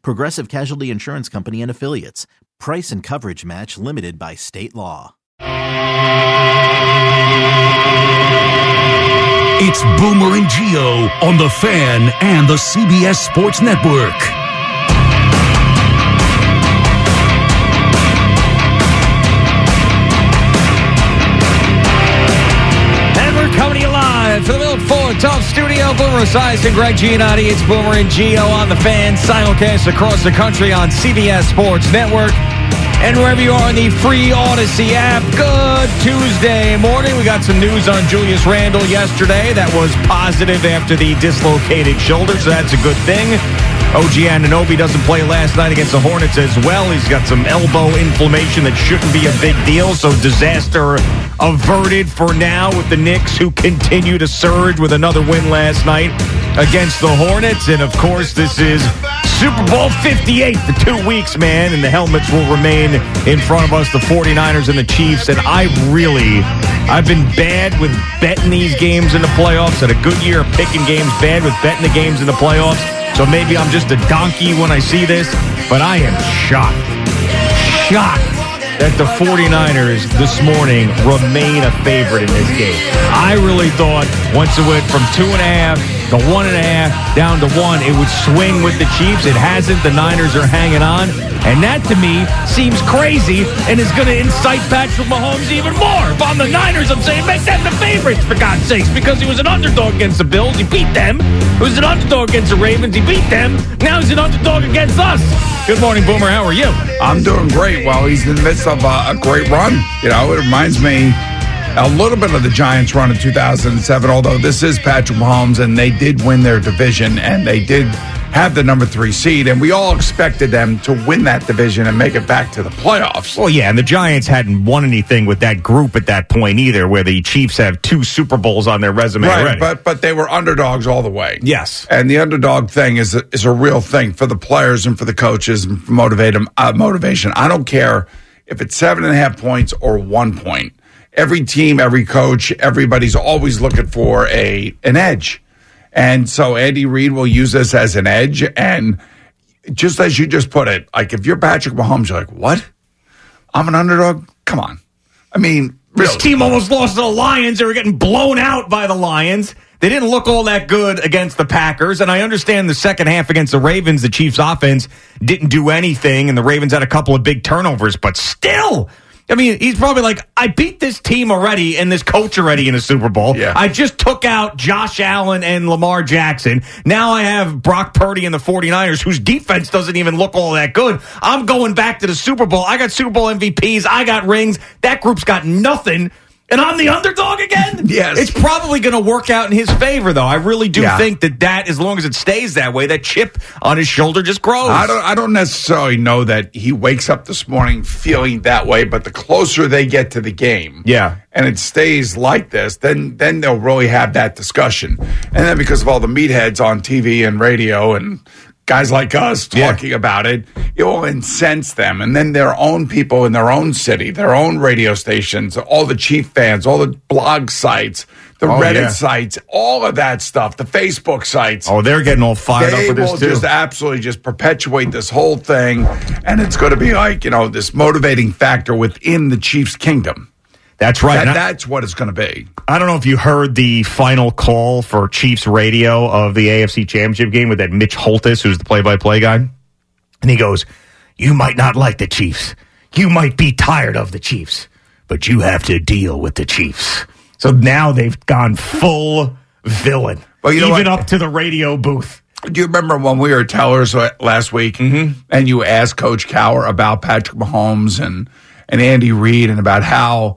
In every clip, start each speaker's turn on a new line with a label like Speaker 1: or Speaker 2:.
Speaker 1: Progressive Casualty Insurance Company and Affiliates. Price and coverage match limited by state law.
Speaker 2: It's Boomer and Geo on the Fan and the CBS Sports Network.
Speaker 3: And we're coming to you live from the Milk Fuller Tough Studio. Boomer Esiason and Greg Giannotti. It's Boomer and Geo on the fan, simulcast across the country on CBS Sports Network. And wherever you are on the free Odyssey app, good Tuesday morning. We got some news on Julius Randle yesterday that was positive after the dislocated shoulder, so that's a good thing. OG Ananobi doesn't play last night against the Hornets as well. He's got some elbow inflammation that shouldn't be a big deal, so disaster averted for now with the Knicks, who continue to surge with another win last night against the Hornets. And of course, this is Super Bowl 58 for two weeks, man, and the helmets will remain in front of us, the 49ers and the Chiefs. And I really, I've been bad with betting these games in the playoffs. Had a good year of picking games, bad with betting the games in the playoffs. So maybe I'm just a donkey when I see this, but I am shocked shocked that the 49ers this morning remain a favorite in this game. I really thought once it went from two and a half to one and a half down to one, it would swing with the Chiefs. It hasn't. The Niners are hanging on. And that to me seems crazy and is going to incite Patrick Mahomes even more. If I'm the Niners, I'm saying make them the favorites, for God's sakes, because he was an underdog against the Bills. He beat them. He was an underdog against the Ravens. He beat them. Now he's an underdog against us. Good morning, Boomer. How are you?
Speaker 4: I'm doing great. Well, he's in the midst of uh, a, a great run. You know, it reminds me a little bit of the Giants' run in 2007. Although this is Patrick Mahomes, and they did win their division, and they did have the number three seed, and we all expected them to win that division and make it back to the playoffs.
Speaker 3: Well, yeah, and the Giants hadn't won anything with that group at that point either, where the Chiefs have two Super Bowls on their resume already.
Speaker 4: but but they were underdogs all the way.
Speaker 3: yes.
Speaker 4: And the underdog thing is a, is a real thing for the players and for the coaches and for motivate 'em- uh, motivation. I don't care if it's seven and a half points or one point. Every team, every coach, everybody's always looking for a an edge, and so Andy Reid will use this as an edge. And just as you just put it, like if you're Patrick Mahomes, you're like, what? I'm an underdog. Come on, I mean,
Speaker 3: This
Speaker 4: really.
Speaker 3: team almost lost to the Lions. They were getting blown out by the Lions. They didn't look all that good against the Packers. And I understand the second half against the Ravens, the Chiefs offense didn't do anything, and the Ravens had a couple of big turnovers, but still. I mean, he's probably like, I beat this team already and this coach already in a Super Bowl.
Speaker 4: Yeah.
Speaker 3: I just took out Josh Allen and Lamar Jackson. Now I have Brock Purdy and the 49ers, whose defense doesn't even look all that good. I'm going back to the Super Bowl. I got Super Bowl MVPs. I got rings. That group's got nothing. And I'm the underdog again?
Speaker 4: Yes.
Speaker 3: It's probably going to work out in his favor, though. I really do
Speaker 4: Yeah.
Speaker 3: think that that, as long as it stays that way, that chip on his shoulder just grows.
Speaker 4: I don't. I don't necessarily know that he wakes up this morning feeling that way. But the closer they get to the game,
Speaker 3: Yeah.
Speaker 4: and it stays like this, then then they'll really have that discussion. And then because of all the meatheads on TV and radio and guys like us
Speaker 3: Yeah.
Speaker 4: talking about it, it will incense them. And then their own people in their own city, their own radio stations, all the Chief fans, all the blog sites, the Reddit
Speaker 3: Oh, yeah.
Speaker 4: sites, all of that stuff, the Facebook sites
Speaker 3: Oh, they're getting all fired
Speaker 4: they
Speaker 3: up with this,
Speaker 4: will
Speaker 3: too.
Speaker 4: just absolutely just perpetuate this whole thing, and it's going to be like you know this motivating factor within the Chiefs' kingdom.
Speaker 3: That's right.
Speaker 4: That,
Speaker 3: And I-
Speaker 4: that's what it's going to be.
Speaker 3: I don't know if you heard the final call for Chiefs radio of the AFC Championship game with that Mitch Holtis, who's the play-by-play guy, and he goes, "You might not like the Chiefs. you might be tired of the Chiefs, but you have to deal with the Chiefs. So now they've gone full villain,
Speaker 4: Well, you know
Speaker 3: even
Speaker 4: what?
Speaker 3: up to the radio booth.
Speaker 4: Do you remember when we were at Tellers last week
Speaker 3: Mm-hmm.
Speaker 4: and you asked Coach Cower about Patrick Mahomes and, and Andy Reid and about how,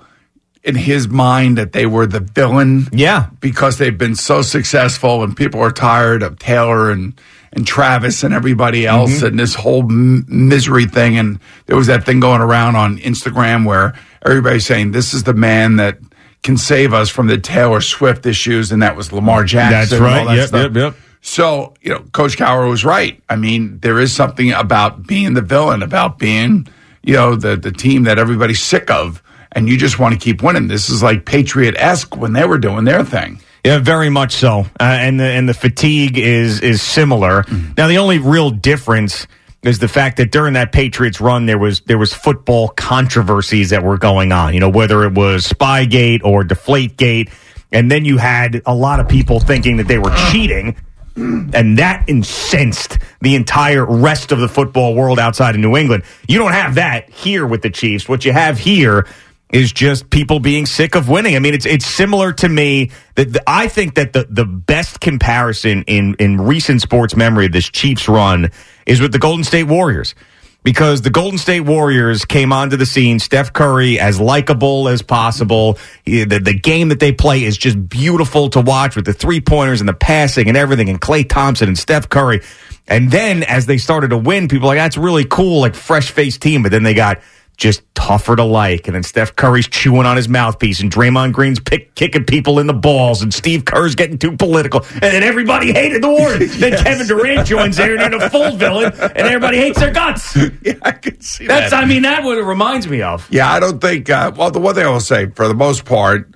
Speaker 4: in his mind, that they were the villain?
Speaker 5: Yeah.
Speaker 4: Because they've been so successful and people are tired of Taylor and, and Travis and everybody else and this whole m- misery thing. And there was that thing going around on Instagram where everybody's saying, This is the man that can save us from the Taylor Swift issues. And that was Lamar Jackson. and all that stuff. So, you know, Coach Cowher was right. I mean, there is something about being the villain, about being, you know, the, the team that everybody's sick of, and you just want to keep winning. This is like Patriot esque when they were doing their thing.
Speaker 3: Yeah, very much so. Uh, and the and the fatigue is is similar. Now the only real difference is the fact that during that Patriots run there was there was football controversies that were going on, you know, whether it was Spygate or Deflategate, and then you had a lot of people thinking that they were cheating. And that incensed the entire rest of the football world outside of New England. You don't have that here with the Chiefs. What you have here is just people being sick of winning. I mean, it's it's similar to me that the, I think that the the best comparison in in recent sports memory of this Chiefs run is with the Golden State Warriors. Because the Golden State Warriors came onto the scene, Steph Curry as likable as possible. He- The, the game that they play is just beautiful to watch with the three pointers and the passing and everything, and Clay Thompson and Steph Curry. And then as they started to win, people were like, that's really cool, like fresh faced team. But then they got just tougher to like. And then Steph Curry's chewing on his mouthpiece, and Draymond Green's pick, kicking people in the balls, and Steve Kerr's getting too political. And then everybody hated the Warriors. Then Kevin Durant joins there, and they're the full villain, and everybody hates their guts.
Speaker 4: Yeah, I can see
Speaker 3: That's, I mean, that what it reminds me of.
Speaker 4: Yeah, I don't think. Uh, well, the one thing I will say, for the most part,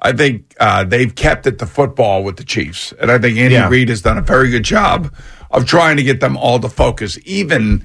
Speaker 4: I think uh, they've kept it to football with the Chiefs, and I think Andy
Speaker 3: Yeah.
Speaker 4: Reid has done a very good job of trying to get them all to focus, even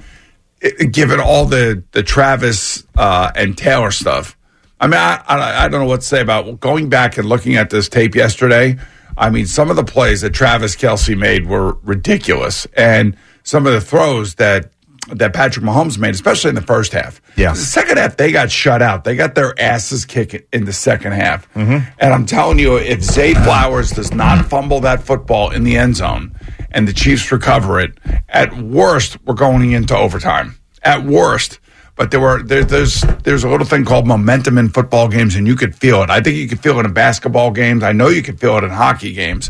Speaker 4: i- given all the the Travis uh, and Taylor stuff. I mean, I, I I don't know what to say about going back and looking at this tape yesterday. I mean, some of the plays that Travis Kelsey made were ridiculous, and some of the throws that that Patrick Mahomes made, especially in the first half.
Speaker 3: Yeah.
Speaker 4: The second half, they got shut out. They got their asses kicked in the second half.
Speaker 3: Mm-hmm.
Speaker 4: And I'm telling you, if Zay Flowers does not fumble that football in the end zone and the Chiefs recover it, at worst, we're going into overtime. At worst. But there were there, there's there's a little thing called momentum in football games, and you could feel it. I think you could feel it in basketball games. I know you could feel it in hockey games.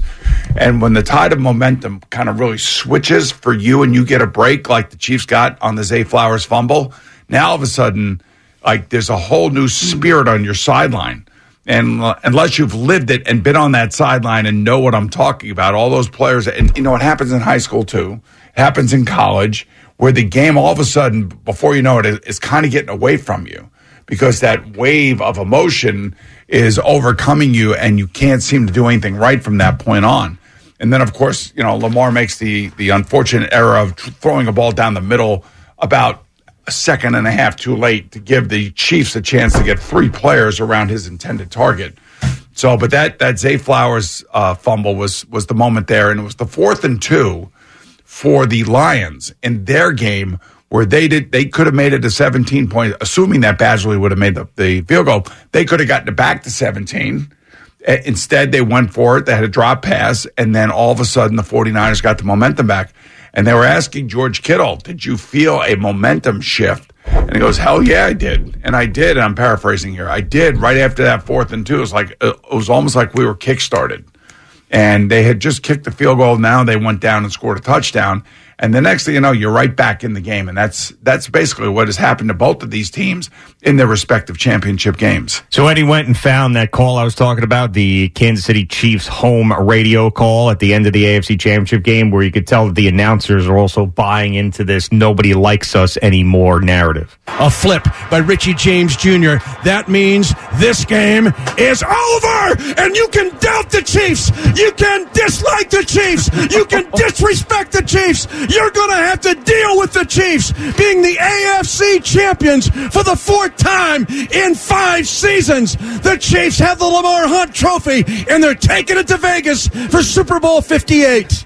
Speaker 4: And when the tide of momentum kind of really switches for you, and you get a break like the Chiefs got on the Zay Flowers fumble, now all of a sudden, like there's a whole new spirit on your sideline. And uh, unless you've lived it and been on that sideline and know what I'm talking about, all those players, and you know, it happens in high school too, it happens in college, where the game all of a sudden, before you know it, is, is kind of getting away from you because that wave of emotion is overcoming you and you can't seem to do anything right from that point on. And then, of course, you know, Lamar makes the, the unfortunate error of tr- throwing a ball down the middle about a second and a half too late to give the Chiefs a chance to get three players around his intended target. So, but that that Zay Flowers uh, fumble was was the moment there, and it was the fourth and two for the Lions in their game where they did they could have made it to 17 points, assuming that Badgley would have made the, the field goal. They could have gotten it back to 17. I- Instead, they went for it. They had a drop pass, and then all of a sudden, the 49ers got the momentum back. And they were asking George Kittle, Did you feel a momentum shift? And he goes, Hell yeah, I did. And I did. And I'm paraphrasing here. I did right after that fourth and two. It was like, uh, it was almost like we were kickstarted and they had just kicked the field goal. Now they went down and scored a touchdown. And the next thing you know, you're right back in the game. And that's that's basically what has happened to both of these teams in their respective championship games.
Speaker 3: So Eddie went and found that call I was talking about, the Kansas City Chiefs home radio call at the end of the AFC Championship game, where you could tell that the announcers are also buying into this nobody likes us anymore narrative.
Speaker 6: A flip by Richie James Jr. That means this game is over! And you can doubt the Chiefs! You can dislike the Chiefs! You can disrespect the Chiefs! You're gonna have to deal with the Chiefs being the AFC champions for the fourth time in five seasons! The Chiefs have the Lamar Hunt trophy and they're taking it to Vegas for Super Bowl 58.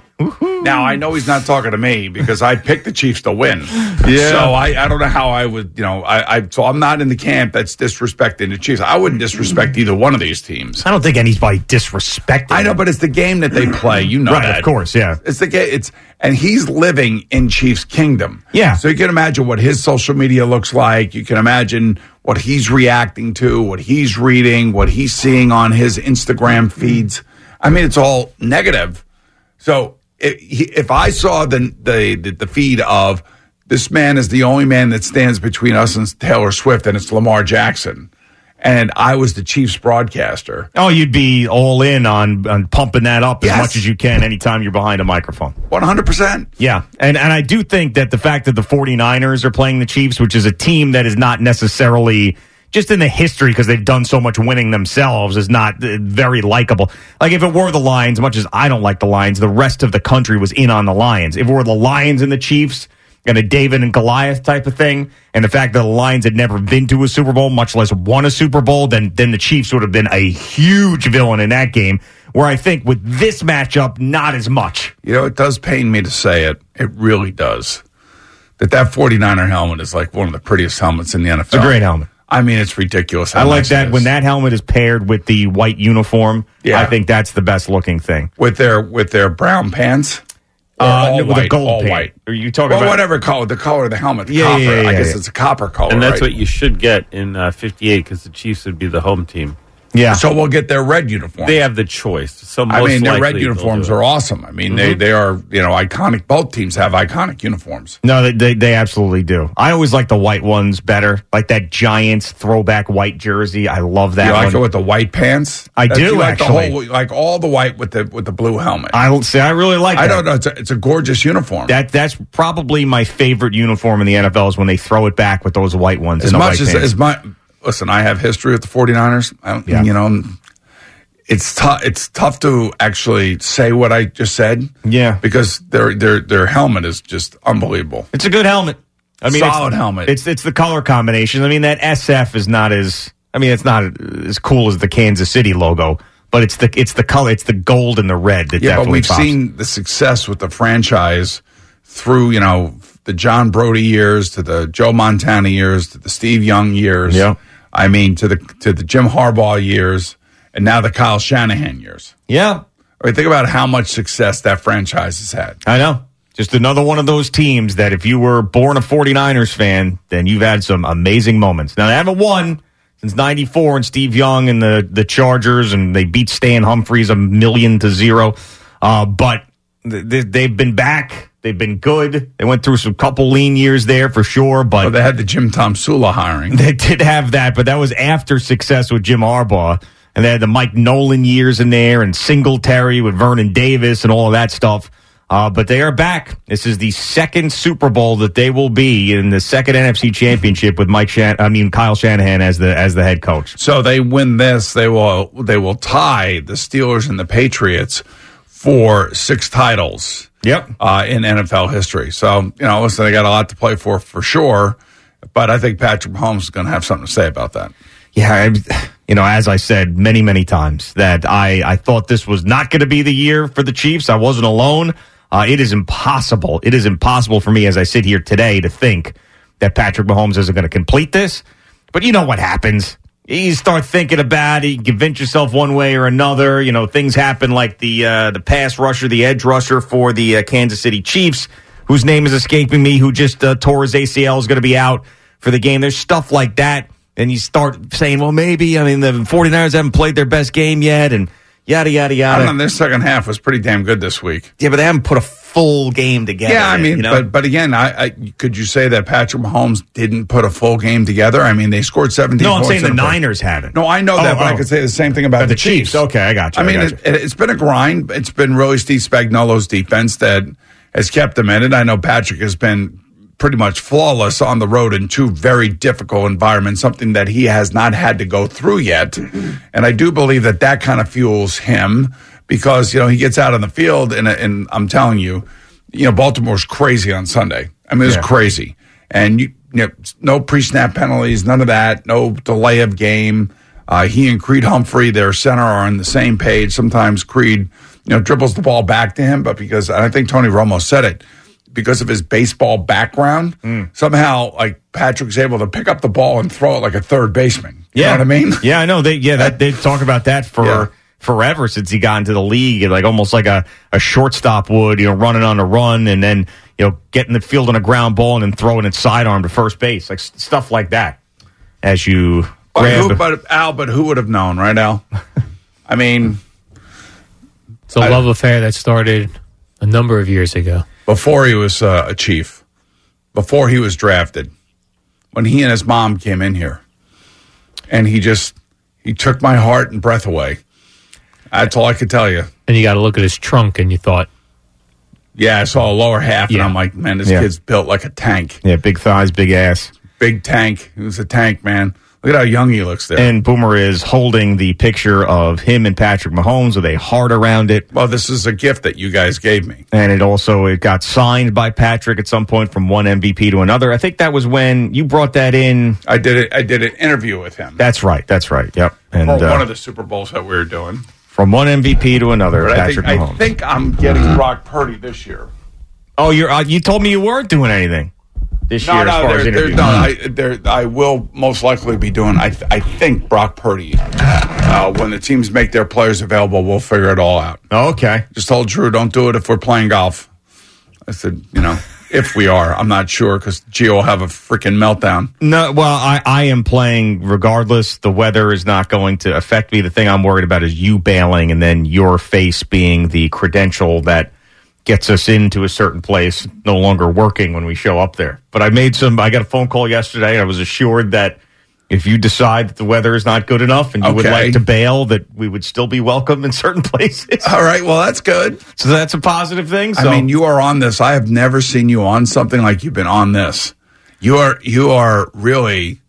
Speaker 4: Now I know he's not talking to me because I picked the Chiefs to win. Yeah. So I, I don't know how I would you know I, I so I'm not in the camp that's disrespecting the Chiefs. I wouldn't disrespect either one of these teams.
Speaker 3: I don't think anybody disrespected.
Speaker 4: I know, but it's the game that they play. You know
Speaker 3: Right,
Speaker 4: that.
Speaker 3: of course, yeah.
Speaker 4: It's the game. It's and he's living in Chiefs Kingdom.
Speaker 3: Yeah.
Speaker 4: So you can imagine what his social media looks like. You can imagine what he's reacting to, what he's reading, what he's seeing on his Instagram feeds. I mean, it's all negative. So if, he- if I saw the, the the the feed of this man is the only man that stands between us and Taylor Swift, and it's Lamar Jackson. And I was the Chiefs broadcaster.
Speaker 3: Oh, you'd be all in on, on pumping that up
Speaker 4: Yes.
Speaker 3: as much as you can anytime you're behind a microphone.
Speaker 4: 100%.
Speaker 3: Yeah. And and I do think that the fact that the 49ers are playing the Chiefs, which is a team that is not necessarily just in the history because they've done so much winning themselves is not uh, very likable. Like if it were the Lions, much as I don't like the Lions, the rest of the country was in on the Lions. If it were the Lions and the Chiefs and a David and Goliath type of thing, and the fact that the Lions had never been to a Super Bowl, much less won a Super Bowl, then then the Chiefs would have been a huge villain in that game. Where I think with this matchup, not as much.
Speaker 4: You know, it does pain me to say it. It really does. That that 49er helmet is like one of the prettiest helmets in the NFL.
Speaker 3: It's a great helmet.
Speaker 4: I mean, it's ridiculous. how
Speaker 3: I like
Speaker 4: nice it
Speaker 3: that
Speaker 4: is.
Speaker 3: when that helmet is paired with the white uniform.
Speaker 4: Yeah.
Speaker 3: I think that's the best looking thing.
Speaker 4: with their with their brown pants. Or all
Speaker 3: Uh, no, with a
Speaker 4: white,
Speaker 3: gold
Speaker 4: all
Speaker 3: pant.
Speaker 4: white.
Speaker 3: Are you talking
Speaker 4: well,
Speaker 3: about-
Speaker 4: whatever color the color of the helmet? The
Speaker 3: Yeah,
Speaker 4: copper.
Speaker 3: yeah, yeah,
Speaker 4: I guess
Speaker 3: yeah.
Speaker 4: it's a copper color,
Speaker 7: And that's
Speaker 4: right?
Speaker 7: what you should get in uh, 58 because the Chiefs would be the home team.
Speaker 3: Yeah.
Speaker 4: So we'll get their red uniform.
Speaker 7: They have the choice. So most
Speaker 4: I mean, their red
Speaker 7: likely they'll
Speaker 4: uniforms
Speaker 7: do it. Mm-hmm.
Speaker 4: are awesome. I mean, they they are you know iconic. Both teams have iconic uniforms.
Speaker 3: no, they, they they absolutely do. I always like the white ones better. Like that Giants throwback white jersey. I love that
Speaker 4: you like
Speaker 3: one.
Speaker 4: it with the white pants?
Speaker 3: I
Speaker 4: That's-
Speaker 3: do,
Speaker 4: you like
Speaker 3: actually.
Speaker 4: the whole, like all the white with the with the blue helmet.
Speaker 3: I will say I really like
Speaker 4: I
Speaker 3: that.
Speaker 4: don't know. It's a, it's a gorgeous uniform.
Speaker 3: That that's probably my favorite uniform in the NFL is when they throw it back with those white ones.
Speaker 4: as
Speaker 3: and the
Speaker 4: much
Speaker 3: white
Speaker 4: as
Speaker 3: pants.
Speaker 4: as my listen, I have history with the 49ers. I don't,
Speaker 3: Yeah.
Speaker 4: you know, it's tough. It's tough to actually say what I just said.
Speaker 3: Yeah.
Speaker 4: because their their their helmet is just unbelievable.
Speaker 3: it's a good helmet. I mean, it's-
Speaker 4: Solid helmet.
Speaker 3: It's it's the color combination. I mean, that SF is not as I mean, it's not as cool as the Kansas City logo, but it's the it's the color, it's the gold and the red that
Speaker 4: yeah, but
Speaker 3: definitely
Speaker 4: we've
Speaker 3: pops.
Speaker 4: seen the success with the franchise through you know the John Brody years to the Joe Montana years to the Steve Young years.
Speaker 3: Yeah.
Speaker 4: I mean to the to the Jim Harbaugh years and now the Kyle Shanahan years.
Speaker 3: Yeah,
Speaker 4: I mean, think about how much success that franchise has had.
Speaker 3: I know. Just another one of those teams that if you were born a 49ers fan, then you've had some amazing moments. Now, they haven't won since 94 and Steve Young and the, the Chargers, and they beat Stan Humphries a million to zero. Uh, but th- th- they've been back. They've been good. They went through some couple lean years there for sure, but
Speaker 4: Oh, they had the Jim Tom Sula hiring.
Speaker 3: They did have that, but that was after success with Jim Harbaugh. And they had the Mike Nolan years in there and Singletary with Vernon Davis and all of that stuff. Uh, but they are back. This is the second Super Bowl that they will be in the second NFC Championship with Mike Shan- I mean Kyle Shanahan as the as the head coach.
Speaker 4: So they win this, they will they will tie the Steelers and the Patriots for six titles
Speaker 3: Yep.
Speaker 4: uh, in NFL history. So you know, listen, they got a lot to play for for sure. But I think Patrick Mahomes is going to have something to say about that.
Speaker 3: yeah, I, you know, as I said many, many times, that I, I thought this was not going to be the year for the Chiefs. I wasn't alone. Uh, it is impossible. It is impossible for me as I sit here today to think that Patrick Mahomes isn't going to complete this. But you know what happens. You start thinking about it. You convince yourself one way or another. You know things happen, like the uh, the pass rusher, the edge rusher for the uh, Kansas City Chiefs, whose name is escaping me, who just uh, tore his ACL, is going to be out for the game. There's stuff like that. And you start saying, well, maybe, I mean, the 49ers haven't played their best game yet, and yada, yada,
Speaker 4: I
Speaker 3: yada.
Speaker 4: don't know. Their second half was pretty damn good this week.
Speaker 3: Yeah, but they haven't put a full game together.
Speaker 4: Yeah, I mean,
Speaker 3: you know?
Speaker 4: but but again, I, I could you say that Patrick Mahomes didn't put a full game together? I mean, they scored seventeen.
Speaker 3: no, I'm
Speaker 4: points
Speaker 3: saying
Speaker 4: in
Speaker 3: the
Speaker 4: a break.
Speaker 3: Niners haven't.
Speaker 4: No, I know
Speaker 3: Oh,
Speaker 4: that, but I
Speaker 3: oh.
Speaker 4: could say the same thing about
Speaker 3: But the Chiefs. Okay, I got you.
Speaker 4: I mean,
Speaker 3: got you.
Speaker 4: it, it, it's been a grind. It's been really Steve Spagnolo's defense that has kept them in it. I know Patrick has been pretty much flawless on the road in two very difficult environments, something that he has not had to go through yet. And I do believe that that kind of fuels him because, you know, he gets out on the field and, and I'm telling you, you know, Baltimore's crazy on Sunday. I mean, it was crazy. And you, you know, no pre snap penalties, none of that, no delay of game. Uh, he and Creed Humphrey, their center, are on the same page. Sometimes Creed, you know, dribbles the ball back to him, but because and I think Tony Romo said it, because of his baseball background, somehow like Patrick's able to pick up the ball and throw it like a third baseman. You know what I mean?
Speaker 3: Yeah, I know. They yeah, that, they talk about that for
Speaker 4: Yeah.
Speaker 3: forever since he got into the league, like almost like a, a shortstop would, you know, running on a run and then you know getting the field on a ground ball and then throwing it sidearm to first base, like s- stuff like that. As you
Speaker 4: But,
Speaker 3: grab,
Speaker 4: who, but Al, but who would have known, right, Al? I mean,
Speaker 2: It's a love affair that started a number of years ago.
Speaker 4: before he was uh, a chief, before he was drafted, when he and his mom came in here, and he just he took my heart and breath away. That's all I could tell you.
Speaker 2: And you got to look at his trunk and you thought,
Speaker 4: Yeah, I saw a lower half, and
Speaker 2: Yeah.
Speaker 4: I'm like, man, this
Speaker 3: Yeah.
Speaker 4: kid's built like a tank,
Speaker 3: yeah, big thighs, big ass.
Speaker 4: big tank. He was a tank, man. Look at how young he looks there.
Speaker 3: And Boomer is holding the picture of him and Patrick Mahomes with a heart around it.
Speaker 4: well, this is a gift that you guys gave me.
Speaker 3: and it also it got signed by Patrick at some point from one MVP to another. I think that was when you brought that in.
Speaker 4: I did it. I did an interview with him
Speaker 3: That's right. That's right. Yep. And
Speaker 4: for
Speaker 3: uh,
Speaker 4: one of the Super Bowls that we were doing.
Speaker 3: from one MVP to another,
Speaker 4: But I
Speaker 3: Patrick
Speaker 4: think, I
Speaker 3: Mahomes.
Speaker 4: think I'm getting Brock Purdy this year.
Speaker 3: oh, you're uh, you told me you weren't doing anything this
Speaker 4: No,
Speaker 3: year as
Speaker 4: no,
Speaker 3: far as
Speaker 4: there, there,
Speaker 3: interviews.
Speaker 4: no I, there, I will most likely be doing. I, I think Brock Purdy. Uh, when the teams make their players available, we'll figure it all out.
Speaker 3: Oh, okay.
Speaker 4: Just told Drew, don't do it if we're playing golf. I said, you know, if we are, I'm not sure because Gio will have a freaking meltdown.
Speaker 3: No, well, I, I am playing regardless. The weather is not going to affect me. The thing I'm worried about is you bailing and then your face being the credential that gets us into a certain place, no longer working when we show up there. But I made some, I got a phone call yesterday. I was assured that if you decide that the weather is not good enough and you would
Speaker 4: Okay.
Speaker 3: like to bail, that we would still be welcome in certain places.
Speaker 4: All right, well, that's good.
Speaker 3: so that's a positive thing. So,
Speaker 4: I mean, you are on this. I have never seen you on something like you've been on this. You are, you are really.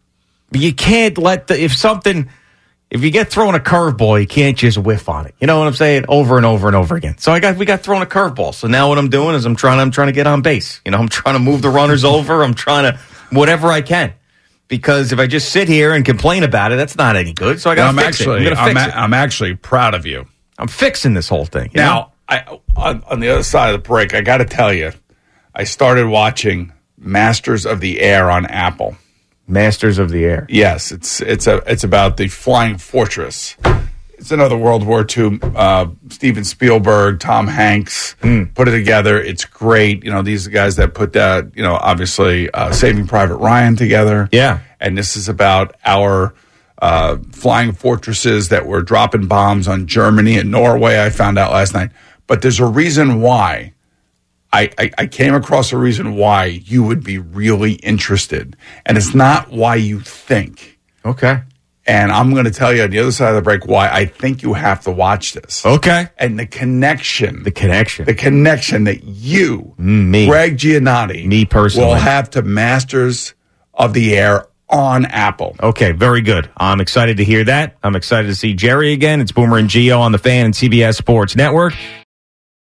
Speaker 3: But you can't let the if something if you get thrown a curveball, you can't just whiff on it. You know what I'm saying? Over and over and over again. So I got we got thrown a curveball. So now what I'm doing is I'm trying I'm trying to get on base. You know, I'm trying to move the runners over. I'm trying to whatever I can. Because if I just sit here and complain about it, that's not any good. So I got
Speaker 4: I'm
Speaker 3: to fix
Speaker 4: actually,
Speaker 3: it. I'm, gonna
Speaker 4: I'm,
Speaker 3: fix
Speaker 4: a,
Speaker 3: it.
Speaker 4: I'm actually proud of you.
Speaker 3: I'm fixing this whole thing. you know?
Speaker 4: Now, I, on, on the other side of the break, I got to tell you, I started watching Masters of the Air on Apple.
Speaker 3: masters of the air.
Speaker 4: Yes, it's it's a it's about the Flying Fortress. It's another World War II. Uh, Steven Spielberg, Tom Hanks put it together. It's great. You know these are the guys that put that. You know, obviously uh, Saving Private Ryan together.
Speaker 3: Yeah.
Speaker 4: and this is about our uh, flying fortresses that were dropping bombs on Germany and Norway. I found out last night, but there's a reason why. I, I, I came across a reason why you would be really interested. And it's not why you think.
Speaker 3: Okay.
Speaker 4: And I'm going to tell you on the other side of the break why I think you have to watch this.
Speaker 3: Okay.
Speaker 4: And the connection,
Speaker 3: The
Speaker 4: the,
Speaker 3: connection.
Speaker 4: connection that you,
Speaker 3: me.
Speaker 4: Greg Giannotti,
Speaker 3: Me personally.
Speaker 4: will have to Masters of the Air on Apple.
Speaker 3: Okay, very good. I'm excited to hear that. I'm excited to see Jerry again. It's Boomer and Geo on the Fan and CBS Sports Network.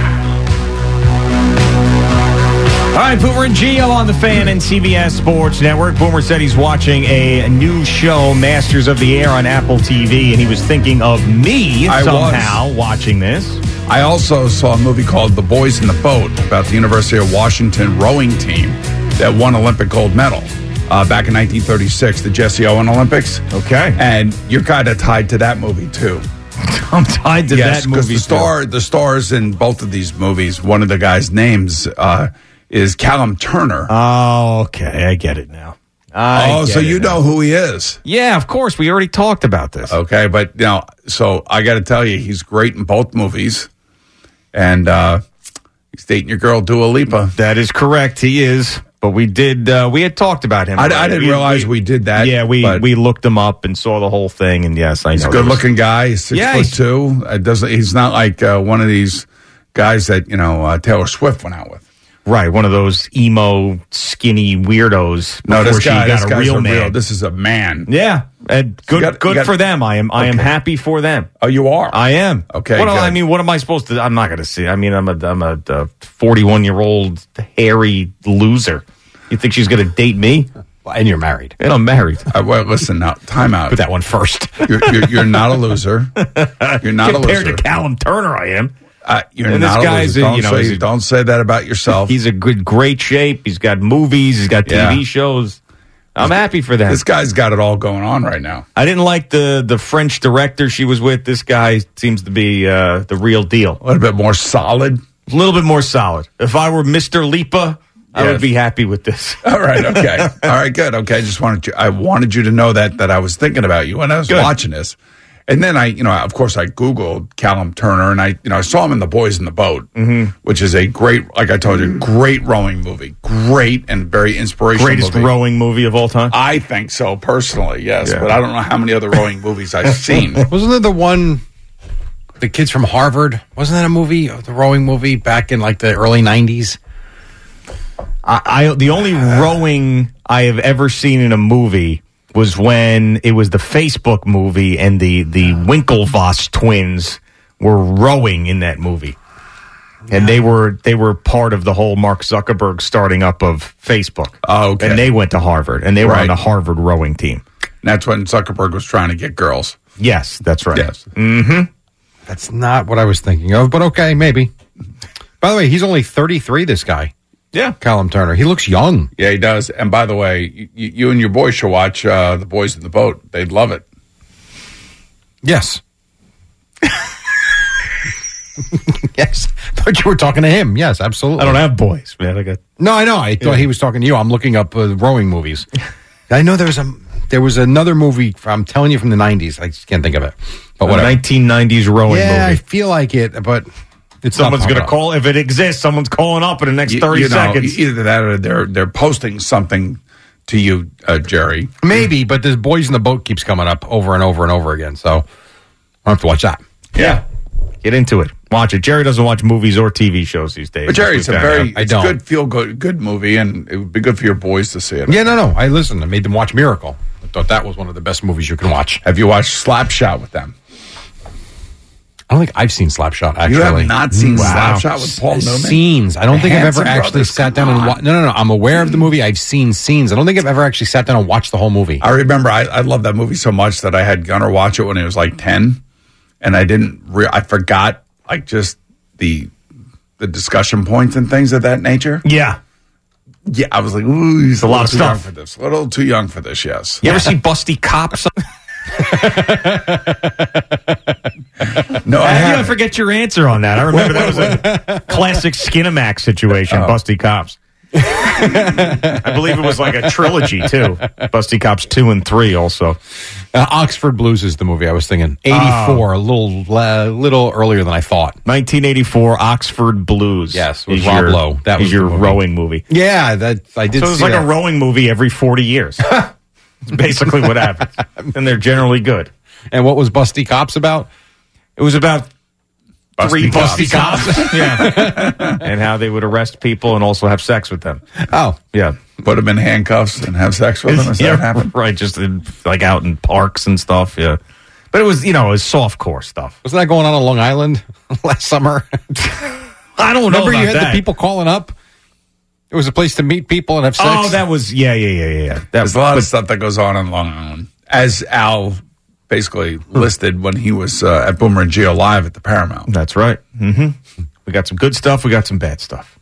Speaker 3: All right, Boomer and Geo on the fan and CBS Sports Network. Boomer said he's watching a new show, Masters of the Air, on Apple TV, and he was thinking of me
Speaker 4: I was.
Speaker 3: somehow watching this.
Speaker 4: I also saw a movie called The Boys in the Boat about the University of Washington rowing team that won Olympic gold medal uh, back in 1936, the Jesse Owen Olympics.
Speaker 3: Okay.
Speaker 4: And you're kind of tied to that movie too.
Speaker 3: I'm tied to that
Speaker 4: because
Speaker 3: movie.
Speaker 4: the
Speaker 3: too.
Speaker 4: star, the stars in both of these movies, one of the guys' names uh, is Callum Turner.
Speaker 3: Oh, okay. I get it now. I
Speaker 4: oh,
Speaker 3: get
Speaker 4: so
Speaker 3: it
Speaker 4: you
Speaker 3: now.
Speaker 4: know who he is.
Speaker 3: Yeah, of course. We already talked about this.
Speaker 4: Okay, but you know, so I got to tell you, he's great in both movies, and uh, he's dating your girl Dua Lipa.
Speaker 3: That is correct. He is. But we did. Uh, we had talked about him.
Speaker 4: I,
Speaker 3: already.
Speaker 4: I didn't realize we, did that.
Speaker 3: yeah, we
Speaker 4: but
Speaker 3: we looked him up and saw the whole thing. And yes, I
Speaker 4: He's a
Speaker 3: know.
Speaker 4: good
Speaker 3: there was-
Speaker 4: looking guy. He's six
Speaker 3: Yeah,
Speaker 4: foot
Speaker 3: he's-
Speaker 4: two. It doesn't. He's not like uh, one of these guys that you know uh, Taylor Swift went out with.
Speaker 3: Right, one of those emo skinny weirdos.
Speaker 4: No,
Speaker 3: before
Speaker 4: this
Speaker 3: she
Speaker 4: guy.
Speaker 3: got
Speaker 4: This
Speaker 3: a
Speaker 4: guy's
Speaker 3: real
Speaker 4: a
Speaker 3: man.
Speaker 4: real. This is a man.
Speaker 3: yeah, and good,
Speaker 4: got- you
Speaker 3: good
Speaker 4: got-
Speaker 3: for them. I am, I am happy for them.
Speaker 4: Oh, you are.
Speaker 3: I am.
Speaker 4: Okay,
Speaker 3: Well, I
Speaker 4: good.
Speaker 3: mean, what am I supposed to? I'm not going to see. I mean, I'm a, I'm a, uh 41 year old hairy loser. You think she's going to date me?
Speaker 8: And you're married.
Speaker 3: And I'm married.
Speaker 4: Uh, well, listen now. Time out.
Speaker 8: Put that one first.
Speaker 4: You're, you're, you're not a loser. You're not a
Speaker 3: Compared
Speaker 4: loser.
Speaker 3: to Callum Turner, I am.
Speaker 4: Uh, you're
Speaker 3: And this
Speaker 4: not a
Speaker 3: guy's
Speaker 4: loser.
Speaker 3: a-
Speaker 4: Don't,
Speaker 3: you know,
Speaker 4: say,
Speaker 3: he's a-
Speaker 4: don't say that about yourself.
Speaker 3: He's a good, great shape. He's got movies. He's got TV
Speaker 4: Yeah.
Speaker 3: shows. I'm happy for them.
Speaker 4: this guy's got it all going on right now.
Speaker 3: I didn't like the the French director she was with. This guy seems to be uh, the real deal.
Speaker 4: A little bit more solid.
Speaker 3: A little bit more solid. If I were Mr. Lipa, I
Speaker 4: Yes.
Speaker 3: would be happy with this.
Speaker 4: All right. Okay. All right. Good. Okay. I just wanted you. I wanted you to know that that I was thinking about you when I was
Speaker 3: Good.
Speaker 4: watching this, and then I, you know, of course, I googled Callum Turner, and I, you know, I saw him in The Boys in the Boat,
Speaker 3: Mm-hmm.
Speaker 4: which is a great, like I told
Speaker 3: Mm.
Speaker 4: you, great rowing movie, great and very inspirational.
Speaker 3: Greatest
Speaker 4: movie.
Speaker 3: rowing movie of all time.
Speaker 4: I think so personally. Yes, but I don't know how many other rowing movies I've seen.
Speaker 8: Wasn't there the one, the kids from Harvard? Wasn't that a movie, the rowing movie back in like the early 90s?
Speaker 3: I, I the only rowing I have ever seen in a movie was when it was the Facebook movie and the the Winklevoss twins were rowing in that movie. And they were they were part of the whole Mark Zuckerberg starting up of Facebook.
Speaker 4: Oh, okay.
Speaker 3: And they went to Harvard and they were on
Speaker 4: Right.
Speaker 3: the Harvard rowing team.
Speaker 4: That's when Zuckerberg was trying to get girls.
Speaker 3: Yes, that's right.
Speaker 4: Yes. Mm-hmm.
Speaker 8: That's not what I was thinking of, but okay, maybe. By the way, he's only 33, this guy,
Speaker 3: Yeah.
Speaker 8: Callum Turner. He looks young.
Speaker 4: Yeah, he does. And by the way, you, you and your boys should watch uh, The Boys in the Boat. They'd love it.
Speaker 8: Yes. yes. But you were talking to him. Yes, absolutely.
Speaker 3: I don't have boys, man. I got
Speaker 8: No, I know. I thought he was talking to you. I'm looking up uh, rowing movies. I know there was a there was another movie. I'm telling you from the 90s. I just can't think of it. But
Speaker 3: a
Speaker 8: whatever.
Speaker 3: 1990s rowing
Speaker 8: yeah, I
Speaker 3: movie.
Speaker 8: feel like it, but it's not
Speaker 3: Someone's
Speaker 8: popping
Speaker 3: going to
Speaker 8: up.
Speaker 3: call if it exists. Someone's calling up in the next
Speaker 4: You-
Speaker 3: 30
Speaker 4: you know, e-,
Speaker 3: seconds.
Speaker 4: Either that or they're they're posting something to you, uh, Jerry.
Speaker 8: Maybe, but this Boys in the Boat keeps coming up over and over and over again. So I have to watch that.
Speaker 3: Yeah. Get into it. Watch it. Jerry doesn't watch movies or TV shows these days.
Speaker 4: But Jerry, it's a
Speaker 3: We've
Speaker 4: very
Speaker 3: got-
Speaker 8: I
Speaker 4: it's
Speaker 8: don't.
Speaker 4: good feel good good movie, and it would be good for your boys to see it.
Speaker 8: Yeah, no, no. I listened. I made them watch Miracle. I thought that was one of the best movies you can watch.
Speaker 4: Have you watched Slapshot with them?
Speaker 8: I don't think I've seen Slapshot. Actually,
Speaker 4: You have not seen Slapshot with Paul Newman.
Speaker 8: Scenes. I don't think I've ever
Speaker 4: Hanson
Speaker 8: actually
Speaker 4: Brothers,
Speaker 8: sat
Speaker 4: come
Speaker 8: down and
Speaker 4: on.
Speaker 8: watched. No, no, no. I'm aware of the movie. I've seen scenes. I don't think I've ever actually sat down and watched the whole movie.
Speaker 4: I remember I, I loved that movie so much that I had Gunnar watch it when he was like ten, and I didn't. Re- I forgot like just the the discussion points and things of that nature.
Speaker 3: Yeah.
Speaker 4: Yeah, I was like, ooh, he's a
Speaker 3: lot of
Speaker 4: little too young
Speaker 3: stuff.
Speaker 4: for this. A little too young for this. Yes.
Speaker 8: You ever see Busty Cops?
Speaker 4: No, I
Speaker 3: How did I
Speaker 4: haven't.
Speaker 3: forget your answer on that? I remember that was a classic Skinamax situation, Busty Cops. I believe it was like a trilogy too. Busty Cops two and three also.
Speaker 8: Uh, Oxford Blues is the movie I was thinking. Eighty four,
Speaker 3: Oh.
Speaker 8: a little uh,
Speaker 3: Ah.
Speaker 8: little earlier than I thought.
Speaker 3: Nineteen eighty four, Oxford Blues.
Speaker 8: Yes, with
Speaker 3: is
Speaker 8: Rob
Speaker 3: your-
Speaker 8: Lowe. That
Speaker 3: is
Speaker 8: was the
Speaker 3: your
Speaker 8: movie.
Speaker 3: rowing movie.
Speaker 8: Yeah, that I did.
Speaker 3: So it's
Speaker 8: see
Speaker 3: like
Speaker 8: that.
Speaker 3: a rowing movie every forty years. It's basically what happens, and they're generally good.
Speaker 8: And what was Busty Cops about?
Speaker 3: It was about three
Speaker 8: cops.
Speaker 3: busty cops. yeah, and how they would arrest people and also have sex with them.
Speaker 8: Oh,
Speaker 3: Yeah.
Speaker 4: Put them in handcuffs and have sex with them. Is
Speaker 3: yeah,
Speaker 4: that happen?
Speaker 3: right. Just in, like out in parks and stuff. Yeah, but it was you know it was soft core stuff.
Speaker 8: wasn't that going on on Long Island last summer?
Speaker 3: I don't know
Speaker 8: Remember you
Speaker 3: about
Speaker 8: had
Speaker 3: that.
Speaker 8: the people calling up. It was a place to meet people and have sex.
Speaker 3: Oh, that was yeah, yeah, yeah, yeah, yeah. That
Speaker 4: There's a lot of stuff that goes on in Long Island, as Al basically listed when he was uh, at Boomer and Geo live at the Paramount.
Speaker 3: That's right. hmm We got some good stuff. We got some bad stuff.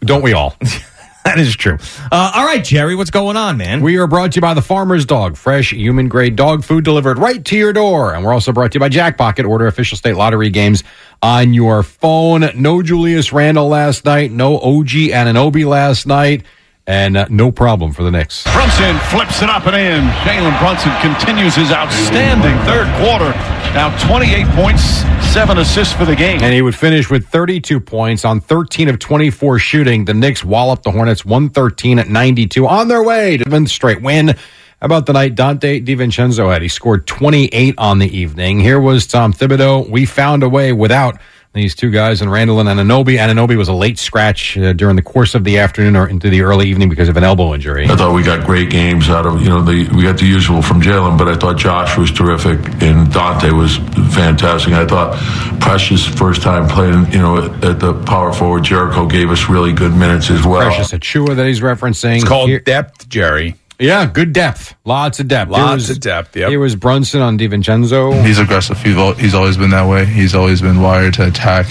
Speaker 8: Don't we all?
Speaker 3: that is true. Uh, all right, Jerry, what's going on, man?
Speaker 8: We are brought to you by the Farmer's Dog, fresh human grade dog food delivered right to your door. And we're also brought to you by Jackpocket. Order official state lottery games on your phone. No Julius Randle last night, no OG Ananobi last night, and uh, no problem for the Knicks.
Speaker 9: Brunson flips it up and in. Jalen Brunson continues his outstanding third quarter. Now 28 points, seven assists for the game.
Speaker 8: And he would finish with 32 points on 13 of 24 shooting. The Knicks wallop the Hornets 113 at 92 on their way to a straight win. How About the night Dante DiVincenzo had. He scored 28 on the evening. Here was Tom Thibodeau. We found a way without these two guys and Randall and Ananobi. Ananobi was a late scratch uh, during the course of the afternoon or into the early evening because of an elbow injury.
Speaker 10: I thought we got great games out of you know the we got the usual from Jalen, but I thought Josh was terrific and Dante was fantastic. I thought Precious first time playing you know at the power forward Jericho gave us really good minutes as well.
Speaker 8: Precious Achua that he's referencing.
Speaker 4: It's called depth, Jerry.
Speaker 8: Yeah, good depth. Lots of depth.
Speaker 4: Lots of depth, yep.
Speaker 8: Here was Brunson on DiVincenzo.
Speaker 11: He's aggressive. He's al- he's always been that way. He's always been wired to attack.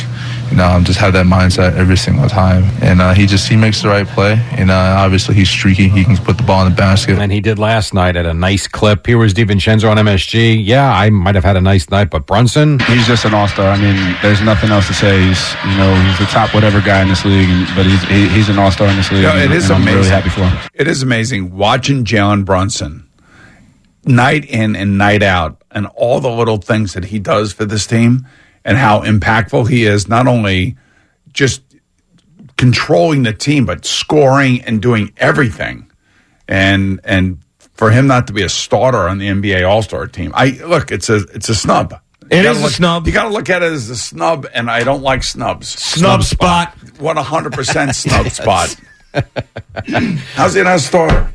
Speaker 11: You know, um, just had that mindset every single time. And uh, he just he makes the right play. And uh, obviously he's streaky. He can put the ball in the basket.
Speaker 8: And he did last night at a nice clip. Here was DiVincenzo on MSG. Yeah, I might have had a nice night, but Brunson.
Speaker 12: He's just an all-star. I mean, there's nothing else to say. He's, you know, he's the top whatever guy in this league, and, but he's he, he's an all-star in this league.
Speaker 4: Yeah, it
Speaker 12: and,
Speaker 4: is
Speaker 12: and I'm really
Speaker 4: amazing.
Speaker 12: happy for him.
Speaker 4: It is amazing watching Jalen Brunson night in and night out and all the little things that he does for this team and how impactful he is, not only just controlling the team, but scoring and doing everything. And and for him not to be a starter on the NBA All Star team, I look, it's a it's a snub.
Speaker 3: It
Speaker 4: It is
Speaker 3: is a snub.
Speaker 4: You got to look at it as a snub, and I don't like snubs.
Speaker 3: Snub
Speaker 4: One hundred percent snub spot. How's he not a starter?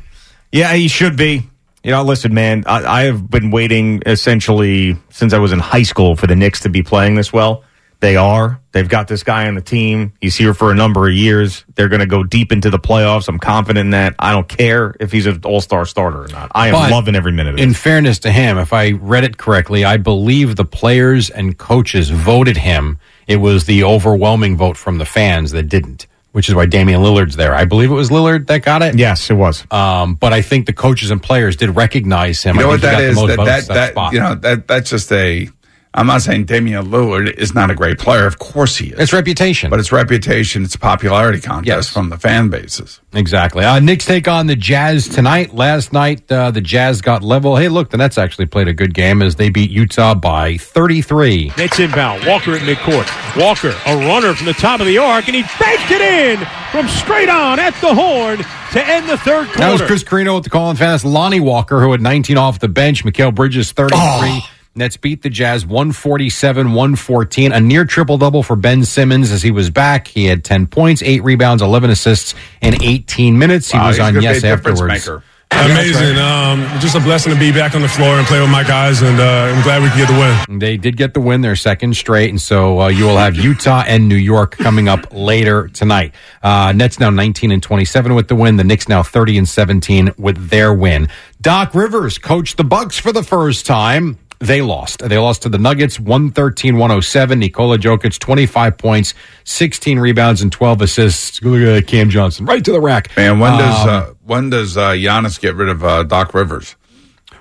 Speaker 3: Yeah, he should be. You know, listen, man, I, I have been waiting essentially since I was in high school for the Knicks to be playing this well. They are. They've got this guy on the team. He's here for a number of years. They're going to go deep into the playoffs. I'm confident in that. I don't care if he's an all star starter or not. I am
Speaker 8: But-
Speaker 3: loving every minute of it.
Speaker 8: In fairness to him, if I read it correctly, I believe the players and coaches voted him. It was the overwhelming vote from the fans that didn't, which is why Damian Lillard's there. I believe it was Lillard that got it.
Speaker 3: Yes, it was.
Speaker 8: Um, but I think the coaches and players did recognize him.
Speaker 4: You know
Speaker 8: I
Speaker 4: what that
Speaker 8: think he got the
Speaker 4: is?
Speaker 8: most
Speaker 4: That
Speaker 8: votes
Speaker 4: that,
Speaker 8: at
Speaker 4: that,
Speaker 8: spot.
Speaker 4: you know that that's just a. I'm not saying Damian Lillard is not a great player. Of course he is. It's
Speaker 8: reputation,
Speaker 4: but it's reputation. It's a popularity contest from the fan bases.
Speaker 8: Exactly. Uh, Knicks take on the Jazz tonight. Last night, uh, the Jazz got level. Hey, look, the Nets actually played a good game as they beat Utah by 33.
Speaker 2: Nets inbound. Walker at midcourt. Walker, a runner from the top of the arc, and he banked it in from straight on at the horn to end the third quarter.
Speaker 8: That was Chris Carino with the call and fast. Lonnie Walker, who had 19 off the bench. Mikael Bridges, 33.
Speaker 4: Oh.
Speaker 8: Nets beat the Jazz 147 114. A near triple double for Ben Simmons as he was back. He had 10 points, 8 rebounds, 11 assists in 18 minutes. He
Speaker 4: Wow,
Speaker 8: was
Speaker 4: he's
Speaker 8: on
Speaker 4: gonna be
Speaker 8: Yes
Speaker 4: a difference
Speaker 8: afterwards.
Speaker 4: maker.
Speaker 13: Amazing. Um, just a blessing to be back on the floor and play with my guys, and uh, I'm glad we could get the win.
Speaker 8: They did get the win, their second straight, and so uh, you will have Utah and New York coming up later tonight. Uh, Nets now 19 and 27 with the win. The Knicks now 30 and 17 with their win. Doc Rivers coached the Bucks for the first time. They lost. They lost to the Nuggets 113 107. Nikola Jokic 25 points, 16 rebounds, and 12 assists. Look at Cam Johnson right to the rack.
Speaker 4: Man, when does
Speaker 8: Um,
Speaker 4: uh, when does uh, Giannis get rid of uh, Doc Rivers?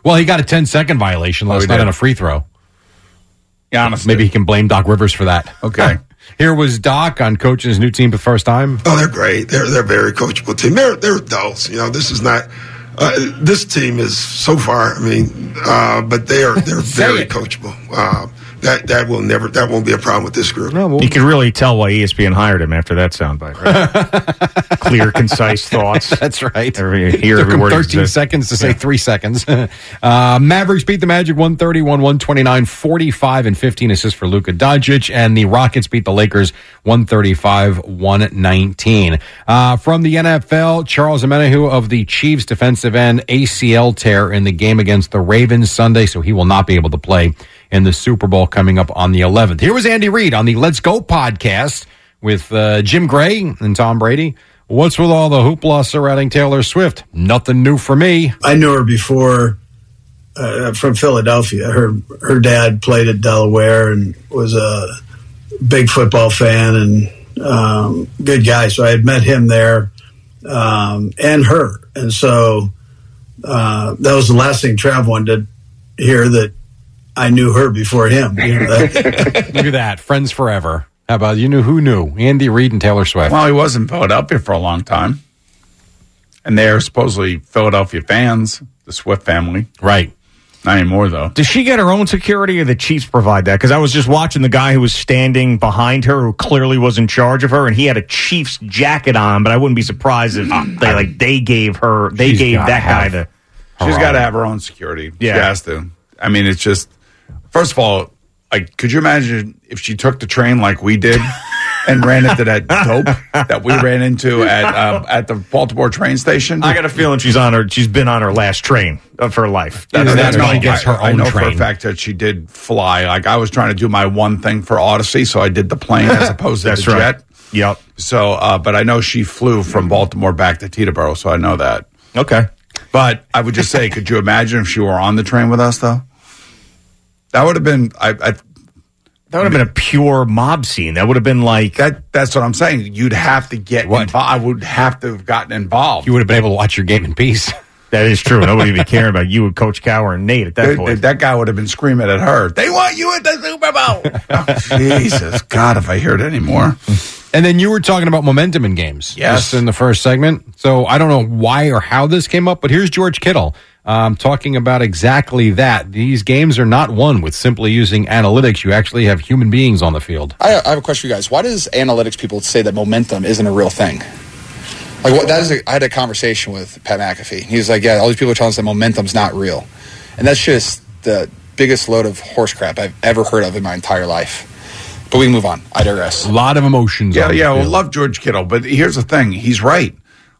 Speaker 8: well, he got a 10 second violation
Speaker 4: Oh,
Speaker 8: last
Speaker 4: he
Speaker 8: night
Speaker 4: did.
Speaker 8: on a free throw.
Speaker 4: Giannis.
Speaker 8: Maybe he can blame Doc Rivers for that.
Speaker 4: Okay.
Speaker 8: Here was Doc on coaching his new team for the first time.
Speaker 14: Oh, they're great. They're they're a very coachable team. They're they're adults. You know, this is not. Uh, this team is so far. I mean, uh, but they are they're very coachable. Uh, that that will never that won't be a problem with this group.
Speaker 3: You could really tell why E ESPN hired him after that soundbite. Right? Clear, concise thoughts.
Speaker 8: That's right.
Speaker 3: Every, hear
Speaker 8: Took
Speaker 3: every
Speaker 8: him
Speaker 3: word he
Speaker 8: 13
Speaker 3: said.
Speaker 8: seconds to say three seconds. uh, Mavericks beat the Magic 131, 129, 45, and 15 assists for Luka Doncic. And the Rockets beat the Lakers 135, 119. Uh, from the NFL, Charles Amenahu of the Chiefs defensive end, ACL tear in the game against the Ravens Sunday, so he will not be able to play in the Super Bowl coming up on the 11th. Here was Andy Reid on the Let's Go podcast with uh, Jim Gray and Tom Brady. What's with all the hoopla surrounding Taylor Swift? Nothing new for me.
Speaker 15: I knew her before uh, from Philadelphia. Her her dad played at Delaware and was a big football fan and um, good guy. So I had met him there um, and her, and so uh, that was the last thing Trav wanted to hear that I knew her before him. You know, that-
Speaker 8: Look at that. Friends forever. How about you knew who knew? Andy Reid and Taylor Swift.
Speaker 4: Well, he was in Philadelphia for a long time. And they're supposedly Philadelphia fans, the Swift family.
Speaker 8: Right.
Speaker 4: Not anymore, though.
Speaker 3: Does she get her own security or the Chiefs provide that? Because I was just watching the guy who was standing behind her who clearly was in charge of her and he had a Chiefs jacket on, but I wouldn't be surprised if
Speaker 4: Mm.
Speaker 3: they like they gave her they
Speaker 4: She's
Speaker 3: gave
Speaker 4: gotta
Speaker 3: that guy
Speaker 4: have
Speaker 3: the
Speaker 4: She's got to have her own security.
Speaker 3: Yeah.
Speaker 4: She has to. I mean, it's just, first of all, like, could you imagine if she took the train like we did and ran into that dope that we ran into at uh, at the Baltimore train station?
Speaker 3: I got a feeling she's on her she's been on her last train of her life.
Speaker 4: That's, that's
Speaker 3: how
Speaker 4: how
Speaker 3: she
Speaker 4: I I, I know for a fact that she did fly. Like I was trying to do my one thing for Odyssey, so I did the plane as opposed to
Speaker 3: That's
Speaker 4: the
Speaker 3: right.
Speaker 4: jet.
Speaker 3: Yep.
Speaker 4: So, uh, but I know she flew from Baltimore back to Teterboro, so I know that.
Speaker 3: Okay.
Speaker 4: But I would just say, could you imagine if she were on the train with us though? That would have been. I, I that
Speaker 3: would have been a pure mob scene. That would have been like
Speaker 4: that. That's what I'm saying. You'd have to get. Involved. I would have to have gotten involved.
Speaker 8: You would have been able to watch your game in peace.
Speaker 3: That is true. Nobody would be caring about you and Coach Cower and Nate at that
Speaker 4: That,
Speaker 3: point.
Speaker 4: that guy would have been screaming at her. They want you at the Super Bowl. Oh, Jesus God, if I hear it anymore.
Speaker 8: And then you were talking about momentum in games.
Speaker 4: Yes.
Speaker 8: just in the first segment. So I don't know why or how this came up, but here's George Kittle um, talking about exactly that. These games are not won with simply using analytics. You actually have human beings on the field.
Speaker 16: I, I have a question for you guys. Why does analytics people say that momentum isn't a real thing? Like what that is. A, I had a conversation with Pat McAfee. and He was like, "Yeah, all these people are telling us that momentum's not real," and that's just the biggest load of horse crap I've ever heard of in my entire life. But we can move on. I digress.
Speaker 8: A lot of emotions.
Speaker 4: Yeah, yeah. Well, love George Kittle, but here's the thing: he's right.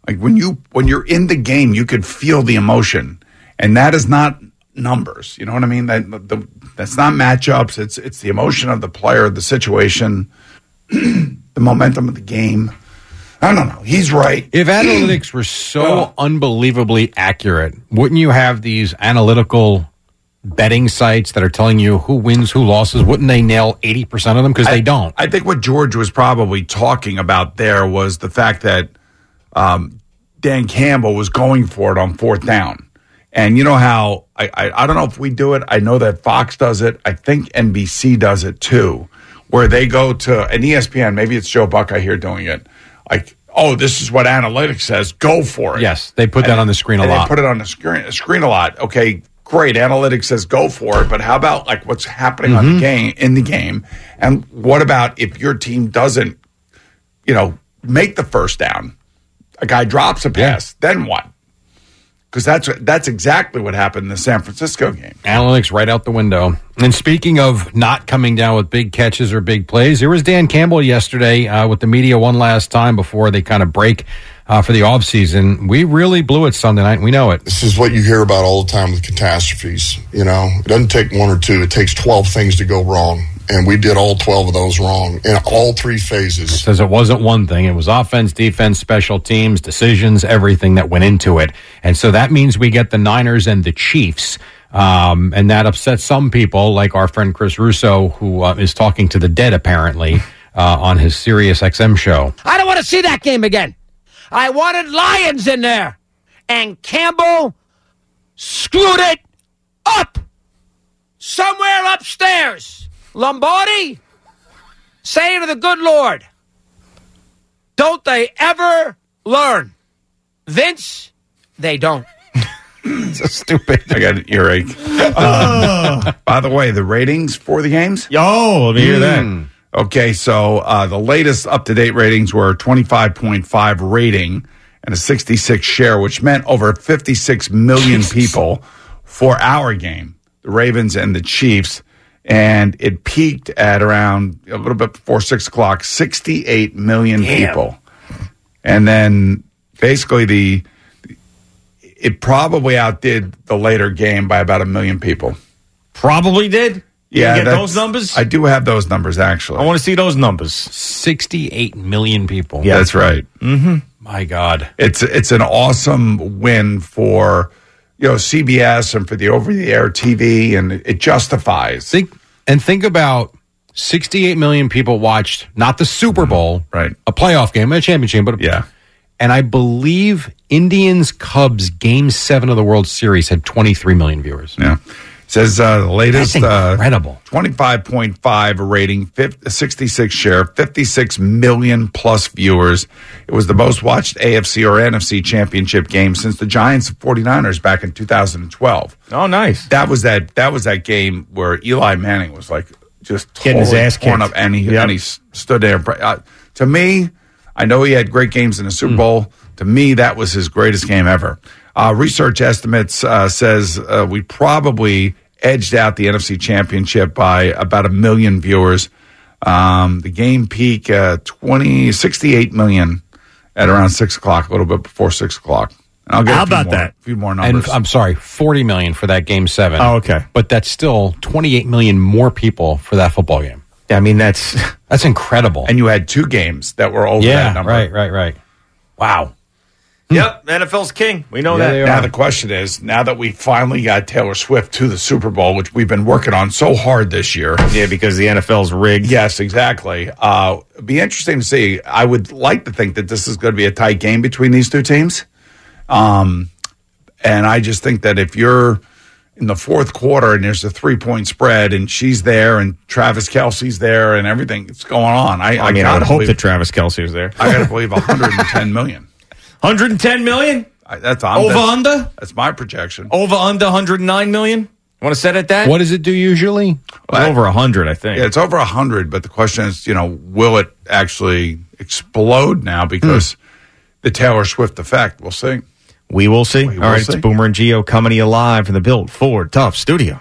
Speaker 4: Like when you when you're in the game, you could feel the emotion, and that is not numbers. You know what I mean? That the, that's not matchups. It's it's the emotion of the player, the situation, the momentum of the game. I don't know. He's right.
Speaker 8: If analytics were so unbelievably accurate, wouldn't you have these analytical betting sites that are telling you who wins, who loses? Wouldn't they nail 80% of them? Because
Speaker 4: I-
Speaker 8: they don't.
Speaker 4: I think what George was probably talking about there was the fact that um, Dan Campbell was going for it on fourth down. And you know how I, I I don't know if we do it. I know that Fox does it. I think NBC does it too, where they go to E an ESPN. Maybe it's Joe Buck I hear doing it. Like, oh, this is what analytics says. Go for it.
Speaker 8: Yes, they put that on the screen a
Speaker 4: and
Speaker 8: lot.
Speaker 4: They put it on the screen screen a lot. Okay, great. Analytics says go for it, but how about like what's happening
Speaker 8: Mm-hmm.
Speaker 4: on the game in the game, and what about if your team doesn't, you know, make the first down? A guy drops a pass, then what? Because that's that's exactly what happened in the San Francisco game.
Speaker 8: Analytics right out the window. And speaking of not coming down with big catches or big plays, here was Dan Campbell yesterday uh, with the media one last time before they kind of break uh, for the offseason. We really blew it Sunday night. and We know it.
Speaker 17: This is what you hear about all the time with catastrophes. You know, it doesn't take one or two, it takes 12 things to go wrong. And we did all 12 of those wrong in all three phases.
Speaker 8: says it wasn't one thing. It was offense, defense, special teams, decisions, everything that went into it. And so that means we get the Niners and the Chiefs. Um, and that upsets some people, like our friend Chris Russo, who uh, is talking to the dead apparently uh, on his Sirius XM show.
Speaker 2: I don't want to see that game again. I wanted Lions in there. And Campbell screwed it up somewhere upstairs. Lombardi,
Speaker 12: Say to the good Lord, don't they ever learn? Vince, they don't.
Speaker 4: so stupid. I got an earache. Um, by the way, the ratings for the games? Hmm.
Speaker 3: Yo, let me hear that.
Speaker 4: Okay, so uh, the latest up to date ratings were 25.5 rating and a 66 share, which meant over 56 million people for our game, the Ravens and the Chiefs. And it peaked at around a little bit before six o'clock, 68 million
Speaker 15: Damn.
Speaker 4: people. And then basically the it probably outdid the later game by about a million people.
Speaker 3: Probably did. You
Speaker 4: Yeah,
Speaker 3: get
Speaker 4: that's-
Speaker 3: those numbers?
Speaker 4: I do have those numbers actually. I
Speaker 3: want to see those numbers.
Speaker 8: Sixty-eight million people.
Speaker 4: Yeah, that's right.
Speaker 8: Mm-hmm.
Speaker 4: My God, it's it's an awesome win for you know CBS and for the over the air TV, and it justifies.
Speaker 8: Think and think about 68 million people watched not the Super Bowl,
Speaker 4: Mm-hmm. right?
Speaker 8: A playoff game, a championship, but
Speaker 4: yeah.
Speaker 8: And I believe Indians Cubs Game Seven of the World Series had 23 million viewers.
Speaker 4: Yeah, says uh, the latest
Speaker 8: That's incredible.
Speaker 4: twenty five point five rating, 50, 66 share, fifty six million plus viewers. It was the most watched AFC or NFC championship game since the Giants and 49ers back in two thousand and twelve.
Speaker 3: Oh, nice.
Speaker 4: That was that. That was that game where Eli Manning was like just
Speaker 3: Getting his
Speaker 4: totally
Speaker 3: ass
Speaker 4: torn
Speaker 3: kicked.
Speaker 4: up, and he
Speaker 3: Yep.
Speaker 4: and he s- stood there. and pra- Uh, to me, I know he had great games in the
Speaker 3: Hmm.
Speaker 4: Super Bowl. To me, that was his greatest game ever. Uh, research estimates uh, says uh, we probably edged out the NFC Championship by about a million viewers. Um, the game peak uh, 20, 68 million at around six o'clock, a little bit before six o'clock. And I'll get a
Speaker 8: How
Speaker 4: few
Speaker 8: about
Speaker 4: more-
Speaker 8: that?
Speaker 4: A few more numbers.
Speaker 8: And I'm sorry, 40 million for that Game Seven.
Speaker 4: Oh, okay.
Speaker 8: but that's still 28 million more people for that football game.
Speaker 3: I mean, that's
Speaker 8: that's incredible.
Speaker 4: And you had two games that were over
Speaker 8: yeah,
Speaker 4: that number.
Speaker 8: right, right, right. Hmm. Wow.
Speaker 3: Yep, NFL's king. We know that.
Speaker 4: Now the question is, now that we finally got Taylor Swift to the Super Bowl, which we've been working on so hard this year.
Speaker 3: Yeah, because the NFL's rigged.
Speaker 4: Yes, exactly. Uh it'd be interesting to see. I would like to think that this is going to be a tight game between these two teams. Um and I just think that if you're in the fourth quarter and there's a three point spread and she's there and Travis Kelsey's there and everything that's going on, I,
Speaker 3: I mean, I
Speaker 4: gotta
Speaker 3: would hope
Speaker 4: believe-
Speaker 3: that Travis Kelsey was there.
Speaker 4: I got to believe 110 million.
Speaker 3: 110 million?
Speaker 4: I, that's I'm-
Speaker 3: Over
Speaker 4: that's-
Speaker 3: under?
Speaker 4: That's my projection.
Speaker 3: Over under 109 million? Want to set it that?
Speaker 8: What does it do usually?
Speaker 4: Well,
Speaker 3: over 100, I think.
Speaker 4: Yeah, it's over 100, but the question is, you know, will it actually explode now
Speaker 3: Hmm.
Speaker 4: because the Taylor Swift effect? We'll see.
Speaker 3: We will see. All
Speaker 4: will
Speaker 3: right,
Speaker 4: see.
Speaker 3: it's Boomer and Geo coming to you live from the Built Ford Tough Studio.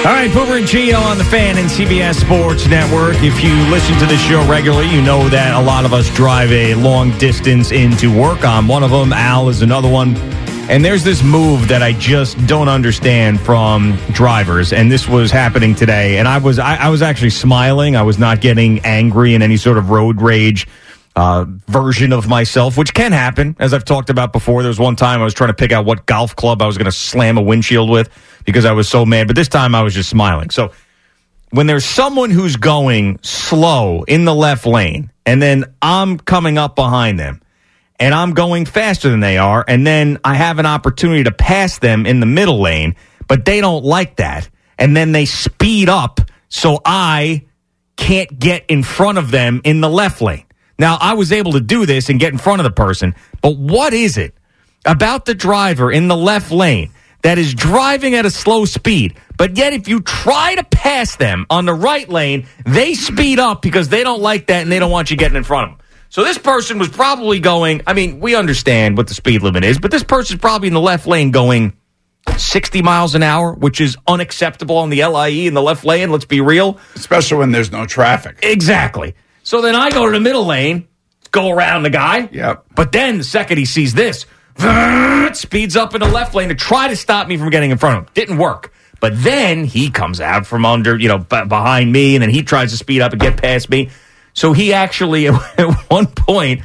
Speaker 3: All right, Boomer and Geo on the fan and CBS Sports Network. If you listen to this show regularly, you know that a lot of us drive a long distance into work. I'm one of them. Al is another one. And there's this move that I just don't understand from drivers. And this was happening today. And I was I, I was actually smiling. I was not getting angry in any sort of road rage uh, version of myself, which can happen. As I've talked about before, there was one time I was trying to pick out what golf club I was going to slam a windshield with because I was so mad. But this time I was just smiling. So when there's someone who's going slow in the left lane and then I'm coming up behind them and I'm going faster than they are, and then I have an opportunity to pass them in the middle lane, but they don't like that. And then they speed up so I can't get in front of them in the left lane. Now, I was able to do this and get in front of the person, but what is it about the driver in the left lane that is driving at a slow speed, but yet if you try to pass them on the right lane, they speed up because they don't like that and they don't want you getting in front of them. So this person was probably going, I mean, we understand what the speed limit is, but this person's probably in the left lane going 60 miles an hour, which is unacceptable on the LIE in the left lane, let's be real.
Speaker 4: Especially when there's no traffic.
Speaker 3: Exactly. So then I go to the middle lane, go around the guy.
Speaker 4: Yep.
Speaker 3: But then the second he sees this, speeds up in the left lane to try to stop me from getting in front of him. Didn't work. But then he comes out from under, you know, b- behind me, and then he tries to speed up and get past me. So he actually, at one point,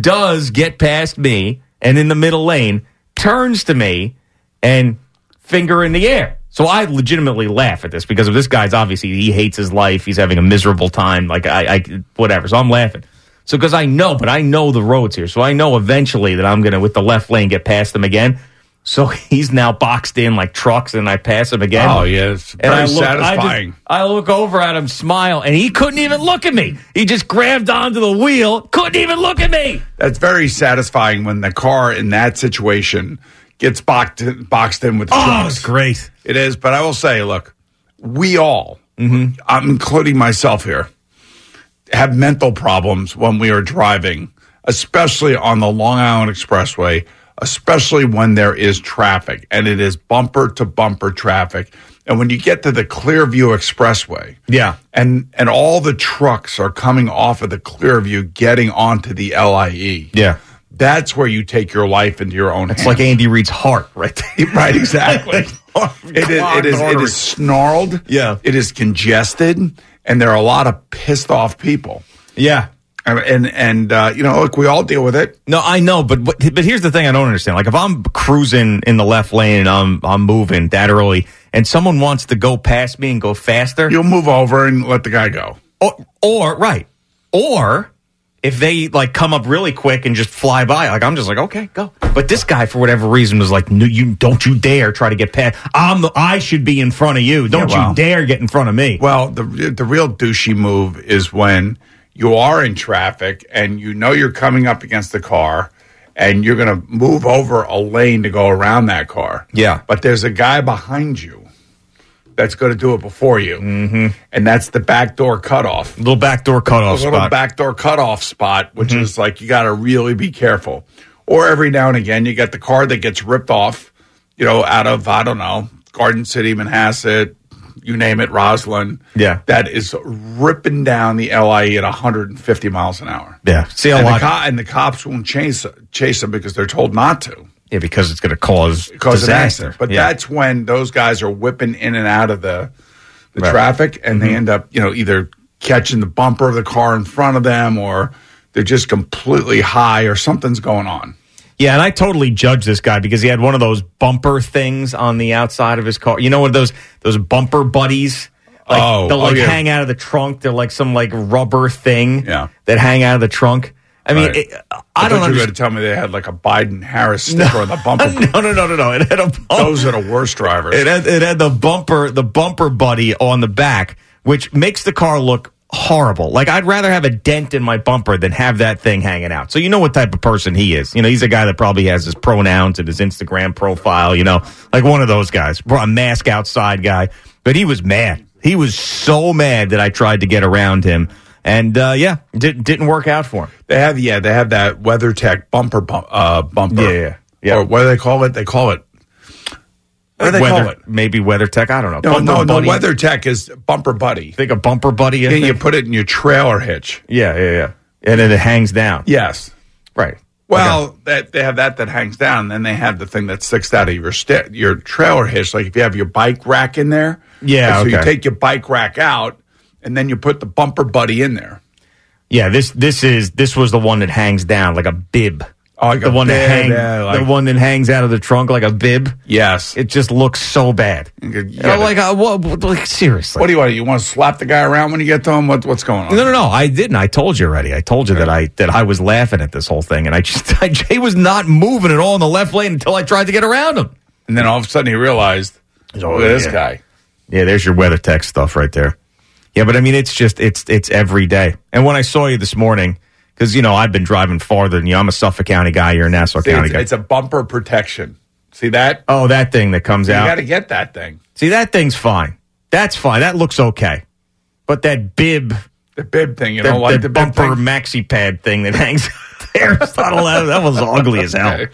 Speaker 3: does get past me, and in the middle lane, turns to me and finger in the air. So I legitimately laugh at this because of this guy's obviously he hates his life. He's having a miserable time. Like I, I whatever. So I'm laughing. So because I know, but I know the roads here. So I know eventually that I'm gonna with the left lane get past them again. So he's now boxed in like trucks, and I pass him again.
Speaker 4: Oh, yeah, it's very satisfying.
Speaker 3: I, just, I look over at him, smile, and he couldn't even look at me. He just grabbed onto the wheel, couldn't even look at me.
Speaker 4: That's very satisfying when the car in that situation gets boxed boxed in with.
Speaker 3: Oh,
Speaker 4: it's
Speaker 3: great.
Speaker 4: It is, but I will say, look, we all,
Speaker 3: Mm-hmm.
Speaker 4: I'm including myself here, have mental problems when we are driving, especially on the Long Island Expressway, especially when there is traffic and it is bumper to bumper traffic. And when you get to the Clearview Expressway,
Speaker 3: Yeah.
Speaker 4: and and all the trucks are coming off of the Clearview, getting onto the LIE.
Speaker 3: Yeah.
Speaker 4: That's where you take your life into your own
Speaker 3: It's
Speaker 4: hands.
Speaker 3: like Andy Reid's heart right there.
Speaker 4: Right, exactly. it is it is it is snarled.
Speaker 3: Yeah.
Speaker 4: It is congested and there are a lot of pissed off people.
Speaker 3: Yeah.
Speaker 4: And and, and uh, you know, look, we all deal with it.
Speaker 3: No, I know, but, but but here's the thing I don't understand. Like if I'm cruising in the left lane and I'm I'm moving that early, and someone wants to go past me and go faster,
Speaker 4: you'll move over and let the guy go.
Speaker 3: Or, or right, or if they like come up really quick and just fly by, like I'm just like okay, go. But this guy, for whatever reason, was like, no, you don't you dare try to get past. I'm the, I should be in front of you. Don't
Speaker 4: Yeah, well.
Speaker 3: you dare get in front of me.
Speaker 4: Well, the the real douchey move is when you are in traffic and you know you're coming up against the car and you're going to move over a lane to go around that car.
Speaker 3: Yeah.
Speaker 4: But there's a guy behind you that's going to do it before you. Mm-hmm. And that's the backdoor cutoff.
Speaker 3: Little backdoor cutoff
Speaker 4: a little
Speaker 3: spot.
Speaker 4: backdoor cutoff spot, which
Speaker 3: Mm-hmm.
Speaker 4: is like you got to really be careful. Or every now and again, you get the car that gets ripped off, you know, out of, I don't know, Garden City, Manhasset, you name it, Roslyn.
Speaker 3: Yeah.
Speaker 4: That is ripping down the LIE at 150 miles an hour.
Speaker 3: Yeah. See a
Speaker 4: and,
Speaker 3: lot.
Speaker 4: The co- and the cops won't chase, chase them because they're told not to
Speaker 3: yeah, because it's going to cause
Speaker 4: cause an
Speaker 3: disaster.
Speaker 4: accident. But
Speaker 3: yeah.
Speaker 4: that's when those guys are whipping in and out of the the
Speaker 3: Right. Mm-hmm.
Speaker 4: traffic, and they end up, you know, either catching the bumper of the car in front of them, or they're just completely high, or something's going on.
Speaker 3: Yeah, and I totally judge this guy because he had one of those bumper things on the outside of his car. You know what those those bumper buddies? Like,
Speaker 4: Oh,
Speaker 3: they'll
Speaker 4: oh,
Speaker 3: like
Speaker 4: yeah.
Speaker 3: hang out of the trunk. They're like some like rubber thing
Speaker 4: Yeah.
Speaker 3: that hang out of the trunk. I mean,
Speaker 4: Right.
Speaker 3: it,
Speaker 4: thought
Speaker 3: I,
Speaker 4: You were
Speaker 3: don't
Speaker 4: going to
Speaker 3: understand.
Speaker 4: tell me they had like a Biden Harris sticker on the bumper.
Speaker 3: No, no, no, no, no. It had a bumper.
Speaker 4: Those are the worst drivers.
Speaker 3: It had, it had the bumper the bumper buddy on the back, which makes the car look horrible. Like I'd rather have a dent in my bumper than have that thing hanging out. So you know what type of person he is. You know, he's a guy that probably has his pronouns and his Instagram profile, you know, like one of those guys, Bro, a mask outside guy. But he was mad. He was so mad that I tried to get around him. And uh, yeah, did, didn't work out for him.
Speaker 4: They have yeah, they have that WeatherTech bumper bump, uh, bumper.
Speaker 3: Yeah, yeah, yeah.
Speaker 4: Or what do they call it? They call it. What do they
Speaker 3: weather,
Speaker 4: call it?
Speaker 3: Maybe weather tech. I don't know.
Speaker 4: No, no,
Speaker 3: Bumper
Speaker 4: no.
Speaker 3: buddy.
Speaker 4: WeatherTech is bumper buddy.
Speaker 3: Think a bumper buddy.
Speaker 4: Yeah, you put it in your trailer hitch.
Speaker 3: Yeah, yeah, yeah. And then it hangs down.
Speaker 4: Yes.
Speaker 3: Right.
Speaker 4: Well, that, they have that that hangs down, and then they have the thing that sticks out of your sti your trailer hitch. Like if you have your bike rack in there,
Speaker 3: Yeah,
Speaker 4: and So you
Speaker 3: okay.
Speaker 4: take your bike rack out, and then you put the bumper buddy in there.
Speaker 3: Yeah, this this is this was the one that hangs down like a bib.
Speaker 4: Oh, like
Speaker 3: the
Speaker 4: a
Speaker 3: one that
Speaker 4: bib,
Speaker 3: hang,
Speaker 4: yeah, like-
Speaker 3: the one that hangs out of the trunk like a bib.
Speaker 4: Yes.
Speaker 3: It just looks so bad.
Speaker 4: Yeah,
Speaker 3: I'm like, uh, what, what- like seriously?
Speaker 4: What do you want? You want to slap the guy around when you get to him? What, what's going on?
Speaker 3: no, no, no. I didn't. I told you already. I told you that I that I was laughing at this whole thing, and I just I, he was not moving at all in the left lane until I tried to get around him.
Speaker 4: And then all of a sudden he realized, look at this
Speaker 3: yeah.
Speaker 4: guy.
Speaker 3: Yeah, there's your weather tech stuff right there. Yeah, but I mean, it's just it's it's every day. And when I saw you this morning, because you know I've been driving farther than you. I'm a Suffolk County guy. You're a Nassau
Speaker 4: See,
Speaker 3: County
Speaker 4: it's,
Speaker 3: guy.
Speaker 4: it's a bumper protection. See that?
Speaker 3: Oh, that thing that comes
Speaker 4: You
Speaker 3: out.
Speaker 4: got to get that thing.
Speaker 3: See, that thing's fine. That's fine. That looks okay. But that bib,
Speaker 4: the bib thing, you
Speaker 3: that,
Speaker 4: don't like
Speaker 3: that
Speaker 4: the bib
Speaker 3: bumper maxi pad thing that hangs there. It's not allowed. That was ugly as hell.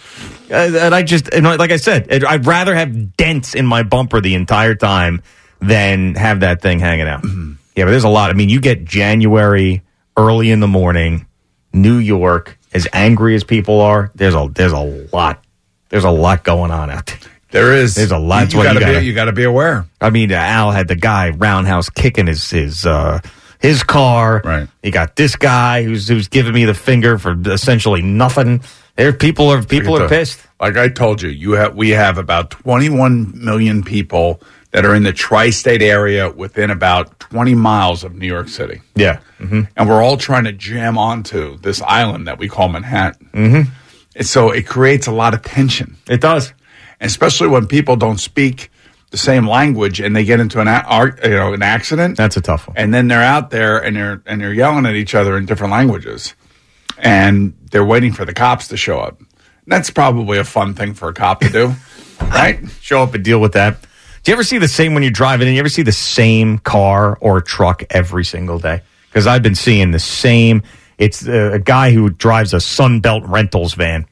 Speaker 3: Uh, And I just, and like I said, I'd- I'd rather have dents in my bumper the entire time than have that thing hanging out.
Speaker 4: Mm-hmm.
Speaker 3: Yeah, but there's a lot. I mean, you get January early in the morning, New York. As angry as people are, there's a there's a lot there's a lot going on out there.
Speaker 4: There is.
Speaker 3: There's a lot. That's
Speaker 4: You
Speaker 3: why
Speaker 4: gotta be- you got to be aware.
Speaker 3: I mean, uh, Al had the guy roundhouse kicking his his uh, his car. Right. You got this guy who's who's giving me the finger for essentially nothing. There, people are people
Speaker 4: Forget
Speaker 3: are
Speaker 4: the-
Speaker 3: pissed.
Speaker 4: Like I told you, you have we have about 21 million people that are in the tri-state area within about 20 miles of New York City,
Speaker 3: Yeah. Mm-hmm.
Speaker 4: and we're all trying to jam onto this island that we call Manhattan.
Speaker 3: Mm-hmm.
Speaker 4: And so it creates a lot of tension.
Speaker 3: It does,
Speaker 4: especially when people don't speak the same language and they get into an a- ar- you know an accident.
Speaker 3: That's a tough one.
Speaker 4: And then they're out there and they're and they're yelling at each other in different languages, and they're waiting for the cops to show up. That's probably a fun thing for a cop to do, right?
Speaker 3: Show up and deal with that. Do you ever see the same when you're driving? And you ever see the same car or truck every single day? Because I've been seeing the same. It's uh, a guy who drives a Sunbelt rentals van.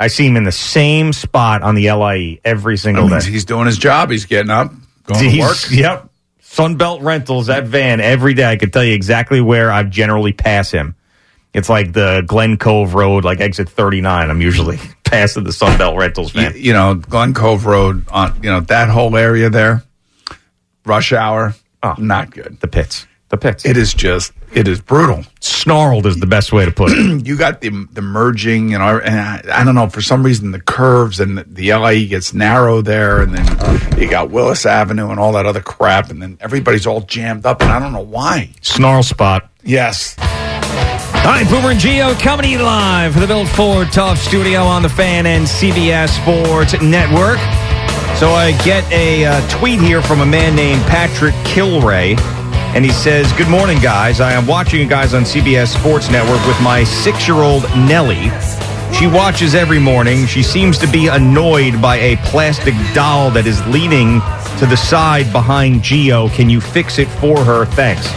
Speaker 3: I see him in the same spot on the LIE every single
Speaker 4: means
Speaker 3: day.
Speaker 4: he's doing his job. He's getting up, going to
Speaker 3: He's-
Speaker 4: work.
Speaker 3: Yep. Sunbelt Rentals, that van every day. I could tell you exactly where I generally pass him. It's like the Glen Cove Road, like exit 39. I'm usually passing the Sunbelt Rentals van.
Speaker 4: you know, Glen Cove Road, on you know that whole area there, rush hour, not good.
Speaker 3: The pits, the pits.
Speaker 4: It is just, it is brutal.
Speaker 3: Snarled is the best way to put it.
Speaker 4: you got the the merging, you know, and I, I don't know for some reason the curves and the, the LIE gets narrow there, and then you got Willis Avenue and all that other crap, and then everybody's all jammed up, and I don't know why.
Speaker 3: Snarl spot.
Speaker 4: Yes.
Speaker 3: All right, Boomer and Geo coming to you live from the Built Ford Tough Studio on the Fan and CBS Sports Network. So I get a uh, tweet here from a man named Patrick Kilray, and he says, "Good morning, guys. I am watching you guys on CBS Sports Network with my six-year-old Nellie. She watches every morning. She seems to be annoyed by a plastic doll that is leaning to the side behind Geo. Can you fix it for her? Thanks."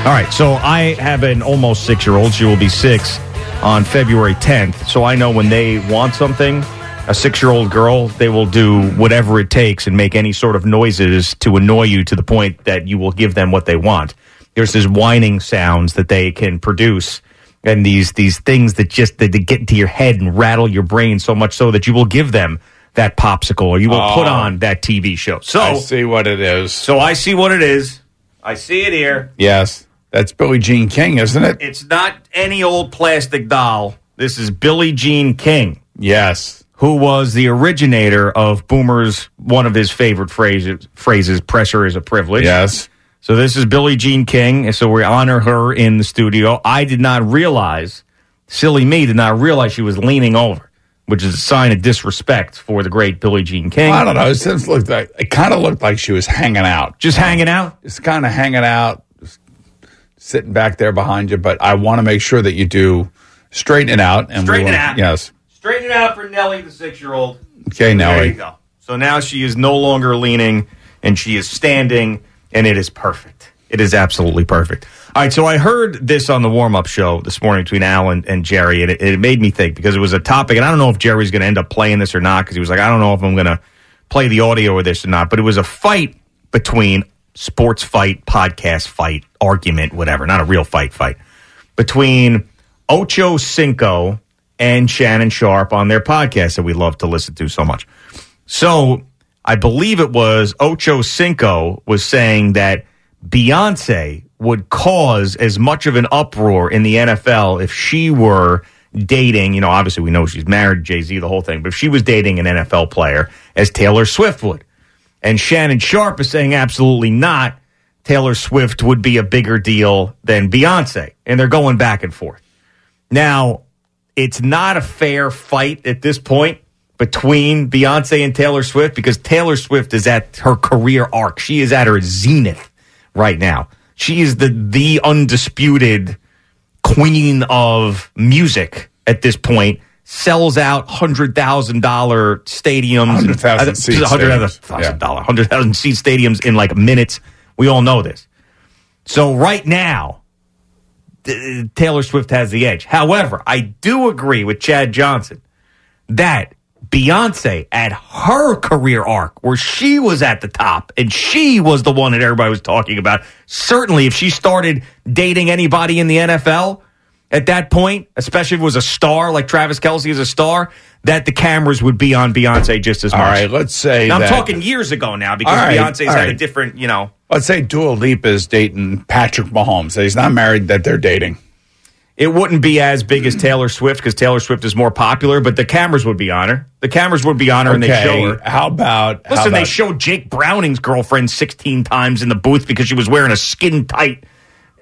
Speaker 3: All right, so I have an almost six year old. She will be six on February 10th. So I know when they want something, a six year old girl, they will do whatever it takes and make any sort of noises to annoy you to the point that you will give them what they want. There's this whining sounds that they can produce and these these things that just that, that get into your head and rattle your brain so much so that you will give them that popsicle or you will put
Speaker 4: Oh.
Speaker 3: on that TV show. So
Speaker 4: I see what it is.
Speaker 3: So I see what it is. I see it here.
Speaker 4: Yes, that's Billie Jean King, isn't it?
Speaker 3: It's not any old plastic doll. This is Billie Jean King.
Speaker 4: Yes.
Speaker 3: Who was the originator of Boomer's one of his favorite phrases phrases pressure is a privilege.
Speaker 4: Yes.
Speaker 3: So this is Billie Jean King, and so we honor her in the studio. I did not realize, silly me, did not realize she was leaning over, which is a sign of disrespect for the great Billie Jean King.
Speaker 4: I don't know. It just looked like it kind of looked like she was hanging out,
Speaker 3: just hanging out,
Speaker 4: just kind of hanging out, just sitting back there behind you. But I want to make sure that you do straighten it out and we
Speaker 3: Straighten it
Speaker 4: wanna-
Speaker 3: out.
Speaker 4: Yes.
Speaker 3: Straighten it out for Nellie, the six year old.
Speaker 4: Okay,
Speaker 3: There you
Speaker 4: Nellie.
Speaker 3: go. So now she is no longer leaning and she is standing, and it is perfect. It is absolutely perfect. All right, so I heard this on the warm up show this morning between Al and, and Jerry, and it, it made me think because it was a topic, and I don't know if Jerry's going to end up playing this or not because he was like, I don't know if I'm going to play the audio of this or not, but it was a fight between sports fight, podcast fight, argument, whatever, not a real fight, fight between Ocho Cinco and Shannon Sharp on their podcast that we love to listen to so much. So I believe it was Ocho Cinco was saying that Beyonce would cause as much of an uproar in the NFL if she were dating, you know, obviously we know she's married, Jay Z, the whole thing, but if she was dating an NFL player as Taylor Swift would. And Shannon Sharp is saying absolutely not. Taylor Swift would be a bigger deal than Beyonce. And they're going back and forth. Now, it's not a fair fight at this point between Beyonce and Taylor Swift because Taylor Swift is at her career arc. She is at her zenith right now. She is the the undisputed queen of music at this point sells out hundred thousand dollar stadiums, hundred
Speaker 4: 100,000 seat
Speaker 3: thousand dollar, hundred thousand seat stadiums in like minutes. We all know this. So right now, th- Taylor Swift has the edge. However, I do agree with Chad Johnson that Beyonce at her career arc, where she was at the top and she was the one that everybody was talking about. Certainly, if she started dating anybody in the NFL at that point, especially if it was a star like Travis Kelsey is a star, that the cameras would be on Beyonce just as much.
Speaker 4: All right, let's say
Speaker 3: And I'm
Speaker 4: that-
Speaker 3: talking years ago now because
Speaker 4: All right,
Speaker 3: Beyonce's
Speaker 4: all
Speaker 3: had a
Speaker 4: right.
Speaker 3: different, you know.
Speaker 4: Let's say Dua Lipa is dating Patrick Mahomes. That He's not married. That they're dating.
Speaker 3: It wouldn't be as big as Taylor Swift because Taylor Swift is more popular, but the cameras would be on her. The cameras would be on her, and they
Speaker 4: Okay,
Speaker 3: show her.
Speaker 4: How about how
Speaker 3: Listen, they
Speaker 4: about-
Speaker 3: showed Jake Browning's girlfriend 16 times in the booth because she was wearing a skin tight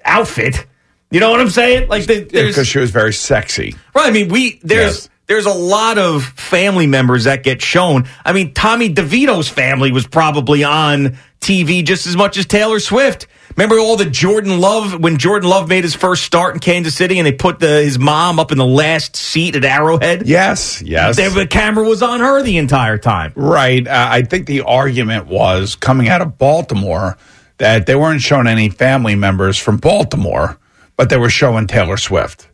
Speaker 3: outfit. You know what I'm saying? Like, they, there's
Speaker 4: because she was very sexy.
Speaker 3: Right. I mean, we there's there's a lot of family members that get shown. I mean, Tommy DeVito's family was probably on TV just as much as Taylor Swift. Remember all the Jordan Love when Jordan Love made his first start in Kansas City and they put the, his mom up in the last seat at Arrowhead?
Speaker 4: Yes, yes.
Speaker 3: They, the camera was on her the entire time.
Speaker 4: Right. Uh, I think the argument was coming out of Baltimore that they weren't showing any family members from Baltimore, but they were showing Taylor Swift.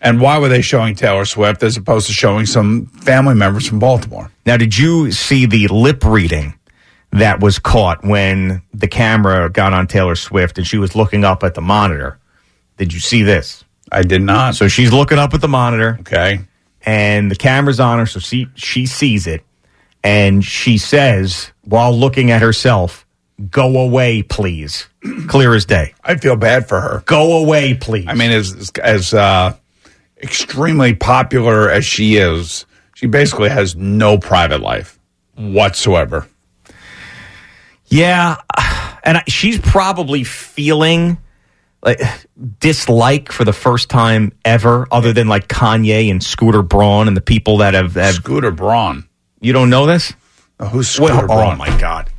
Speaker 4: And why were they showing Taylor Swift as opposed to showing some family members from Baltimore?
Speaker 3: Now, did you see the lip reading that was caught when the camera got on Taylor Swift and she was looking up at the monitor? Did you see this?
Speaker 4: I did not.
Speaker 3: So she's looking up at the monitor.
Speaker 4: Okay.
Speaker 3: And the camera's on her, so she, she sees it. And she says, while looking at herself, go away, please. Clear as day.
Speaker 4: I feel bad for her.
Speaker 3: Go away, please.
Speaker 4: I mean, as as uh, extremely popular as she is, she basically has no private life whatsoever.
Speaker 3: Yeah, and I, she's probably feeling like dislike for the first time ever, other than like Kanye and Scooter Braun and the people that have, have
Speaker 4: Scooter Braun. Uh,
Speaker 3: You don't know this?
Speaker 4: who's
Speaker 3: Scooter
Speaker 4: Braun?
Speaker 3: Oh my god!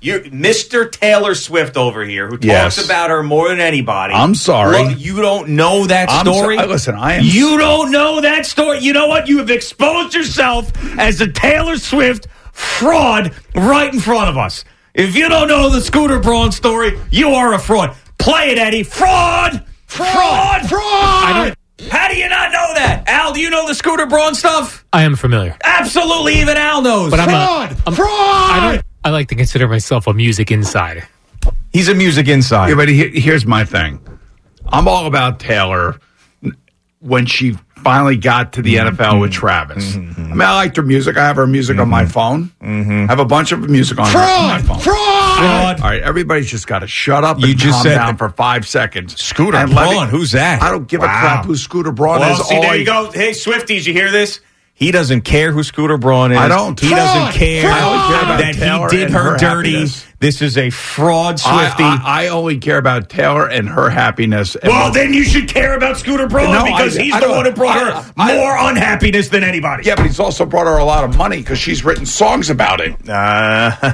Speaker 3: You, Mr. Taylor Swift over here, who
Speaker 4: Yes.
Speaker 3: talks about her more than anybody.
Speaker 4: I'm sorry.
Speaker 3: Look, you don't
Speaker 4: Oh,
Speaker 3: know that
Speaker 4: I'm so-
Speaker 3: story.
Speaker 4: I- listen, I am-
Speaker 3: You don't know that story. You know what? You have exposed yourself as a Taylor Swift fraud right in front of us. If you don't know the Scooter Braun story, you are a fraud. Play it, Eddie. Fraud. Fraud. Fraud. How do you not know that, Al? Do you know the Scooter Braun stuff?
Speaker 1: I am familiar.
Speaker 3: Absolutely, even Al knows.
Speaker 1: But I'm a- I'm- I don't. I like to consider myself a music insider.
Speaker 3: He's a music inside.
Speaker 4: Yeah, but he- here's my thing. I'm all about Taylor when she finally got to the
Speaker 3: Mm-hmm.
Speaker 4: NFL with Travis. I mean, I liked her music. I have her music on
Speaker 3: Mm-hmm.
Speaker 4: my phone. I have a bunch of music on, her- on my phone.
Speaker 3: Fraud!
Speaker 4: All right, everybody's just got to shut up
Speaker 3: You
Speaker 4: and
Speaker 3: just
Speaker 4: calm
Speaker 3: said-
Speaker 4: down for five seconds.
Speaker 3: Scooter
Speaker 4: And let me-
Speaker 3: Braun, who's that?
Speaker 4: I don't give
Speaker 3: Wow.
Speaker 4: a crap who Scooter Braun
Speaker 3: well,
Speaker 4: is.
Speaker 3: see,
Speaker 4: All
Speaker 3: there
Speaker 4: I-
Speaker 3: you go. Hey, Swifties, you hear this? He doesn't care who Scooter Braun is.
Speaker 4: I don't.
Speaker 3: He
Speaker 4: Fraud!
Speaker 3: doesn't care,
Speaker 4: Fraud! I only care about
Speaker 3: that
Speaker 4: Taylor
Speaker 3: he did
Speaker 4: and
Speaker 3: her,
Speaker 4: her
Speaker 3: dirty.
Speaker 4: happiness.
Speaker 3: This is a fraud,
Speaker 4: I,
Speaker 3: Swifty.
Speaker 4: I, I only care about Taylor and her happiness. and
Speaker 3: well,
Speaker 4: what-
Speaker 3: then you should care about Scooter Braun
Speaker 4: No, I-
Speaker 3: because he's
Speaker 4: I
Speaker 3: the
Speaker 4: don't-
Speaker 3: one who brought her
Speaker 4: I- I-
Speaker 3: more unhappiness than anybody.
Speaker 4: Yeah, but he's also brought her a lot of money because she's written songs about it.
Speaker 3: Uh,
Speaker 4: yeah,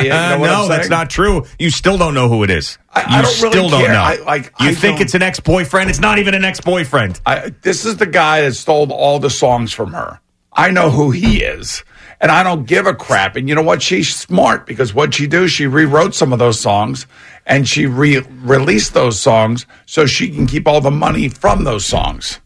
Speaker 4: yeah, you know what I'm
Speaker 3: no, that's
Speaker 4: saying?
Speaker 3: not true. You still don't know who it is.
Speaker 4: I
Speaker 3: you
Speaker 4: don't really
Speaker 3: still don't
Speaker 4: care.
Speaker 3: know.
Speaker 4: I- like,
Speaker 3: you
Speaker 4: I
Speaker 3: think
Speaker 4: don't-
Speaker 3: it's an ex-boyfriend? It's not even an ex-boyfriend.
Speaker 4: I, this is the guy that stole all the songs from her. I know who he is, and I don't give a crap. And you know what? She's smart because what she do, she rewrote some of those songs, and she re- released those songs so she can keep all the money from those songs.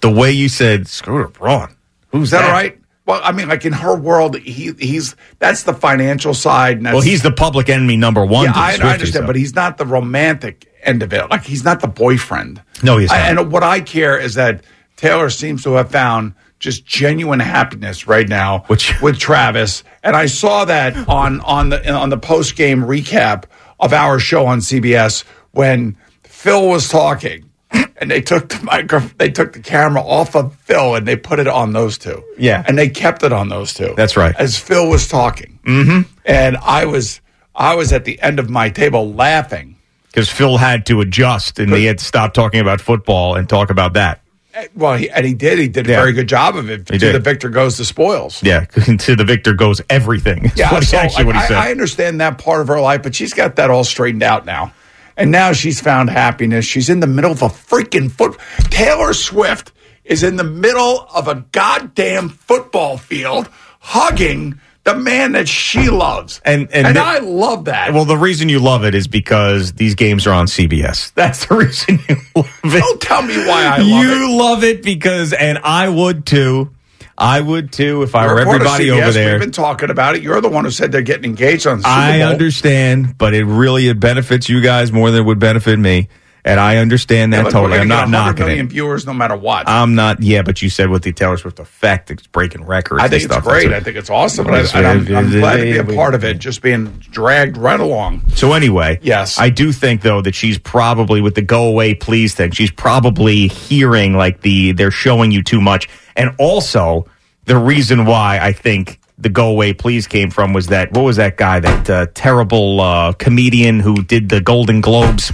Speaker 3: The way you said Scooter Braun. Who's
Speaker 4: Is that all right? Well, I mean, like in her world, he he's that's the financial side. And that's,
Speaker 3: Well, he's the public enemy number one.
Speaker 4: yeah,
Speaker 3: to the
Speaker 4: I, I
Speaker 3: Swifties,
Speaker 4: understand,
Speaker 3: though.
Speaker 4: but he's not the romantic end of it. Like he's not the boyfriend.
Speaker 3: No, he's
Speaker 4: I-
Speaker 3: not.
Speaker 4: and what I care is that Taylor seems to have found just genuine happiness right now with Travis. And I saw that on on the on the post game recap of our show on CBS when Phil was talking. And they took the micro, they took the camera off of Phil and they put it on those two.
Speaker 3: Yeah.
Speaker 4: And they kept it on those two.
Speaker 3: That's right.
Speaker 4: As Phil was talking. Mm-hmm. And I was I was at the end of my table laughing.
Speaker 3: because Phil had to adjust and he had to stop talking about football and talk about that.
Speaker 4: Eh, Well, he, and he did. He did a
Speaker 3: Yeah.
Speaker 4: very good job of it.
Speaker 3: He
Speaker 4: to
Speaker 3: did.
Speaker 4: the victor goes the spoils.
Speaker 3: Yeah, to the victor goes everything. is what he-
Speaker 4: so
Speaker 3: actually what he
Speaker 4: I,
Speaker 3: said.
Speaker 4: I understand that part of her life, but she's got that all straightened out now. And now she's found happiness. She's in the middle of a freaking foot. Taylor Swift is in the middle of a goddamn football field hugging the man that she loves.
Speaker 3: And and,
Speaker 4: And
Speaker 3: the-
Speaker 4: I love that.
Speaker 3: Well, the reason you love it is because these games are on CBS. That's the reason you love it. Don't
Speaker 4: tell me why I love
Speaker 3: you love it because, and I would too. I would too if I were
Speaker 4: Reporter
Speaker 3: everybody
Speaker 4: CBS,
Speaker 3: over there.
Speaker 4: We've been talking about it. You're the one who said they're getting engaged on the Super
Speaker 3: I
Speaker 4: Bowl.
Speaker 3: understand, but it really it benefits you guys more than it would benefit me, and I understand
Speaker 4: Yeah,
Speaker 3: that
Speaker 4: look,
Speaker 3: totally.
Speaker 4: we're
Speaker 3: I'm
Speaker 4: gonna
Speaker 3: not
Speaker 4: get 100
Speaker 3: knocking
Speaker 4: million
Speaker 3: it.
Speaker 4: viewers no matter what.
Speaker 3: I'm not. Yeah, but you said with the Taylor Swift effect, it's breaking records.
Speaker 4: I
Speaker 3: and
Speaker 4: think it's
Speaker 3: stuff.
Speaker 4: great.
Speaker 3: That's
Speaker 4: I
Speaker 3: a-
Speaker 4: think it's awesome. And, I, am glad to be a part of it, just being dragged right along.
Speaker 3: So anyway,
Speaker 4: yes,
Speaker 3: I do think though that she's probably with the go away please thing. She's probably hearing like the they're showing you too much, and also the reason why I think the go away please came from was that what was that guy that uh, terrible uh, comedian who did the Golden Globes?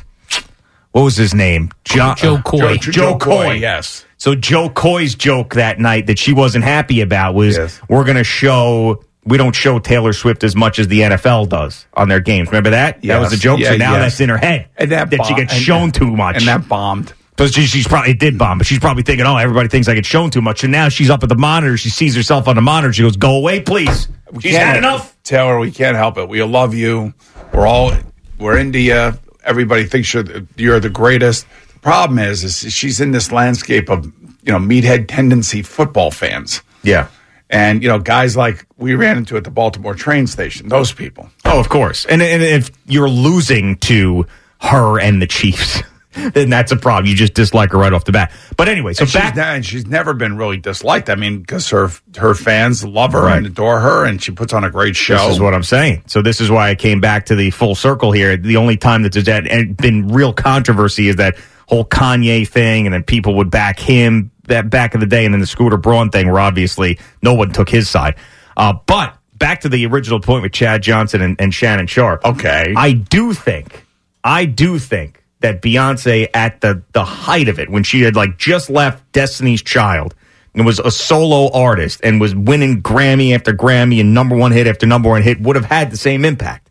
Speaker 3: What was his name? Jo- uh,
Speaker 4: Joe Coy.
Speaker 3: Joe,
Speaker 4: Joe Coy,
Speaker 3: Coy.
Speaker 4: yes.
Speaker 3: So Joe Coy's joke that night that she wasn't happy about was we're going to show we don't show Taylor Swift as much as the NFL does on their games. Remember that? That was
Speaker 4: Yes.
Speaker 3: a joke. so
Speaker 4: Yeah,
Speaker 3: now
Speaker 4: yes.
Speaker 3: that's in her head
Speaker 4: And that
Speaker 3: she
Speaker 4: bom-
Speaker 3: gets
Speaker 4: and-
Speaker 3: shown too much.
Speaker 4: and that bombed.
Speaker 3: So she, she's probably it did bomb, but she's probably thinking, "Oh, everybody thinks I get shown too much." So now she's up at the monitor. She sees herself on the monitor. She goes, "Go away, please."
Speaker 4: We
Speaker 3: She's
Speaker 4: can't-
Speaker 3: had enough.
Speaker 4: Taylor, we can't help it. We love you. We're all we're India. Everybody thinks you're the, you're the greatest. The problem is, is she's in this landscape of you know meathead tendency football fans.
Speaker 3: Yeah.
Speaker 4: And you know, guys like we ran into at the Baltimore train station. Those people.
Speaker 3: Oh, of course. And and if you're losing to her and the Chiefs, then that's a problem. You just dislike her right off the bat. But anyway, so
Speaker 4: and
Speaker 3: back
Speaker 4: she's, ne- and she's never been really disliked. I mean, because her her fans love her and adore her, and she puts on a great show.
Speaker 3: This is what I'm saying. So this is why I came back to the full circle here. The only time that there's that and been real controversy is that whole Kanye thing, and then people would back him that back in the day, and then the Scooter Braun thing, where obviously no one took his side. Uh, but back to the original point with Chad Johnson and, and Shannon Sharp.
Speaker 4: Okay,
Speaker 3: I do think, I do think that Beyonce at the the height of it when she had like just left Destiny's Child and was a solo artist and was winning Grammy after Grammy and number one hit after number one hit would have had the same impact.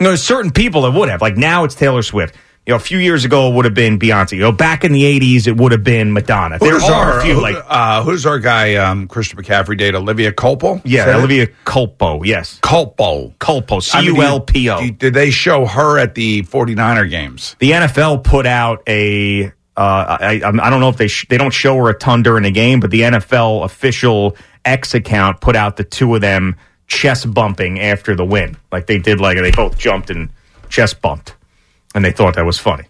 Speaker 3: You know, there's certain people that would have. Like now it's Taylor Swift. You know, a few years ago it would have been Beyonce. You know, back in the 80s it would have been Madonna. There
Speaker 4: Who's
Speaker 3: are
Speaker 4: our-
Speaker 3: a few
Speaker 4: who-
Speaker 3: like
Speaker 4: uh, who's our guy? Um, Christian McCaffrey date Olivia Culpo.
Speaker 3: Yeah,
Speaker 4: Is that it?
Speaker 3: Olivia Culpo. Yes,
Speaker 4: Culpo.
Speaker 3: Culpo.
Speaker 4: I
Speaker 3: C
Speaker 4: mean,
Speaker 3: U L P O.
Speaker 4: do you- Did they show her at the 49er games?
Speaker 3: The NFL put out a. Uh, I, I'm- I don't know if they sh- they don't show her a ton during the game, but the NFL official X account put out the two of them chest bumping after the win. Like they did, like they both jumped and chest bumped, and they thought that was funny.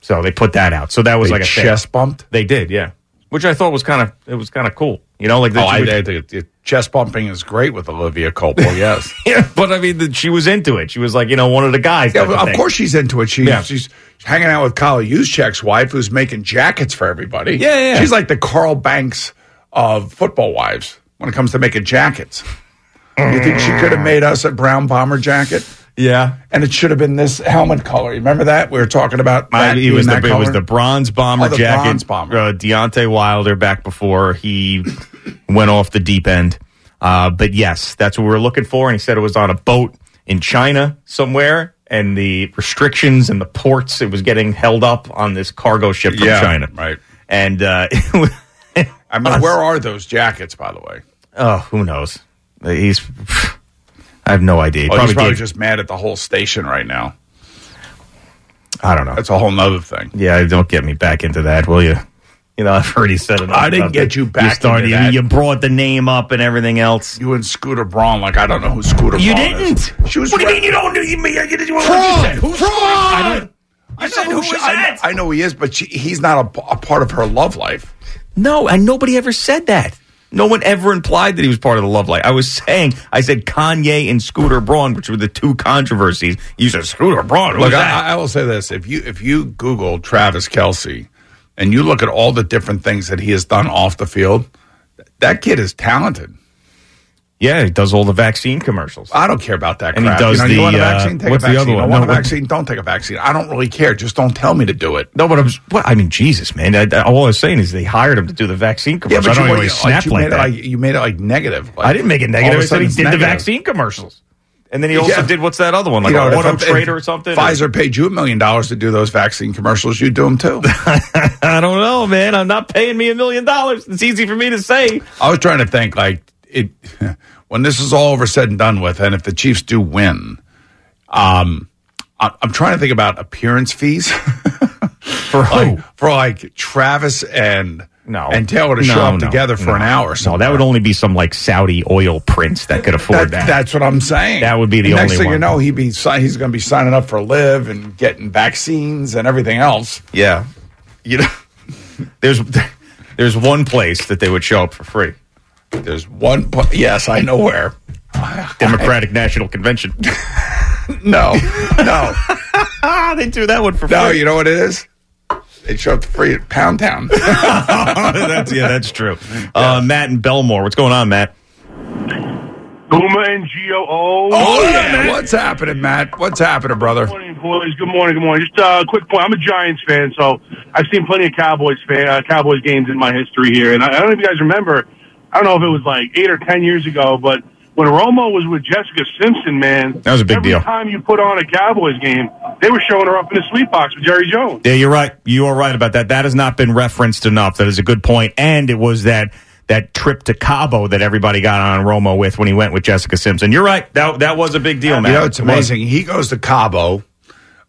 Speaker 3: So they put that out. So that was
Speaker 4: They
Speaker 3: like a thing.
Speaker 4: chest bumped.
Speaker 3: They did, yeah. Which I thought was kind of it was kind of cool. You know, like
Speaker 4: oh,
Speaker 3: that
Speaker 4: I,
Speaker 3: you would-
Speaker 4: I think it- chest bumping is great with Olivia Culpo. Yes,
Speaker 3: yeah, but I mean, that she was into it. She was like, you know, one of the guys.
Speaker 4: yeah,
Speaker 3: type
Speaker 4: of
Speaker 3: thing.
Speaker 4: course she's into it. She's
Speaker 3: Yeah.
Speaker 4: she's hanging out with Kyle Juszczyk's wife, who's making jackets for everybody.
Speaker 3: Yeah, yeah, yeah.
Speaker 4: she's like the Carl Banks of football wives when it comes to making jackets. You think she could have made us a brown bomber jacket?
Speaker 3: Yeah,
Speaker 4: and it should have been this helmet color. You remember that we were talking about?
Speaker 3: I-
Speaker 4: That
Speaker 3: it
Speaker 4: being
Speaker 3: was the
Speaker 4: that
Speaker 3: it was
Speaker 4: color?
Speaker 3: the bronze bomber
Speaker 4: Oh, the
Speaker 3: jacket.
Speaker 4: bronze bomber.
Speaker 3: Uh, Deontay Wilder back before he went off the deep end. Uh, but yes, that's what we were looking for. And he said it was on a boat in China somewhere, and the restrictions and the ports it was getting held up on this cargo ship from
Speaker 4: Yeah,
Speaker 3: China.
Speaker 4: right?
Speaker 3: And uh,
Speaker 4: I mean, where are those jackets, by the way?
Speaker 3: oh, who knows? He's I have no idea. He
Speaker 4: Oh, he's probably
Speaker 3: gave-
Speaker 4: just mad at the whole station right now.
Speaker 3: I don't know.
Speaker 4: That's a whole nother thing.
Speaker 3: Yeah, don't get me back into that, will you? You know, I've already said enough.
Speaker 4: I didn't
Speaker 3: about
Speaker 4: get
Speaker 3: that.
Speaker 4: you back
Speaker 3: started-
Speaker 4: into that.
Speaker 3: You brought the name up and everything else.
Speaker 4: You and Scooter Braun, like I don't know who Scooter
Speaker 3: You
Speaker 4: Braun is.
Speaker 3: didn't.
Speaker 4: She was
Speaker 3: What do you
Speaker 4: right-
Speaker 3: mean you don't know? You mean you didn't?
Speaker 4: Who's I don't.
Speaker 3: I said who
Speaker 4: she-
Speaker 3: was
Speaker 4: I,
Speaker 3: that?
Speaker 4: I know he is, but she, he's not a, p- a part of her love life.
Speaker 3: No, and nobody ever said that. No one ever implied that he was part of the love life. I was saying, I said Kanye and Scooter Braun, which were the two controversies. You said Scooter Braun. Who's
Speaker 4: Look,
Speaker 3: that?
Speaker 4: I, I will say this: if you if you Google Travis Kelsey, and you look at all the different things that he has done off the field, that kid is talented.
Speaker 3: yeah, he does all the vaccine commercials.
Speaker 4: I don't care about that.
Speaker 3: And he
Speaker 4: crap.
Speaker 3: does
Speaker 4: you know, you
Speaker 3: the,
Speaker 4: want a
Speaker 3: uh,
Speaker 4: vaccine, take
Speaker 3: what's
Speaker 4: a
Speaker 3: the other
Speaker 4: vaccine. I
Speaker 3: one?
Speaker 4: want
Speaker 3: No,
Speaker 4: a
Speaker 3: what-
Speaker 4: vaccine, don't take a vaccine. I don't really care. Just don't tell me to do it.
Speaker 3: No, but I'm. What, I mean, Jesus, man. I, I, all I was saying is they hired him to do the vaccine commercials. I don't
Speaker 4: you,
Speaker 3: always
Speaker 4: like,
Speaker 3: snap
Speaker 4: you
Speaker 3: like
Speaker 4: made
Speaker 3: that.
Speaker 4: It like, you made it like negative. Like,
Speaker 3: I didn't make it
Speaker 4: all
Speaker 3: negative.
Speaker 4: of
Speaker 3: I
Speaker 4: a
Speaker 3: said
Speaker 4: sudden
Speaker 3: he
Speaker 4: it's
Speaker 3: did the
Speaker 4: negative.
Speaker 3: vaccine commercials. And then he also
Speaker 4: Yeah.
Speaker 3: did what's that other one like
Speaker 4: You know,
Speaker 3: a
Speaker 4: if-
Speaker 3: auto
Speaker 4: if
Speaker 3: trader or something?
Speaker 4: Pfizer paid you a million dollars to do those vaccine commercials. You do them too.
Speaker 3: I don't know, man. I'm not paying me a million dollars. It's easy for me to say.
Speaker 4: I was trying to think like it when this is all over said and done with, and if the Chiefs do win, um, I, I'm trying to think about appearance fees for like, for like Travis and no and Taylor to show
Speaker 3: No,
Speaker 4: up
Speaker 3: no,
Speaker 4: together for
Speaker 3: no.
Speaker 4: an hour.
Speaker 3: No, that would only be some like Saudi oil prince that could afford that.
Speaker 4: That's what I'm saying.
Speaker 3: That would be the
Speaker 4: Next
Speaker 3: only
Speaker 4: thing
Speaker 3: one.
Speaker 4: you know, he'd be si- he's going to be signing up for Live and getting vaccines and everything else.
Speaker 3: Yeah, you know, there's there's one place that they would show up for free.
Speaker 4: There's one. pla- yes, I know where.
Speaker 3: Democratic National Convention.
Speaker 4: No, no.
Speaker 3: they do that one for
Speaker 4: no,
Speaker 3: free.
Speaker 4: you know what it is? They show up for free at Pound Town.
Speaker 3: that's, yeah, that's true. Uh, Matt and Belmore, what's going on, Matt?
Speaker 18: Guma and Gio. Oh,
Speaker 4: Oh, yeah. What's happening, Matt? What's happening, brother?
Speaker 18: morning, boys. Good morning. Good morning. Just uh, a quick point. I'm a Giants fan, so I've seen plenty of Cowboys fan, uh, Cowboys games in my history here. And I, I don't know if you guys remember. I don't know if it was like eight or ten years ago, but when Romo was with Jessica Simpson, man,
Speaker 3: That was a big
Speaker 18: every
Speaker 3: deal.
Speaker 18: time you put on a Cowboys game, they were showing her up in the sweet box with Jerry Jones.
Speaker 3: Yeah, you're right. You are right about that. That has not been referenced enough. That is a good point. And it was that that trip to Cabo that everybody got on Romo with when he went with Jessica Simpson. You're right. Oh, That that was a big deal, Matt.
Speaker 4: You know, it's
Speaker 3: It was.
Speaker 4: amazing. He goes to Cabo.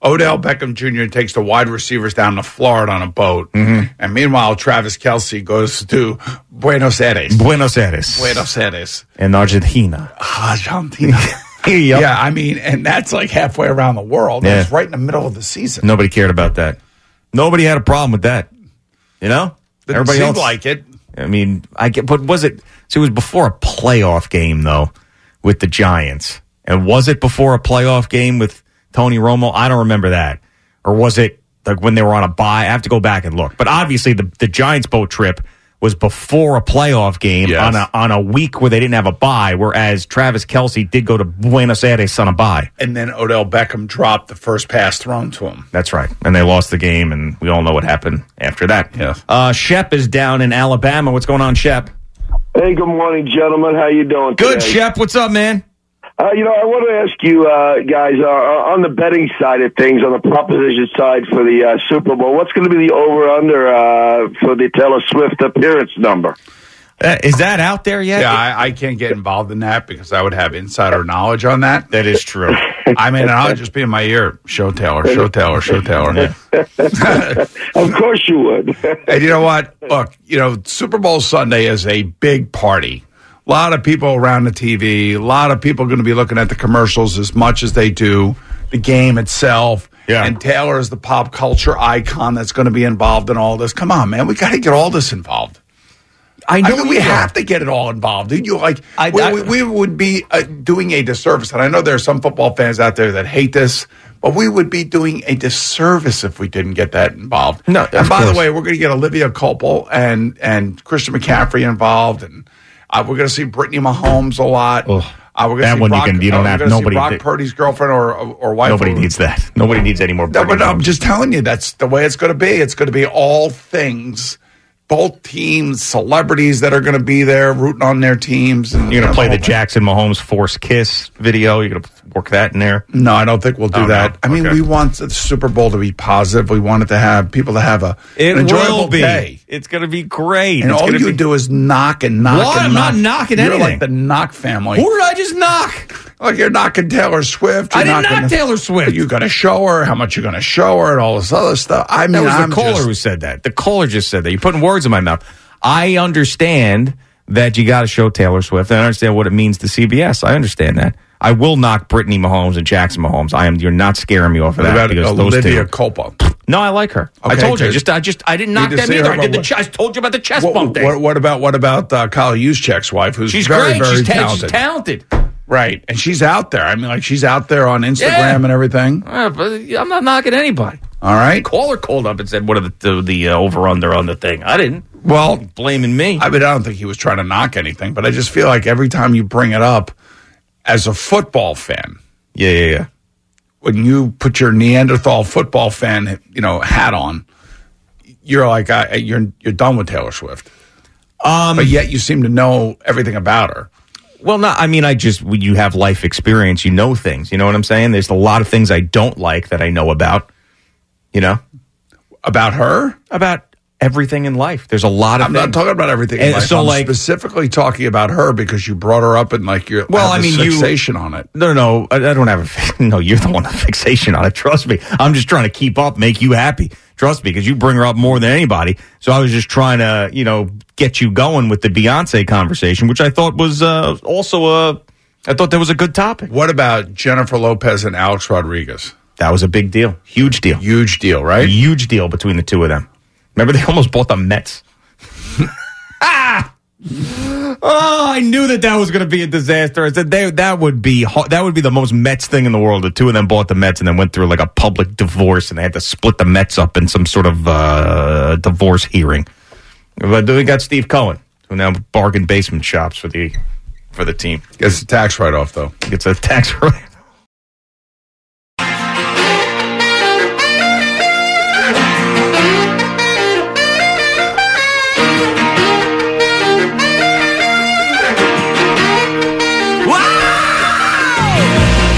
Speaker 4: Odell Beckham Jr. takes the wide receivers down to Florida on a boat.
Speaker 3: Mm-hmm.
Speaker 4: And meanwhile, Travis Kelsey goes to Buenos Aires.
Speaker 3: Buenos Aires.
Speaker 4: Buenos Aires.
Speaker 3: In Argentina.
Speaker 4: Argentina. Yeah, I mean, and that's like halfway around the world.
Speaker 3: Yeah.
Speaker 4: It's right in the middle of the season.
Speaker 3: Nobody cared about that. Nobody had a problem with that. You know?
Speaker 4: Didn't seem like it.
Speaker 3: I mean, I get, but was it? So it was before a playoff game, though, with the Giants. And was it before a playoff game with Tony Romo? I don't remember that. Or was it like when they were on a bye? I have to go back and look. But obviously, the, the Giants boat trip was before a playoff game on a on a week where they didn't have a bye. Whereas Travis Kelsey did go to Buenos Aires on a bye.
Speaker 4: And then Odell Beckham dropped the first pass thrown to him.
Speaker 3: That's right. And they lost the game, and we all know what happened after that. Yeah. Uh, Shep is down in Alabama. What's going on, Shep?
Speaker 15: Hey, good morning, gentlemen. How you doing?
Speaker 3: Good,
Speaker 15: today?
Speaker 3: Shep. What's up, man?
Speaker 15: Uh, you know, I want to ask you uh, guys uh, on the betting side of things, on the proposition side for the uh, Super Bowl. What's going to be the over/under uh, for the Taylor Swift appearance number?
Speaker 3: Uh, is that out there yet?
Speaker 4: Yeah, I, I can't get involved in that because I would have insider knowledge on that.
Speaker 3: That is true.
Speaker 4: I mean, and I'll just be in my ear, show Taylor, show Taylor, show Taylor.
Speaker 15: of course you would.
Speaker 4: and you know what? Look, you know, Super Bowl Sunday is a big party. A lot of people around the TV, a lot of people going to be looking at the commercials as much as they do the game itself. Yeah. And Taylor is the pop culture icon that's going to be involved in all this. Come on, man. We got to get all this involved.
Speaker 3: I
Speaker 4: know we have to get it all involved. You like we, we, we would be uh, doing a disservice, and I know there are some football fans out there that hate this, but we would be doing a disservice if we didn't get that involved. No, and by the way, we're going to get Olivia Culpel and and Christian McCaffrey involved, and uh, we're going to see Brittany Mahomes a lot. Uh, we're gonna
Speaker 3: that
Speaker 4: see
Speaker 3: one you
Speaker 4: Brock,
Speaker 3: can- you don't
Speaker 4: uh, we're
Speaker 3: have-
Speaker 4: gonna see
Speaker 3: nobody
Speaker 4: Brock
Speaker 3: did-
Speaker 4: Purdy's girlfriend or or wife.
Speaker 3: Nobody
Speaker 4: or-
Speaker 3: needs that. Nobody needs any more.
Speaker 4: no, but I'm just telling you, that's the way it's going to be. It's going to be all things, both teams, celebrities that are going to be there rooting on their teams. And,
Speaker 3: You're going to play the
Speaker 4: whole thing.
Speaker 3: Jackson Mahomes force kiss video. You're going to work that in there.
Speaker 4: No, I don't think we'll do
Speaker 3: Oh, no.
Speaker 4: that. I mean, we want the Super Bowl to be positive. We want it to have people to have a
Speaker 3: It
Speaker 4: an enjoyable
Speaker 3: will be.
Speaker 4: day.
Speaker 3: It's going to be great.
Speaker 4: And
Speaker 3: it's
Speaker 4: all
Speaker 3: gonna
Speaker 4: you
Speaker 3: be-
Speaker 4: do is knock and knock.
Speaker 3: What?
Speaker 4: And
Speaker 3: I'm
Speaker 4: knock.
Speaker 3: not knocking
Speaker 4: You're
Speaker 3: anything.
Speaker 4: like the knock family.
Speaker 3: Who did I just knock?
Speaker 4: Like you're knocking Taylor Swift.
Speaker 3: I
Speaker 4: you're
Speaker 3: didn't
Speaker 4: knocking
Speaker 3: knock
Speaker 4: the-
Speaker 3: Taylor Swift.
Speaker 4: You're going to show her how much you're going to show her and all this other stuff. I mean,
Speaker 3: that was
Speaker 4: I'm
Speaker 3: the caller
Speaker 4: just-
Speaker 3: who said that. The caller just said that. You're putting words in my mouth. I understand that you got to show Taylor Swift. And I understand what it means to CBS. I understand that. I will knock Brittany Mahomes and Jackson Mahomes. I am. You're not scaring me off of
Speaker 4: What
Speaker 3: that
Speaker 4: about
Speaker 3: because
Speaker 4: Olivia
Speaker 3: those two.
Speaker 4: Culpa?
Speaker 3: No, I like her. I
Speaker 4: Okay,
Speaker 3: told you. I
Speaker 4: good.
Speaker 3: Just I just I didn't
Speaker 4: Need
Speaker 3: knock
Speaker 4: to
Speaker 3: them
Speaker 4: see
Speaker 3: either.
Speaker 4: her,
Speaker 3: I did the.
Speaker 4: but
Speaker 3: Ch- I told you about the chest bump
Speaker 4: What,
Speaker 3: thing.
Speaker 4: what, what about what about uh, Kyle Juszczyk's wife, who's
Speaker 3: she's
Speaker 4: very
Speaker 3: great.
Speaker 4: very
Speaker 3: she's, ta-
Speaker 4: talented.
Speaker 3: she's talented.
Speaker 4: right? And she's out there. I mean, like she's out there on Instagram
Speaker 3: Yeah.
Speaker 4: and everything.
Speaker 3: Uh, but I'm not knocking anybody.
Speaker 4: All right.
Speaker 3: Caller called up and said, "What are the the uh, over under on the thing?" I didn't.
Speaker 4: Well,
Speaker 3: blaming me.
Speaker 4: I mean, I don't think he was trying to knock anything, but I just feel like every time you bring it up, as a football fan,
Speaker 3: yeah, yeah, yeah,
Speaker 4: when you put your Neanderthal football fan, you know, hat on, you're like, I, you're you're done with Taylor Swift.
Speaker 3: Um,
Speaker 4: but yet you seem to know everything about her.
Speaker 3: Well, no, I mean, I just, when you have life experience, you know things. You know what I'm saying? There's a lot of things I don't like that I know about, you know?
Speaker 4: About her?
Speaker 3: About everything in life. There's a lot of
Speaker 4: I'm
Speaker 3: things.
Speaker 4: not talking about everything. in
Speaker 3: And
Speaker 4: life.
Speaker 3: So,
Speaker 4: I'm
Speaker 3: like,
Speaker 4: specifically talking about her because you brought her up and like you're
Speaker 3: Well,
Speaker 4: have
Speaker 3: I
Speaker 4: this
Speaker 3: mean, you-
Speaker 4: fixation on it.
Speaker 3: No, no, I, I don't have a. fi- No, you're the one with fixation on it. Trust me. I'm just trying to keep up, make you happy. Trust me, because you bring her up more than anybody. So I was just trying to, you know, get you going with the Beyonce conversation, which I thought was uh, also a. I thought that was a good topic.
Speaker 4: What about Jennifer Lopez and Alex Rodriguez?
Speaker 3: That was a big deal, huge deal,
Speaker 4: huge deal, right?
Speaker 3: huge deal between the two of them. Remember, they almost bought the Mets. Oh, I knew that that was going to be a disaster. I said they, that would be ho- that would be the most Mets thing in the world. The two of them bought the Mets and then went through like a public divorce, and they had to split the Mets up in some sort of uh, divorce hearing. But then we got Steve Cohen, who now bargain basement shops for the for the team.
Speaker 4: Gets a tax write off though.
Speaker 3: Gets a tax write.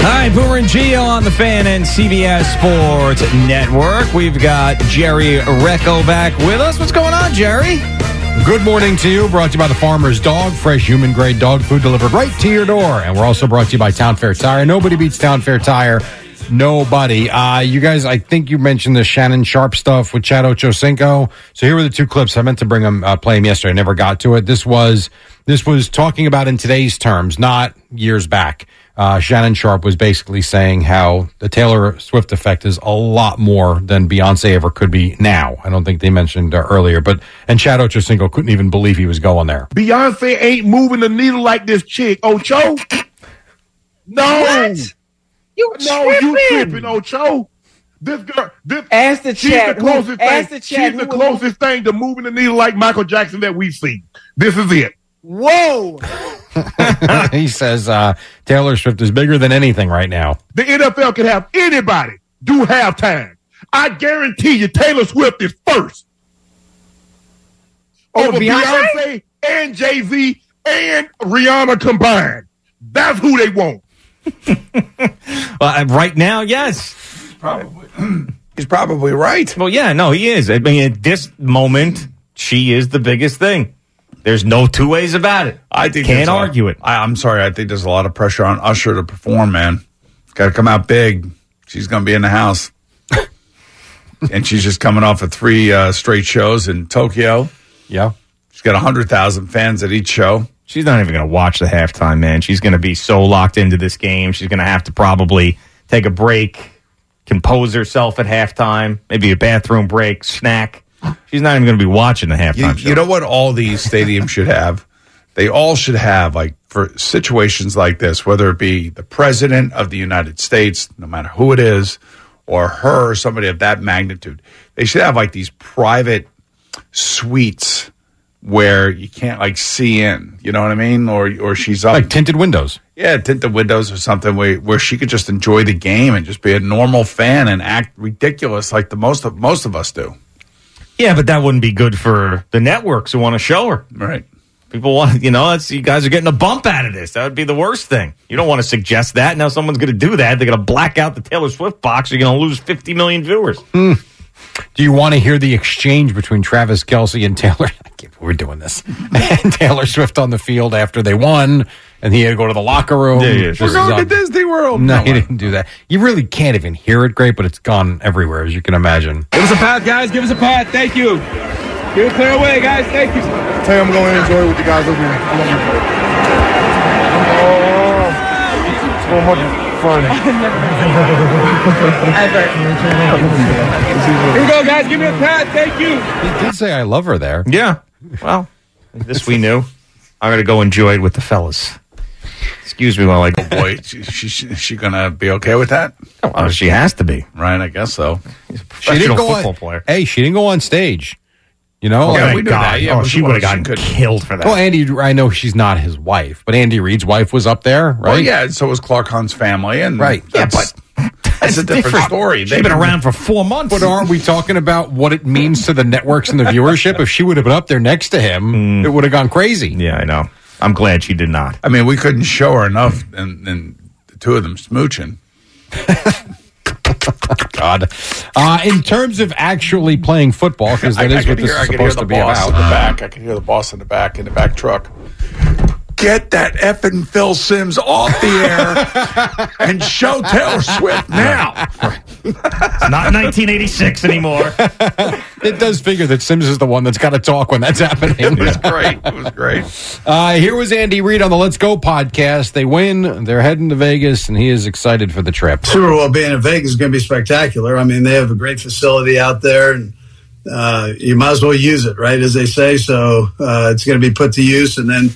Speaker 3: All right, Boomer and Geo on the Fan and CBS Sports Network. We've got Jerry Recco back with us. What's going on, Jerry?
Speaker 8: Good morning to you. Brought to you by the Farmer's Dog. Fresh human grade dog food delivered right to your door. And we're also brought to you by Town Fair Tire. Nobody beats Town Fair Tire. Nobody. Uh, you guys, I think you mentioned the Shannon Sharp stuff with Chad Ochocinco. So here were the two clips. I meant to bring them, uh, play 'em yesterday. I never got to it. This was, this was talking about in today's terms, not years back. Uh, Shannon Sharp was basically saying how the Taylor Swift effect is a lot more than Beyonce ever could be now. I don't think they mentioned uh, earlier, but and Chad Ochocinco couldn't even believe he was going there.
Speaker 6: Beyonce ain't moving the needle like this chick. Ocho? No. You no, you tripping, Ocho. This girl, this
Speaker 7: Ask the
Speaker 6: she's
Speaker 7: chat
Speaker 6: the
Speaker 7: who-
Speaker 6: closest
Speaker 7: ask
Speaker 6: thing.
Speaker 7: the chat
Speaker 6: she's the
Speaker 7: who would-
Speaker 6: closest thing to moving the needle like Michael Jackson that we see. This is it.
Speaker 7: Whoa!
Speaker 8: he says uh, Taylor Swift is bigger than anything right now.
Speaker 6: The NFL could have anybody do halftime. I guarantee you, Taylor Swift is first over Beyonce, and Jay Z and Rihanna combined. That's who they want.
Speaker 3: Uh, right now, yes.
Speaker 4: Probably. He's probably right.
Speaker 3: Well, yeah, no, he is. I mean, at this moment, she is the biggest thing. There's no two ways about it.
Speaker 4: I think
Speaker 3: can't
Speaker 4: there's a-
Speaker 3: argue it.
Speaker 4: I, I'm sorry. I think there's a lot of pressure on Usher to perform. Man, got to come out big. She's going to be in the house, and she's just coming off of three uh, straight shows in Tokyo.
Speaker 8: Yeah,
Speaker 4: she's got hundred thousand fans at each show.
Speaker 3: She's not even going to watch the halftime, man. She's going to be so locked into this game. She's going to have to probably take a break, compose herself at halftime, maybe a bathroom break, snack. She's not even going to be watching the halftime
Speaker 4: You, you know what? All these stadiums should have. They all should have like for situations like this, whether it be the president of the United States, no matter who it is, or her or somebody of that magnitude. They should have like these private suites where you can't like see in. You know what I mean? Or or she's up
Speaker 8: Like tinted windows.
Speaker 4: yeah, tint the windows or something where, where she could just enjoy the game and just be a normal fan and act ridiculous like the most of most of us do.
Speaker 3: Yeah, but that wouldn't be good for the networks who want to show her.
Speaker 4: Right.
Speaker 3: People want, you know, that's, you guys are getting a bump out of this. That would be the worst thing. You don't want to suggest that. Now someone's going to do that. They're going to black out the Taylor Swift box. You're going to lose 50 million viewers.
Speaker 8: Hmm. Do you want to hear the exchange between Travis Kelsey and Taylor? I can't- We're doing this. and Taylor Swift on the field after they won, and he had to go to the locker room. This
Speaker 4: We're
Speaker 8: is
Speaker 4: going to
Speaker 8: on-
Speaker 4: Disney World.
Speaker 8: No, he didn't do that. You really can't even hear it great, but it's gone everywhere, as you can imagine.
Speaker 2: Give us a path, guys. Give us a path. Thank you. Give it clear away, guys. Thank you. Tell you I'm going to enjoy with you guys over here. I'm over here. Oh, so much fun. Ever. Here we go, guys. Give me a path. Thank you.
Speaker 8: He did say I love her there.
Speaker 3: Yeah. Well, this we knew. I'm going to go enjoy it with the fellas. Excuse me while I go.
Speaker 4: Boy, she, she, she, she gonna uh, be okay with that?
Speaker 3: Oh, she has to be.
Speaker 4: Right, I guess so.
Speaker 8: She didn't go on, Hey, she didn't go on stage. You know,
Speaker 4: Oh, yeah, we knew that. Yeah, but she would've gotten
Speaker 3: killed for
Speaker 8: Well, Andy, I know she's not his wife, but Andy Reid's wife was up there, right?
Speaker 4: Well, yeah, so was Clark Hunt's family, and
Speaker 8: Right. Yeah,
Speaker 4: that's, that's, a different, story.
Speaker 8: They've been around
Speaker 3: for four months.
Speaker 8: But aren't we talking about what it Hmm. means to the networks and the viewership? If she would have been up there next to him, it would have gone crazy.
Speaker 3: Yeah, I know. I'm glad she did not.
Speaker 4: I mean, we couldn't show her enough, and, and the two of them smooching.
Speaker 8: God. Uh, in terms of actually playing football, because that
Speaker 4: I- I
Speaker 8: is
Speaker 4: can
Speaker 8: what this
Speaker 4: hear- I
Speaker 8: is
Speaker 4: can hear
Speaker 8: supposed
Speaker 4: the
Speaker 8: to be
Speaker 4: boss in
Speaker 8: about.
Speaker 4: the back.
Speaker 8: I can hear the boss in the back in the back truck.
Speaker 4: Get that effing Phil Sims off the air and show Taylor Swift now.
Speaker 3: It's not 1986 anymore.
Speaker 8: it does figure that Sims is the one that's got to talk when that's happening. it was
Speaker 4: great. It was great.
Speaker 8: Uh, here was Andy Reid on the Let's Go podcast. They win. They're heading to Vegas, and he is excited for the trip.
Speaker 15: Super Bowl being in Vegas is going to be spectacular. I mean, they have a great facility out there, and uh, you might as well use it, right? As they say, so uh, it's going to be put to use. And then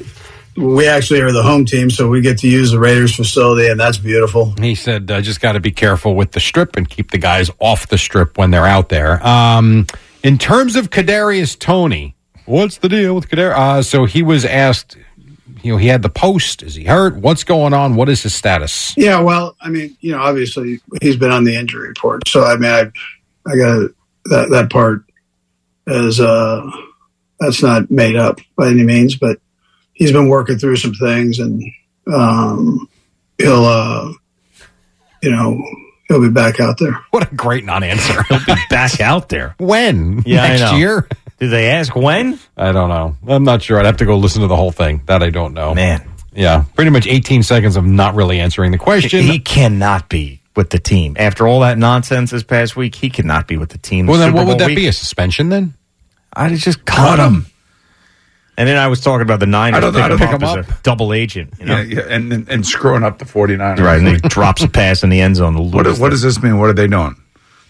Speaker 15: we actually are the home team, so we get to use the Raiders facility, and that's beautiful.
Speaker 8: He said, uh, "Just got to be careful with the strip and keep the guys off the strip when they're out there." Um, in terms of Kadarius Tony, what's the deal with Kadarius? Uh, so he was asked, you know, he had the post. Is he hurt? What's going on? What is his status?
Speaker 15: Yeah, well, I mean, you know, obviously he's been on the injury report, so I mean, I, I got that that part is uh, that's not made up by any means, but he's been working through some things, and um, he'll, uh, you know, he'll be back out there.
Speaker 8: What a great non-answer.
Speaker 3: He'll be back out there.
Speaker 8: When?
Speaker 3: Yeah, I
Speaker 8: Next
Speaker 3: know.
Speaker 8: year?
Speaker 3: Did they ask when?
Speaker 8: I don't know. I'm not sure. I'd have to go listen to the whole thing. That I don't know. Man. Yeah. Pretty much 18 seconds of not really answering the question.
Speaker 3: He cannot be with the team after all that nonsense this past week. He cannot be with the team.
Speaker 8: well,
Speaker 3: The
Speaker 8: then
Speaker 3: Super
Speaker 8: what would
Speaker 3: Bowl
Speaker 8: that
Speaker 3: week.
Speaker 8: be? A suspension then?
Speaker 3: I just cut him. And then I was talking about the Niners.
Speaker 4: I don't know how to
Speaker 3: picking
Speaker 4: pick
Speaker 3: up
Speaker 4: him
Speaker 3: as a double agent. You know?
Speaker 4: Yeah, yeah, and, and and screwing up the 49ers.
Speaker 3: Right, and he drops a pass in the end zone. to
Speaker 4: What,
Speaker 3: lose
Speaker 4: does- what does this mean? What are they doing?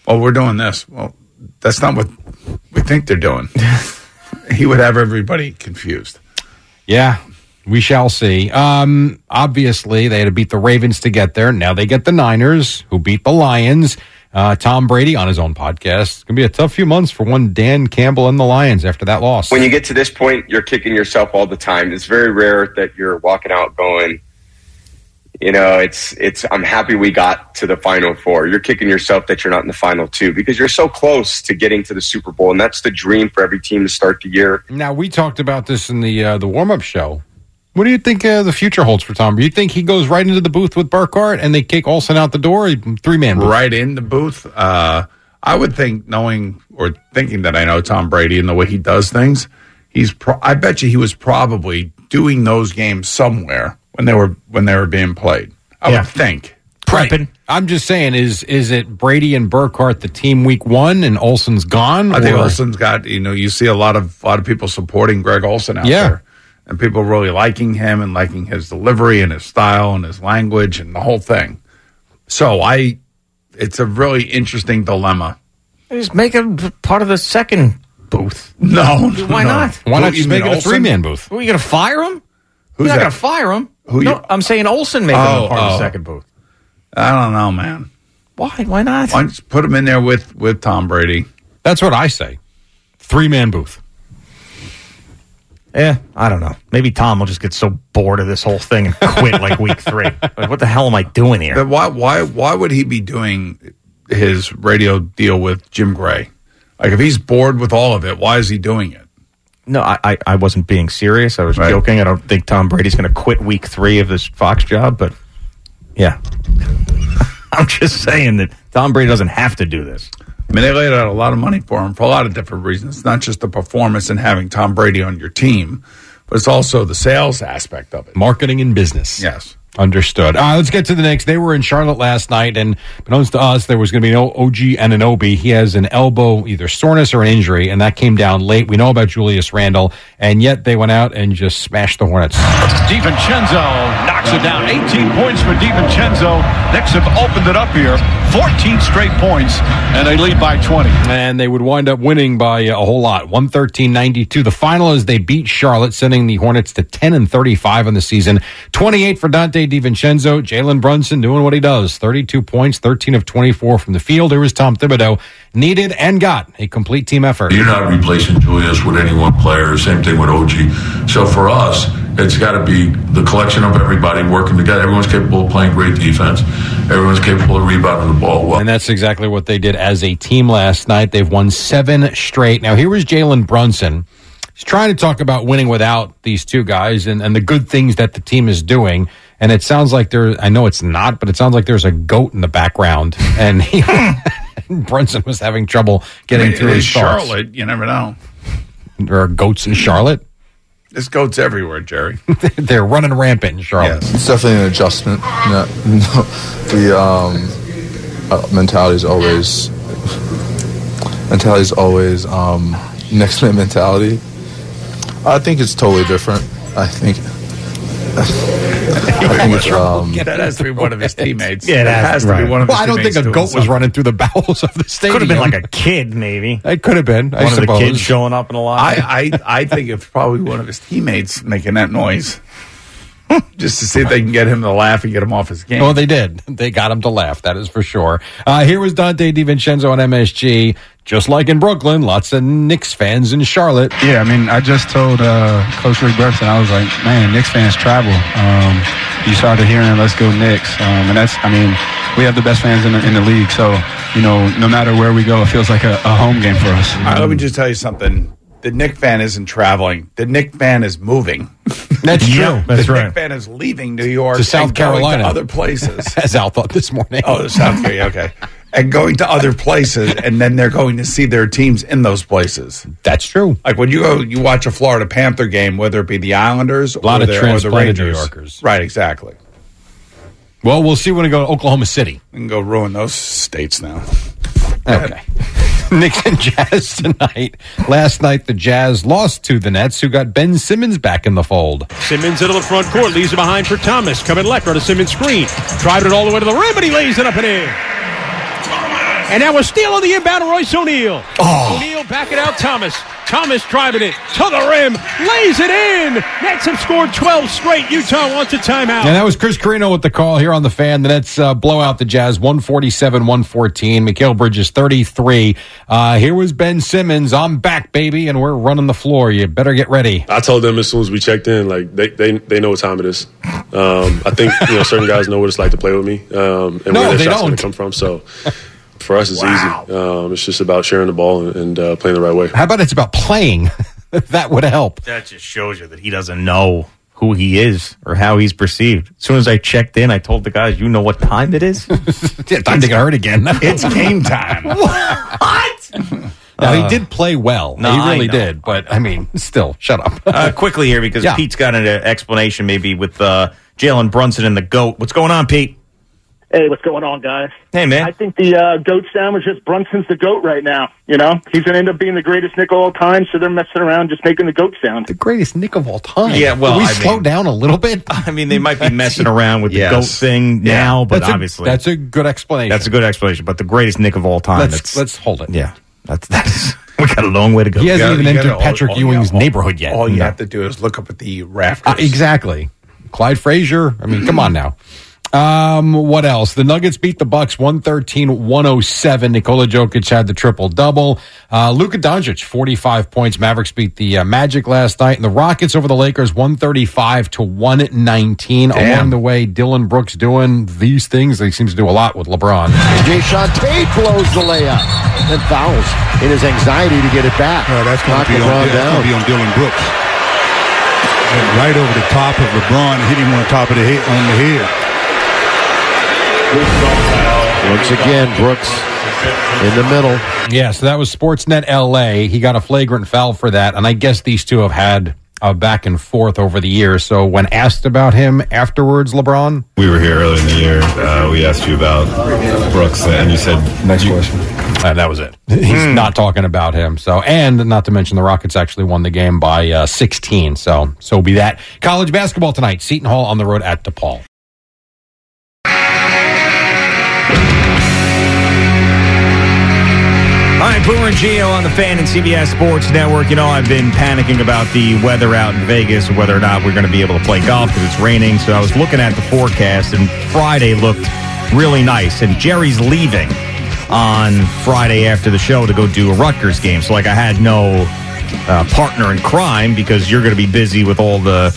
Speaker 4: Oh, we're doing this. Well, that's not what we think they're doing. he would have everybody confused.
Speaker 8: Yeah, we shall see. Um, obviously, they had to beat the Ravens to get there. Now they get the Niners, who beat the Lions. Uh, Tom Brady on his own podcast. It's going to be a tough few months for one Dan Campbell and the Lions after that loss.
Speaker 19: When you get to this point, you're kicking yourself all the time. It's very rare that you're walking out going, you know, it's it's I'm happy we got to the final four. You're kicking yourself that you're not in the final two because you're so close to getting to the Super Bowl and that's the dream for every team to start the year.
Speaker 8: Now we talked about this in the uh, the warm up show. What do you think uh, the future holds for Tom? Do you think he goes right into the booth with Burkhart and they kick Olsen out the door? Three man booth.
Speaker 4: Right in the booth. Uh, I would think, knowing or thinking that I know Tom Brady and the way he does things, he's. Pro- I bet you he was probably doing those games somewhere when they were when they were being played. I would think.
Speaker 8: prepping. I'm just saying, is is it Brady and Burkhart the team week one and Olsen's gone?
Speaker 4: I think
Speaker 8: or-
Speaker 4: Olson's got you know you see a lot of lot of people supporting Greg Olson out
Speaker 8: Yeah.
Speaker 4: there, and people really liking him and liking his delivery and his style and his language and the whole thing. So I, it's a really interesting dilemma.
Speaker 3: Just make him part of the second booth.
Speaker 4: No,
Speaker 3: why
Speaker 4: no.
Speaker 3: not?
Speaker 4: Why not Who, just you make mean it a Olsen? three-man booth?
Speaker 3: Are you going to fire him?
Speaker 4: Who's
Speaker 3: You're not
Speaker 4: that?
Speaker 3: going to fire him.
Speaker 4: Who
Speaker 3: no,
Speaker 4: you-
Speaker 3: I'm saying Olson make
Speaker 4: Oh,
Speaker 3: him part of
Speaker 4: oh.
Speaker 3: the second booth.
Speaker 4: I don't know, man.
Speaker 3: Why? Why not?
Speaker 4: Why don't you put him in there with with Tom Brady?
Speaker 8: That's what I say. Three man booth.
Speaker 3: Yeah, Eh, I don't know. Maybe Tom will just get so bored of this whole thing and quit like week three. Like, what the hell am I doing here?
Speaker 4: Then why why why would he be doing his radio deal with Jim Gray? Like if he's bored with all of it, why is he doing it?
Speaker 3: No, I, I, I wasn't being serious. I was joking. I don't think Tom Brady's going to quit week three of this Fox job, but yeah. I'm just saying that Tom Brady doesn't have to do this.
Speaker 4: I mean, they laid out a lot of money for him for a lot of different reasons. It's not just the performance and having Tom Brady on your team, but it's also the sales aspect of it.
Speaker 8: Marketing and business.
Speaker 4: Yes.
Speaker 8: Understood. All right, let's get to the next. They were in Charlotte last night, and unbeknownst to us, there was going to be no OG and an OB. He has an elbow, either soreness or an injury, and that came down late. We know about Julius Randle, and yet they went out and just smashed the Hornets.
Speaker 9: DiVincenzo knocks it down. 18 points for DiVincenzo. Knicks have opened it up here. 14 straight points, and they lead by 20.
Speaker 8: And they would wind up winning by a whole lot, 113 92. The final is they beat Charlotte, sending the Hornets to 10 and 35 on the season. 28 for Dante DiVincenzo. Jalen Brunson doing what he does 32 points, 13 of 24 from the field. Here was Tom Thibodeau, needed and got a complete team effort.
Speaker 10: You're not replacing Julius with any one player. Same thing with OG. So for us, it's got to be the collection of everybody working together. Everyone's capable of playing great defense. Everyone's capable of rebounding the ball well.
Speaker 8: And that's exactly what they did as a team last night. They've won seven straight. Now, here was Jalen Brunson, he's trying to talk about winning without these two guys and, and the good things that the team is doing. And it sounds like there, I know it's not, but it sounds like there's a goat in the background. And he, Brunson was having trouble getting
Speaker 4: I mean,
Speaker 8: through
Speaker 4: it
Speaker 8: his
Speaker 4: is
Speaker 8: thoughts.
Speaker 4: Charlotte, you never know.
Speaker 8: There are goats in Charlotte.
Speaker 4: There's goats everywhere, Jerry.
Speaker 8: They're running rampant in Charlotte.
Speaker 11: It's definitely an adjustment. No, no, the um, uh, mentality is always mentality is always um, next man mentality. I think it's totally different. I think. I think it's, um,
Speaker 4: that has to be one of his teammates.
Speaker 11: Yeah, it
Speaker 4: has
Speaker 11: has-
Speaker 4: to
Speaker 11: right.
Speaker 4: be one of his
Speaker 8: Well, I don't think
Speaker 4: teammates
Speaker 8: a
Speaker 4: doing
Speaker 8: goat was
Speaker 4: something.
Speaker 8: running through the bowels of the stadium.
Speaker 4: Could have been like a
Speaker 3: kid, maybe.
Speaker 8: It could have been. I
Speaker 4: One of the
Speaker 8: suppose.
Speaker 4: kids
Speaker 3: showing up in a lot.
Speaker 4: I, I, I think it's probably one of his teammates making that noise just to see if they can get him to laugh and get him off his game.
Speaker 8: Oh, they did. They got him to laugh. That is for sure. Uh, here was Dante DiVincenzo on MSG. Just like in Brooklyn, lots of Knicks fans in Charlotte.
Speaker 20: Yeah, I mean, I just told uh, Coach Rick Burson, I was like, man, Knicks fans travel. Um, you started hearing, let's go Knicks. Um, and that's, I mean, we have the best fans in the, in the league. So, you know, no matter where we go, it feels like a, a home game for us.
Speaker 4: All right, let me just tell you something. The Nick fan isn't traveling. The Nick fan is moving.
Speaker 8: That's true.
Speaker 4: the
Speaker 8: That's right.
Speaker 4: Nick fan is leaving New York
Speaker 8: To South
Speaker 4: and going
Speaker 8: Carolina.
Speaker 4: other places.
Speaker 8: As Al thought this morning.
Speaker 4: Oh, to South Korea. Okay, and going to other places, and then they're going to see their teams in those places.
Speaker 8: That's true.
Speaker 4: Like when you go, you watch a Florida Panther game, whether it be the Islanders, a
Speaker 8: lot
Speaker 4: or
Speaker 8: of
Speaker 4: the, or the
Speaker 8: transplanted
Speaker 4: Rangers.
Speaker 8: New Yorkers.
Speaker 4: Right. Exactly.
Speaker 8: Well, we'll see when we go to Oklahoma City.
Speaker 4: We can go ruin those states now.
Speaker 8: Okay. Knicks and Jazz tonight. Last night, the Jazz lost to the Nets, who got Ben Simmons back in the fold.
Speaker 21: Simmons into the front court, leaves it behind for Thomas. Coming left on a Simmons screen. Driving it all the way to the rim, and he lays it up and in. And now a steal on the inbound, Royce O'Neal.
Speaker 2: Oh.
Speaker 21: O'Neal back it out, Thomas. Thomas driving it to the rim, lays it in. Nets have scored 12 straight. Utah wants a timeout.
Speaker 8: And that was Chris Carino with the call here on the fan. The Nets uh, blow out the Jazz 147 114. Mikhail Bridges 33. Uh, here was Ben Simmons. I'm back, baby, and we're running the floor. You better get ready.
Speaker 22: I told them as soon as we checked in, like they they, they know what time it is. Um, I think you know certain guys know what it's like to play with me um, and
Speaker 8: No,
Speaker 22: where
Speaker 8: they
Speaker 22: their shots going
Speaker 8: don't.
Speaker 22: to come from. So for us, it's easy. Um, it's just about sharing the ball and, and uh, playing the right way.
Speaker 8: How about it's about playing? that would help.
Speaker 3: That just shows you that he doesn't know who he is or how he's perceived. As soon as I checked in, I told the guys, "You know what time it is?
Speaker 8: time to get hurt again.
Speaker 4: it's game time."
Speaker 3: what?
Speaker 8: Now, he did play well.
Speaker 3: Uh, no,
Speaker 8: he really
Speaker 3: I know.
Speaker 8: did. But, I mean, still, shut up.
Speaker 3: uh, quickly here because
Speaker 8: Yeah.
Speaker 3: Pete's got an uh, explanation maybe with uh, Jalen Brunson and the goat. What's going on, Pete?
Speaker 23: Hey, what's going on, guys?
Speaker 3: Hey, man.
Speaker 23: I think the uh, goat sandwich is Brunson's the goat right now. You know, he's going to end up being the greatest nickel of all time, so they're messing around just making the goat sound. The
Speaker 8: greatest nick of all time.
Speaker 3: Yeah, well,
Speaker 8: Can we
Speaker 3: I
Speaker 8: slow
Speaker 3: mean-
Speaker 8: down a little bit.
Speaker 3: I mean, they might be messing around with the
Speaker 8: Yes.
Speaker 3: goat thing
Speaker 8: Yeah.
Speaker 3: now, but
Speaker 8: That's a-
Speaker 3: obviously
Speaker 8: that's a good explanation.
Speaker 3: That's a good explanation. But the greatest Nick of all time.
Speaker 8: Let's-
Speaker 3: that's,
Speaker 8: let's hold it.
Speaker 3: Yeah, that's that's we got a long way to go.
Speaker 8: He hasn't even entered Patrick
Speaker 3: oh,
Speaker 8: Ewing's neighborhood yet.
Speaker 4: All you
Speaker 8: No.
Speaker 4: have to do is look up at the
Speaker 8: Uh,
Speaker 4: rafters.
Speaker 8: exactly. Clyde Frazier. I mean, come on now. Um, what else? The Nuggets beat the Bucks 113-107. Nikola Jokic had the triple double. Uh, Luka Doncic 45 points. Mavericks beat the uh, Magic last night and the Rockets over the Lakers 135 to 119. Along the way, Dylan Brooks doing these things. He seems to do a lot with LeBron.
Speaker 24: Jason Tate blows the layup and fouls in his anxiety to get it back. that's
Speaker 23: It's Oh, gonna be on- yeah, it's gonna be on Dylan Brooks. Went right over the top of LeBron, hit him on the top of the head on the head.
Speaker 24: Once again, Brooks in the middle.
Speaker 8: Yeah, so that was Sportsnet LA. He got a flagrant foul for that, and I guess these two have had a back and forth over the years. So when asked about him afterwards, LeBron,
Speaker 24: We were here earlier in the year. Uh, we asked you about Brooks, and you Hmm. said next question.
Speaker 8: Uh, that was it. he's not talking about him. So, and not to mention the Rockets actually won the game by uh, 16. So, so be that. College basketball tonight. Seton Hall on the road at DePaul.
Speaker 3: All right, Boomer and Geo on the Fan and CBS Sports Network. You know, I've been panicking about the weather out in Vegas and whether or not we're going to be able to play golf because it's raining. So I was looking at the forecast, and Friday looked really nice. And Jerry's leaving on Friday after the show to go do a Rutgers game. So, like, I had no uh, partner in crime because you're going to be busy with all the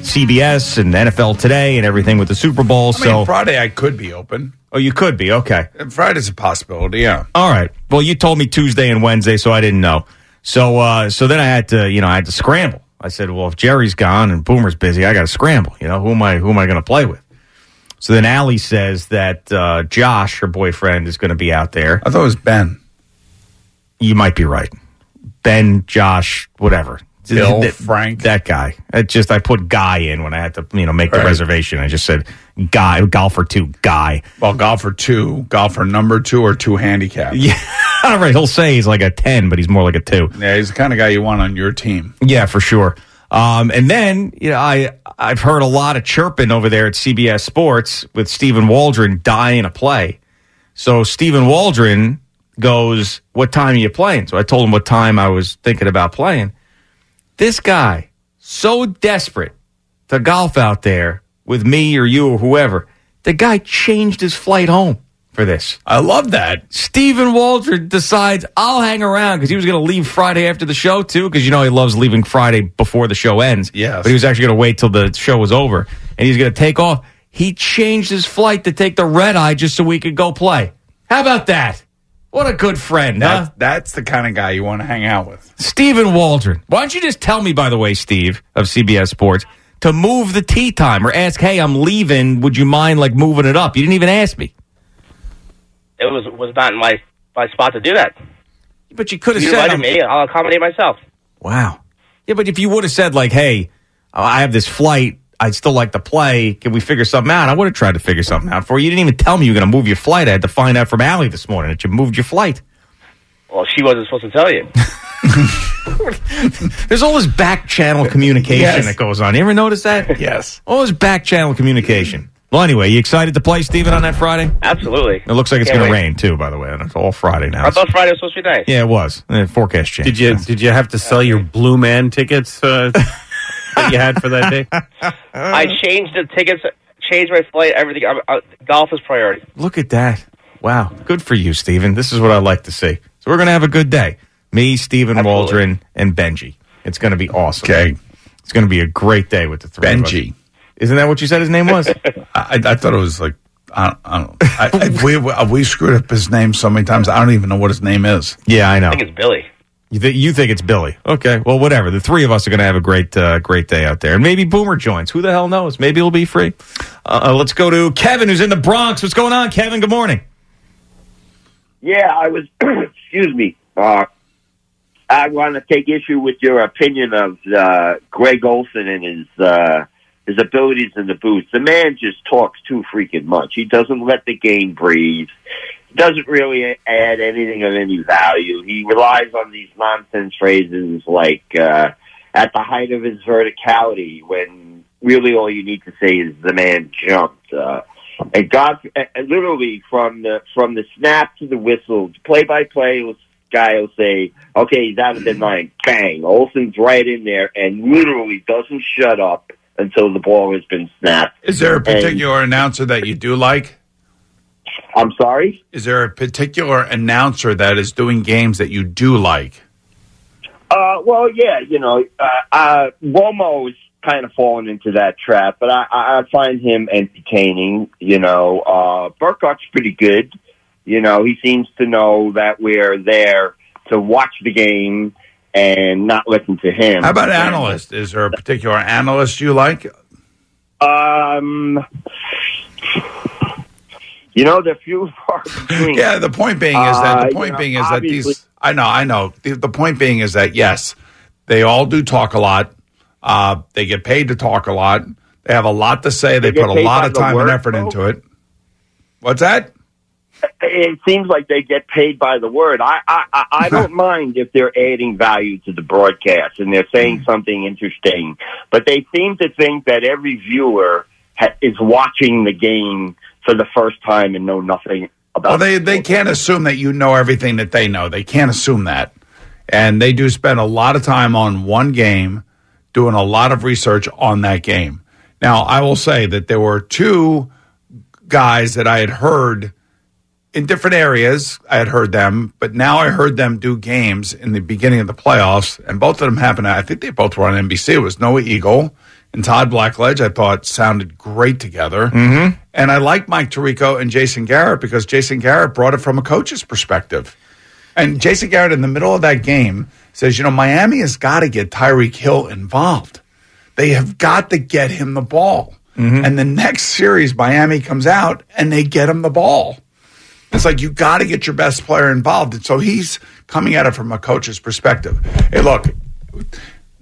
Speaker 3: CBS and NFL today and everything with the Super Bowl.
Speaker 4: I mean,
Speaker 3: so,
Speaker 4: Friday I could be open.
Speaker 3: oh, you could be. Okay.
Speaker 4: Friday's a possibility. Yeah.
Speaker 3: All right. Well, you told me Tuesday and Wednesday, so I didn't know. So uh, so then I had to you know I had to scramble. I said, well, if Jerry's gone and Boomer's busy, I got to scramble. You know, who am I who am I going to play with? So then Allie says that uh, Josh, her boyfriend, is going to be out there. I
Speaker 4: thought it was Ben.
Speaker 3: You might be right. Ben, Josh, whatever.
Speaker 4: Bill,
Speaker 3: Frank, that guy. It just I put guy in when I had to, you know, make the reservation. I just said guy, golfer two, guy.
Speaker 4: Well, golfer two, golfer number two, or two handicap.
Speaker 3: Yeah, right. He'll say he's like a ten, but he's more like a two.
Speaker 4: Yeah, he's the kind of guy you want on your team.
Speaker 3: Yeah, for sure. Um, and then you know, I I've heard a lot of chirping over there at CBS Sports with Stephen Waldron dying a play. So Stephen Waldron goes, "What time are you playing?" So I told him what time I was thinking about playing. This guy so desperate to golf out there with me or you or whoever. The guy changed his flight home for this.
Speaker 4: I love that.
Speaker 3: Stephen Waldron decides I'll hang around because he was going to leave Friday after the show too, because you know he loves leaving Friday before the show ends.
Speaker 4: Yes.
Speaker 3: but he was actually going to wait till the show was over, and he's going to take off. He changed his flight to take the red eye just so we could go play. How about that? What a good friend, huh?
Speaker 4: That's the kind of guy you want to hang out with.
Speaker 3: Stephen Waldron. Why don't you just tell me, by the way, Steve of CBS Sports, to move the tea time or ask, hey, I'm leaving. Would you mind like moving it up? You didn't even ask me.
Speaker 25: It was was not in my my spot to do that.
Speaker 3: But you could have
Speaker 25: you
Speaker 3: said,
Speaker 25: invited me. I'll accommodate myself.
Speaker 3: Wow. Yeah, but if you would have said like, "Hey, I have this flight. I'd still like to play. Can we figure something out?" I would have tried to figure something out for you. You didn't even tell me you were going to move your flight. I had to find out from Allie this morning that you moved your flight.
Speaker 25: Well, she wasn't supposed to tell you.
Speaker 3: There's all this back channel communication
Speaker 25: Yes.
Speaker 3: that goes on. You ever notice that?
Speaker 4: yes.
Speaker 3: All this back channel communication. Well, anyway, you excited to play, Steven, on that Friday?
Speaker 25: Absolutely.
Speaker 3: It looks like it's
Speaker 25: Can't
Speaker 3: going to
Speaker 25: wait.
Speaker 3: rain too. By the way, and it's all Friday now.
Speaker 25: I thought Friday was supposed to be nice.
Speaker 3: Yeah, it was. Uh, forecast change.
Speaker 26: Did you did you have to sell your Blue Man tickets uh, that you had for that day?
Speaker 25: I changed the tickets, changed my flight, everything. I, I, golf is priority.
Speaker 3: Look at that. Wow. Good for you, Steven. This is what I like to see. So we're going to have a good day. Me, Steven Waldron, and Benji. It's going to be awesome. Okay. It's going to be a great day with the three Benji. Isn't that what you said his name was?
Speaker 4: I, I thought it was like I don't, I don't I, I, we we- we screwed up his name so many times. I don't even know what his name is.
Speaker 3: Yeah, I know.
Speaker 25: I think it's Billy.
Speaker 3: You, th- you think it's Billy? Okay. Well, whatever. The three of us are going to have a great, uh, great day out there, and maybe Boomer joins. Who the hell knows? Maybe he'll be free. Uh, uh, let's go to Kevin, who's in the Bronx. What's going on, Kevin? Good morning.
Speaker 27: Yeah, I was. excuse me. Uh, I want to take issue with your opinion of uh, Greg Olson and his uh, his abilities in the booth. The man just talks too freaking much. He doesn't let the game breathe. Doesn't really add anything of any value. He relies on these nonsense phrases like uh, "at the height of his verticality," when really all you need to say is "the man jumped." Uh, and God, uh, literally from the from the snap to the whistle, play by play, guy will say, "Okay, he's out of the nine. Bang! Olson's right in there, and literally doesn't shut up until the ball has been snapped.
Speaker 4: Is there a
Speaker 27: And-
Speaker 4: particular announcer that you do like?
Speaker 27: I'm sorry.
Speaker 4: Is there a particular announcer that is doing games that you do like?
Speaker 27: Uh, well, yeah, you know, uh, uh, Romo is kind of falling into that trap, but I, I I find him entertaining. You know, uh, Burkhart's pretty good. You know, he seems to know that we're there to watch the game and not listen to him.
Speaker 4: How about analyst? Is there a particular analyst you like?
Speaker 27: Um, you know, the few and far between.
Speaker 4: Yeah, the point being is that
Speaker 27: Uh,
Speaker 4: the
Speaker 27: you
Speaker 4: point
Speaker 27: know,
Speaker 4: being is that
Speaker 27: obviously-
Speaker 4: these. I know, I know. The, the point being is that yes, they all do talk a lot. Uh, they get paid to talk a lot. They have a lot to say. They,
Speaker 27: They get
Speaker 4: put a
Speaker 27: paid
Speaker 4: lot
Speaker 27: by
Speaker 4: of
Speaker 27: the
Speaker 4: time
Speaker 27: word,
Speaker 4: and effort into it. What's that?
Speaker 27: It seems like they get paid by the word. I I, I, I don't mind if they're adding value to the broadcast and they're saying
Speaker 3: Mm.
Speaker 27: something interesting, but they seem to think that every viewer ha- is watching the game for the first time and know nothing about.
Speaker 4: Well, they they can't assume that you know everything that they know. They can't assume that, and they do spend a lot of time on one game, doing a lot of research on that game. Now, I will say that there were two guys that I had heard in different areas. I had heard them, but now I heard them do games in the beginning of the playoffs, and both of them happened. I think they both were on NBC. It was Noah Eagle and Todd Blackledge. I thought sounded great together.
Speaker 3: Mm-hmm.
Speaker 4: And I like Mike Tirico and Jason Garrett because Jason Garrett brought it from a coach's perspective. And Jason Garrett, in the middle of that game, says, you know, Miami has got to get Tyreek Hill involved. They have got to get him the ball. And the next series, Miami comes out and they get him the ball. It's like you got to get your best player involved. And so he's coming at it from a coach's perspective. Hey, look,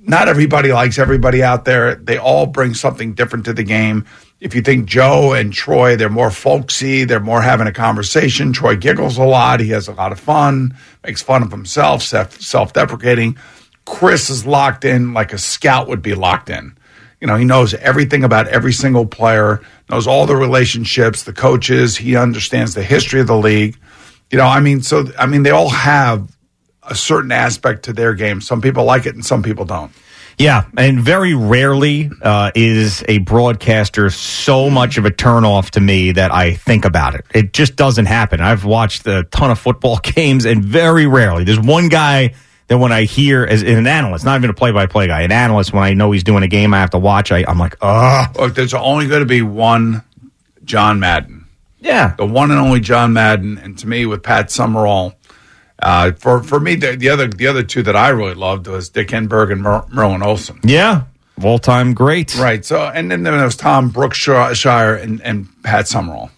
Speaker 4: not everybody likes everybody out there. They all bring something different to the game. If you think Joe and Troy, they're more folksy, they're more having a conversation. Troy giggles a lot. He has a lot of fun, makes fun of himself, self deprecating. Chris is locked in like a scout would be locked in. You know, he knows everything about every single player, knows all the relationships, the coaches. He understands the history of the league. You know, I mean, so, I mean, they all have a certain aspect to their game. Some people like it and some people don't.
Speaker 3: Yeah, and very rarely uh, is a broadcaster so much of a turnoff to me that I think about it. It just doesn't happen. I've watched a ton of football games, and very rarely there's one guy that when I hear as an analyst, not even a play-by-play guy, an analyst when I know he's doing a game I have to watch, I, I'm like, ah,
Speaker 4: Look, there's only going to be one John Madden.
Speaker 3: Yeah.
Speaker 4: The one and only John Madden. And to me, with Pat Summerall, uh, for, for me, the, the, other, the other two that I really loved was Dick Enberg and Mer- Merlin Olsen.
Speaker 3: yeah, all-time great.
Speaker 4: Right. So, and then there was Tom Brookshire and, and Pat Summerall.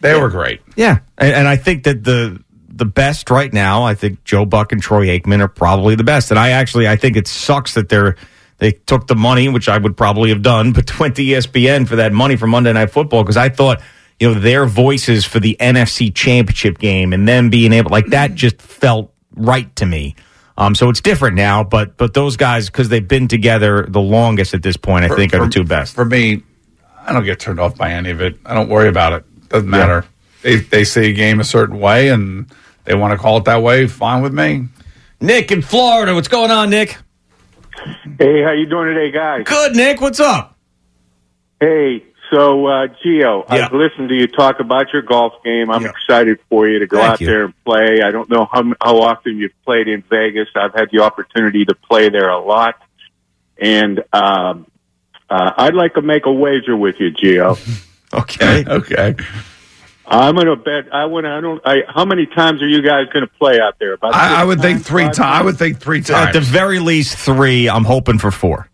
Speaker 4: They were great.
Speaker 3: Yeah, and, and I think that the the best right now, I think Joe Buck and Troy Aikman are probably the best. And I actually, I think it sucks that they're they took the money, which I would probably have done, but went to E ESPN for that money for Monday Night Football because I thought you know their voices for the NFC Championship game and them being able like that just felt right to me. Um, so it's different now, but but those guys because they've been together the longest at this point, I
Speaker 4: For-
Speaker 3: think are
Speaker 4: for-
Speaker 3: the two best.
Speaker 4: For me, I don't get turned off by any of it. I don't worry about it. Doesn't matter. They they see a game a certain way and they want to call it that way. Fine with me.
Speaker 3: Nick in Florida, what's going on, Nick?
Speaker 1: Hey, how you doing today, guys?
Speaker 3: Good, Nick. What's up?
Speaker 1: Hey, so uh, Gio, I've listened to you talk about your golf game. I'm excited for you to go
Speaker 28: Thank
Speaker 1: out
Speaker 28: you.
Speaker 1: there and play. I don't know how how often you've played in Vegas. I've had the opportunity to play there a lot, and um, uh, I'd like to make a wager with you, Gio.
Speaker 3: okay.
Speaker 4: Okay.
Speaker 1: I'm gonna bet. I want. I don't. I, how many times are you guys gonna play out there? About
Speaker 4: I, I would think three times. I would think three
Speaker 3: At
Speaker 4: times.
Speaker 3: the very least, three. I'm hoping for four.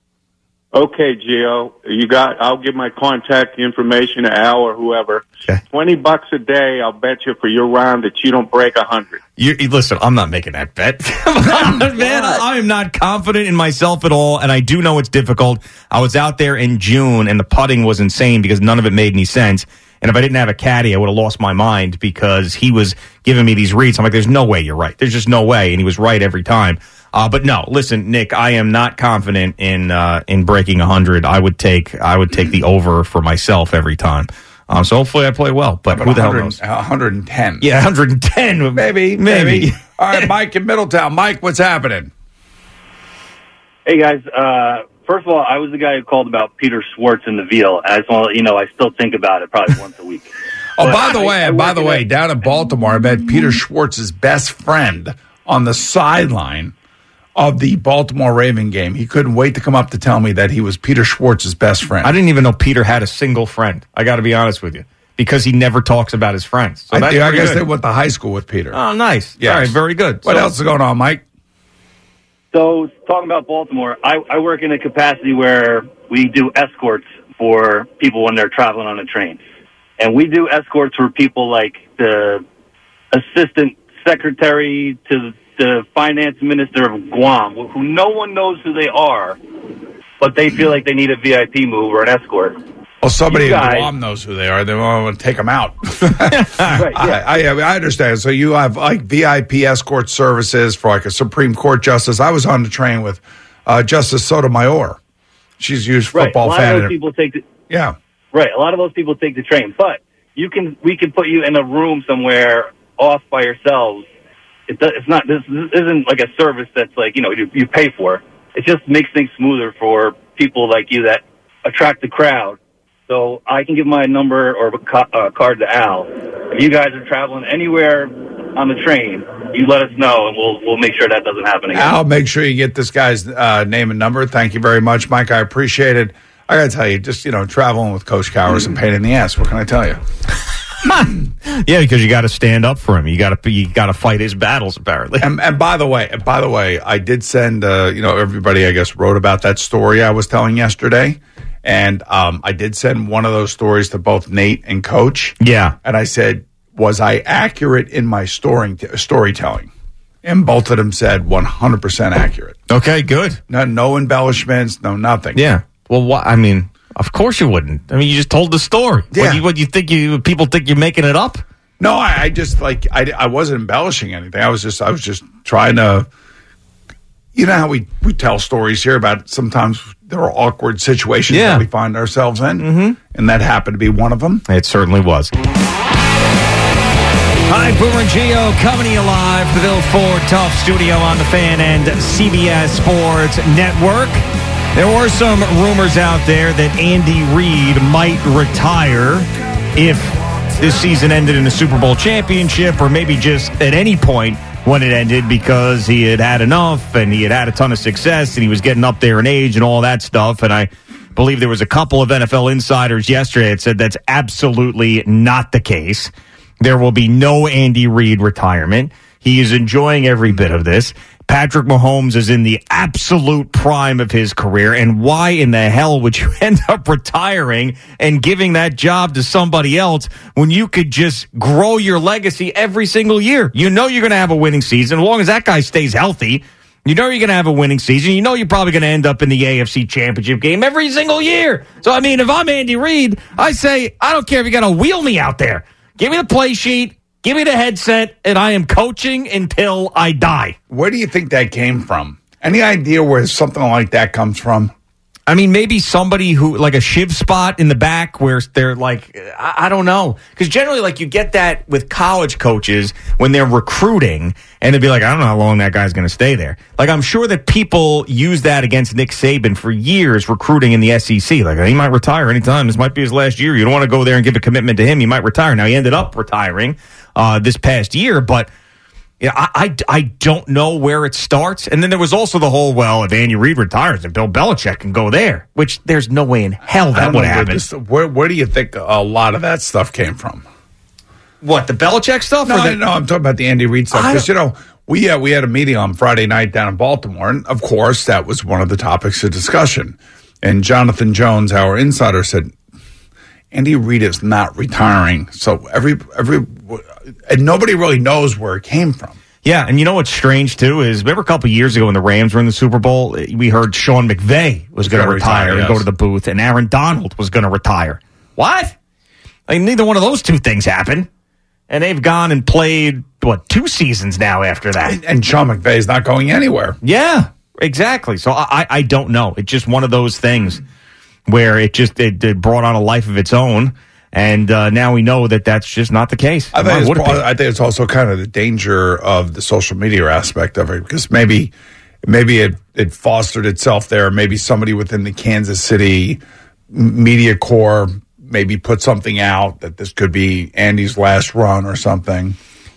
Speaker 1: Okay, Gio, you got. I'll give my contact information to Al or whoever. Twenty bucks a day. I'll bet you for your round that you don't break a hundred. Oh.
Speaker 3: You, you- listen, I'm not making that bet. Come on, man, I am not confident in myself at all, and I do know it's difficult. I was out there in June, and the putting was insane because none of it made any sense. And if I didn't have a caddy, I would have lost my mind because he was giving me these reads. I'm like, "There's no way you're right. There's just no way," and he was right every time. Uh, but no, listen, Nick, I am not confident in uh, in breaking 100. I would take I would take the over for myself every time. Um, so hopefully I play well, but who the hell knows?
Speaker 4: 110.
Speaker 3: Yeah, 110.
Speaker 4: Maybe. Maybe. All right, Mike in Middletown. Mike, what's happening?
Speaker 29: Hey guys, uh, first of all, I was the guy who called about Peter Schwartz and the veal. I just want to let you know I still think about it probably once a week.
Speaker 4: Oh, by the way, by the way, down in Baltimore, I met Peter Schwartz's best friend on the sideline of the Baltimore Raven game. He couldn't wait to come up to tell me that he was Peter Schwartz's best friend.
Speaker 3: I didn't even know Peter had a single friend. I got to be honest with you, because he never talks about his friends. So
Speaker 4: I,
Speaker 3: that's
Speaker 4: do- I
Speaker 3: pretty
Speaker 4: guess
Speaker 3: good.
Speaker 4: they went to high school with Peter.
Speaker 3: Oh, nice.
Speaker 4: Yes.
Speaker 3: All right, very good.
Speaker 4: What
Speaker 29: So-
Speaker 4: else is going on, Mike?
Speaker 29: So, talking about Baltimore, I, I work in a capacity where we do escorts for people when they're traveling on a train. And we do escorts for people like the assistant secretary to the finance minister of Guam, who no one knows who they are, but they feel like they need a VIP move or an escort.
Speaker 4: Well, somebody
Speaker 29: You
Speaker 4: in
Speaker 29: guys-
Speaker 4: Guam knows who they are. They want to take them out. I, I, I understand. So you have like VIP escort services for like a Supreme Court justice. I was on the train with uh, Justice Sotomayor. She's a huge
Speaker 29: right. A
Speaker 4: football
Speaker 29: lot
Speaker 4: fan.
Speaker 29: of those people take the,
Speaker 4: yeah.
Speaker 29: Right. A lot of those people take the train, but you can we can put you in a room somewhere off by yourselves. It does, it's not this, this isn't like a service that's like you know you, you pay for. It just makes things smoother for people like you that attract the crowd. So I can give my number or a ca- uh, card to Al. If you guys are traveling anywhere on the train, you let us know and we'll we'll make sure that doesn't happen again.
Speaker 4: Al, make sure you get this guy's uh, name and number. Thank you very much, Mike. I appreciate it. I got to tell you, just, you know, traveling with Coach Cower is a pain in the ass. What can I tell you?
Speaker 3: yeah, because you got to stand up for him. You got to you got to fight his battles. Apparently,
Speaker 4: and, and by the way, and by the way, I did send uh, you know everybody I guess wrote about that story I was telling yesterday, and um, I did send one of those stories to both Nate and Coach,
Speaker 3: Yeah,
Speaker 4: and I said, was I accurate in my storing storytelling? And both of them said 100 percent accurate.
Speaker 3: Okay, good.
Speaker 4: No, no embellishments, no nothing.
Speaker 3: yeah. Well, wha- I mean, of course you wouldn't. I mean, you just told the story. What, you, what you think? You people think you're making it up?
Speaker 4: No, I, I just like I, I wasn't embellishing anything. I was just I was just trying to. You know how we, we tell stories here about sometimes there are awkward situations that we find ourselves in, mm-hmm. and that happened to be one of them.
Speaker 3: It certainly was. Hi, Boomer and Geo coming to you live from the Bill Ford Tough Studio on the Fan and CBS Sports Network. There were some rumors out there that Andy Reid might retire if this season ended in a Super Bowl championship, or maybe just at any point when it ended because he had had enough and he had had a ton of success and he was getting up there in age and all that stuff. And I believe there was a couple of NFL insiders yesterday that said that's absolutely not the case. There will be no Andy Reid retirement. He is enjoying every bit of this. Patrick Mahomes is in the absolute prime of his career. And why in the hell would you end up retiring and giving that job to somebody else when you could just grow your legacy every single year? You know you're going to have a winning season as long as that guy stays healthy. You know you're going to have a winning season. You know you're probably going to end up in the AFC Championship game every single year. So, I mean, if I'm Andy Reid, I say, I don't care if you're going to wheel me out there. Give me the play sheet, give me the headset, and I am coaching until I die.
Speaker 4: Where do you think that came from? Any idea where something like that comes from?
Speaker 3: I mean, maybe somebody who, like a shiv spot in the back where they're like, I, I don't know. Because generally, like, you get that with college coaches when they're recruiting and they'd be like, I don't know how long that guy's going to stay there. Like, I'm sure that people use that against Nick Saban for years recruiting in the SEC. Like, he might retire anytime. This might be his last year. You don't want to go there and give a commitment to him. He might retire. Now, he ended up retiring uh, this past year, but. Yeah, I, I, I don't know where it starts. And then there was also the whole, well, if Andy Reid retires and Bill Belichick can go there, which there's no way in
Speaker 4: I
Speaker 3: hell that
Speaker 4: don't
Speaker 3: would
Speaker 4: know where
Speaker 3: happen.
Speaker 4: this- Where, where do you think a lot of that stuff came from?
Speaker 3: What the Belichick stuff?
Speaker 4: No,
Speaker 3: or the-
Speaker 4: no, I'm talking about the Andy Reid stuff
Speaker 3: I
Speaker 4: because you know we yeah we had a meeting on Friday night down in Baltimore, and of course that was one of the topics of discussion. And Jonathan Jones, our insider, said Andy Reid is not retiring, so every every and nobody really knows where it came from.
Speaker 3: Yeah, and you know what's strange too is remember a couple years ago when the Rams were in the Super Bowl, we heard Sean McVay was going to
Speaker 4: Gonna
Speaker 3: retire,
Speaker 4: retire,
Speaker 3: and
Speaker 4: yes.
Speaker 3: go to the booth, and Aaron Donald was going to retire. What? I mean, neither one of those two things happened, and they've gone and played what two seasons now after that. And,
Speaker 4: and Sean McVay is not going anywhere.
Speaker 3: Yeah, exactly. So I, I, I don't know. It's just one of those things where it just it, it brought on a life of its own, and uh, now we know that that's just not the case.
Speaker 4: I
Speaker 3: Why
Speaker 4: think,
Speaker 3: would
Speaker 4: it's,
Speaker 3: it be?
Speaker 4: pro- I think it's also kind of the danger of the social media aspect of it because maybe maybe it, it fostered itself there. Maybe somebody within the Kansas City m- media core maybe put something out that this could be Andy's last run or something.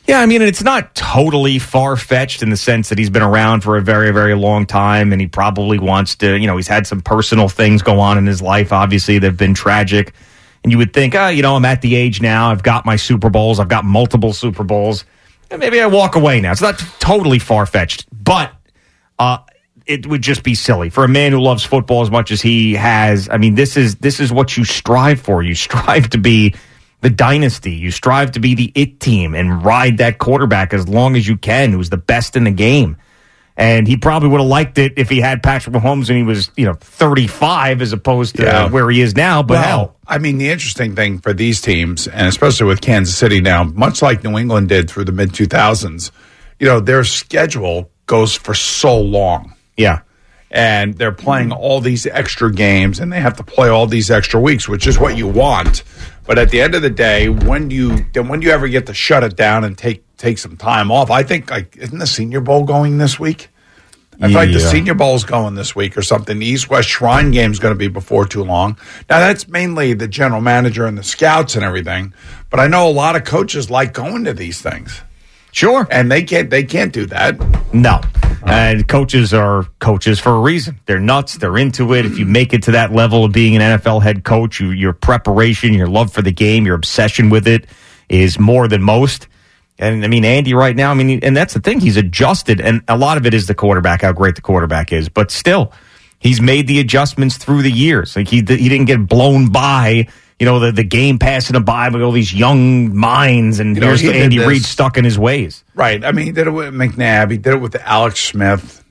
Speaker 3: Yeah, I mean, it's not totally far fetched in the sense that he's been around for a very, very long time, and he probably wants to. You know, he's had some personal things go on in his life, obviously, that have been tragic. And you would think, ah, you know, I'm at the age now. I've got my Super Bowls. I've got multiple Super Bowls. And maybe I walk away now. It's not totally far fetched, but uh, it would just be silly for a man who loves football as much as he has. I mean, this is this is what you strive for. You strive to be the dynasty. You strive to be the it team and ride that quarterback as long as you can, who's the best in the game. And he probably would have liked it if he had Patrick Mahomes and he was, you know, 35 as opposed to
Speaker 4: Yeah.
Speaker 3: where he is now. But
Speaker 4: well,
Speaker 3: hell,
Speaker 4: I mean, the interesting thing for these teams, and especially with Kansas City now, much like New England did through the mid 2000s, you know, their schedule goes for so long.
Speaker 3: Yeah.
Speaker 4: And they're playing all these extra games and they have to play all these extra weeks, which is what you want. But at the end of the day, when do you then when do you ever get to shut it down and take take some time off? I think like isn't the senior bowl going this week? I feel like the
Speaker 18: Yeah.
Speaker 4: Senior Bowl's going this week or something. The East West Shrine game's going to be before too long. Now, that's mainly the general manager and the scouts and everything, but I know a lot of coaches like going to these things.
Speaker 3: Sure.
Speaker 4: And they can't they can't do that.
Speaker 3: No. And coaches are coaches for a reason. They're nuts. They're into it. If you make it to that level of being an NFL head coach, you, your preparation, your love for the game, your obsession with it, is more than most. And I mean, Andy right now, I mean, and that's the thing. He's adjusted, and a lot of it is the quarterback, how great the quarterback is. But still, he's made the adjustments through the years. Like he, he didn't get blown by, you know, the, the game passing a by with all these young minds, and
Speaker 4: You know,
Speaker 3: here's
Speaker 4: he did
Speaker 3: Andy
Speaker 4: this.
Speaker 3: Reid stuck in his ways.
Speaker 4: Right. I mean, he did it with McNabb. He did it with Alex Smith.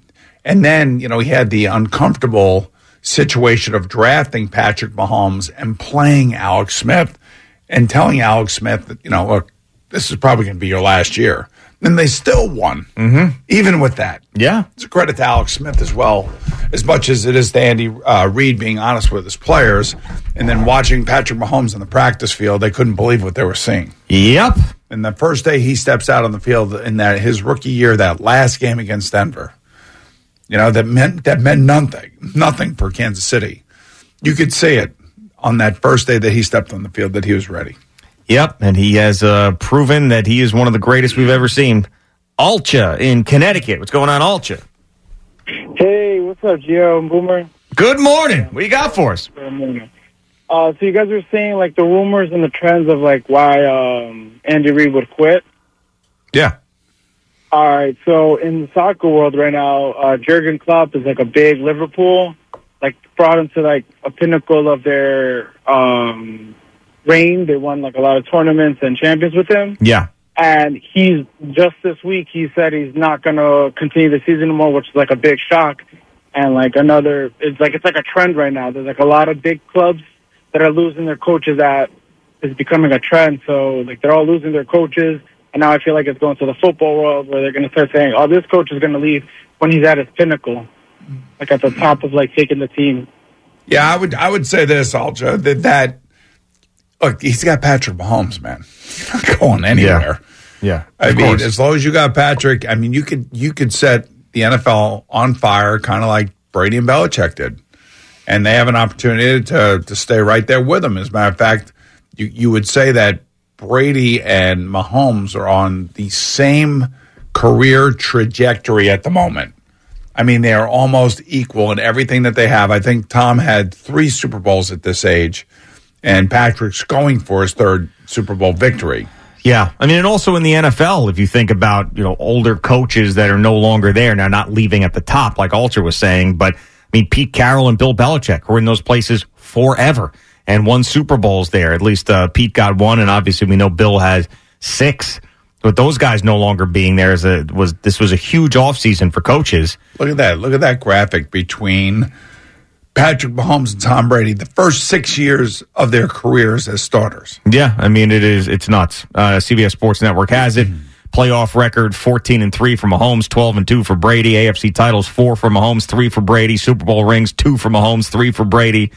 Speaker 4: And then, you know, he had the uncomfortable situation of drafting Patrick Mahomes and playing Alex Smith and telling Alex Smith that, you know, look, this is probably going to be your last year. And they still won, mm-hmm. even with that.
Speaker 3: Yeah.
Speaker 4: It's a credit to Alex Smith as well, as much as it is to Andy uh, Reid being honest with his players. And then watching Patrick Mahomes on the practice field, they couldn't believe what they were seeing.
Speaker 3: Yep.
Speaker 4: And the first day he steps out on the field in that his rookie year, that last game against Denver, you know that meant that meant nothing, nothing for Kansas City. You could see it on that first day that he stepped on the field that he was ready.
Speaker 3: Yep, and he has uh, proven that he is one of the greatest we've ever seen. Alcha in Connecticut. What's going on, Alcha?
Speaker 30: Hey, what's up, Gio and Boomer?
Speaker 3: Good morning. What you got for us?
Speaker 30: Uh, so you guys were saying like the rumors and the trends of like why um, Andy Reid would quit.
Speaker 4: Yeah.
Speaker 30: All right. So in the soccer world right now, uh, Jurgen Klopp is like a big Liverpool, like brought them to like a pinnacle of their um, reign. They won like a lot of tournaments and champions with him.
Speaker 3: Yeah.
Speaker 30: And he's just this week he said he's not going to continue the season anymore, which is like a big shock. And like another, it's like it's like a trend right now. There's like a lot of big clubs that are losing their coaches. That is becoming a trend. So like they're all losing their coaches, and now I feel like it's going to the football world where they're going to start saying, "Oh, this coach is going to leave when he's at his pinnacle, like at the top of like taking the team."
Speaker 4: Yeah, I would I would say this, Aljo, that that look, he's got Patrick Mahomes, man. He's not going anywhere.
Speaker 3: Yeah.
Speaker 4: I
Speaker 3: Of
Speaker 4: mean,
Speaker 3: course.
Speaker 4: as long as you got Patrick, I mean, you could you could set the NFL on fire, kind of like Brady and Belichick did, and they have an opportunity to to stay right there with them. As a matter of fact, you you would say that Brady and Mahomes are on the same career trajectory at the moment. I mean, they are almost equal in everything that they have. I think Tom had three Super Bowls at this age, and Patrick's going for his third Super Bowl victory.
Speaker 3: Yeah, I mean, and also in the NFL, if you think about you know older coaches that are no longer there now, not leaving at the top, like Alter was saying, but I mean Pete Carroll and Bill Belichick were in those places forever and won Super Bowls there. At least uh, Pete got one, and obviously we know Bill has six. But those guys no longer being there is a was this was a huge offseason for coaches.
Speaker 4: Look at that. Look at that graphic between Patrick Mahomes and Tom Brady, the first six years of their careers as starters.
Speaker 3: Yeah, I mean it is it's nuts. Uh, CBS Sports Network has it.
Speaker 4: Mm-hmm.
Speaker 3: Playoff record fourteen and three for Mahomes, twelve and two for Brady. AFC titles four for Mahomes, three for Brady. Super Bowl rings two for Mahomes, three for Brady.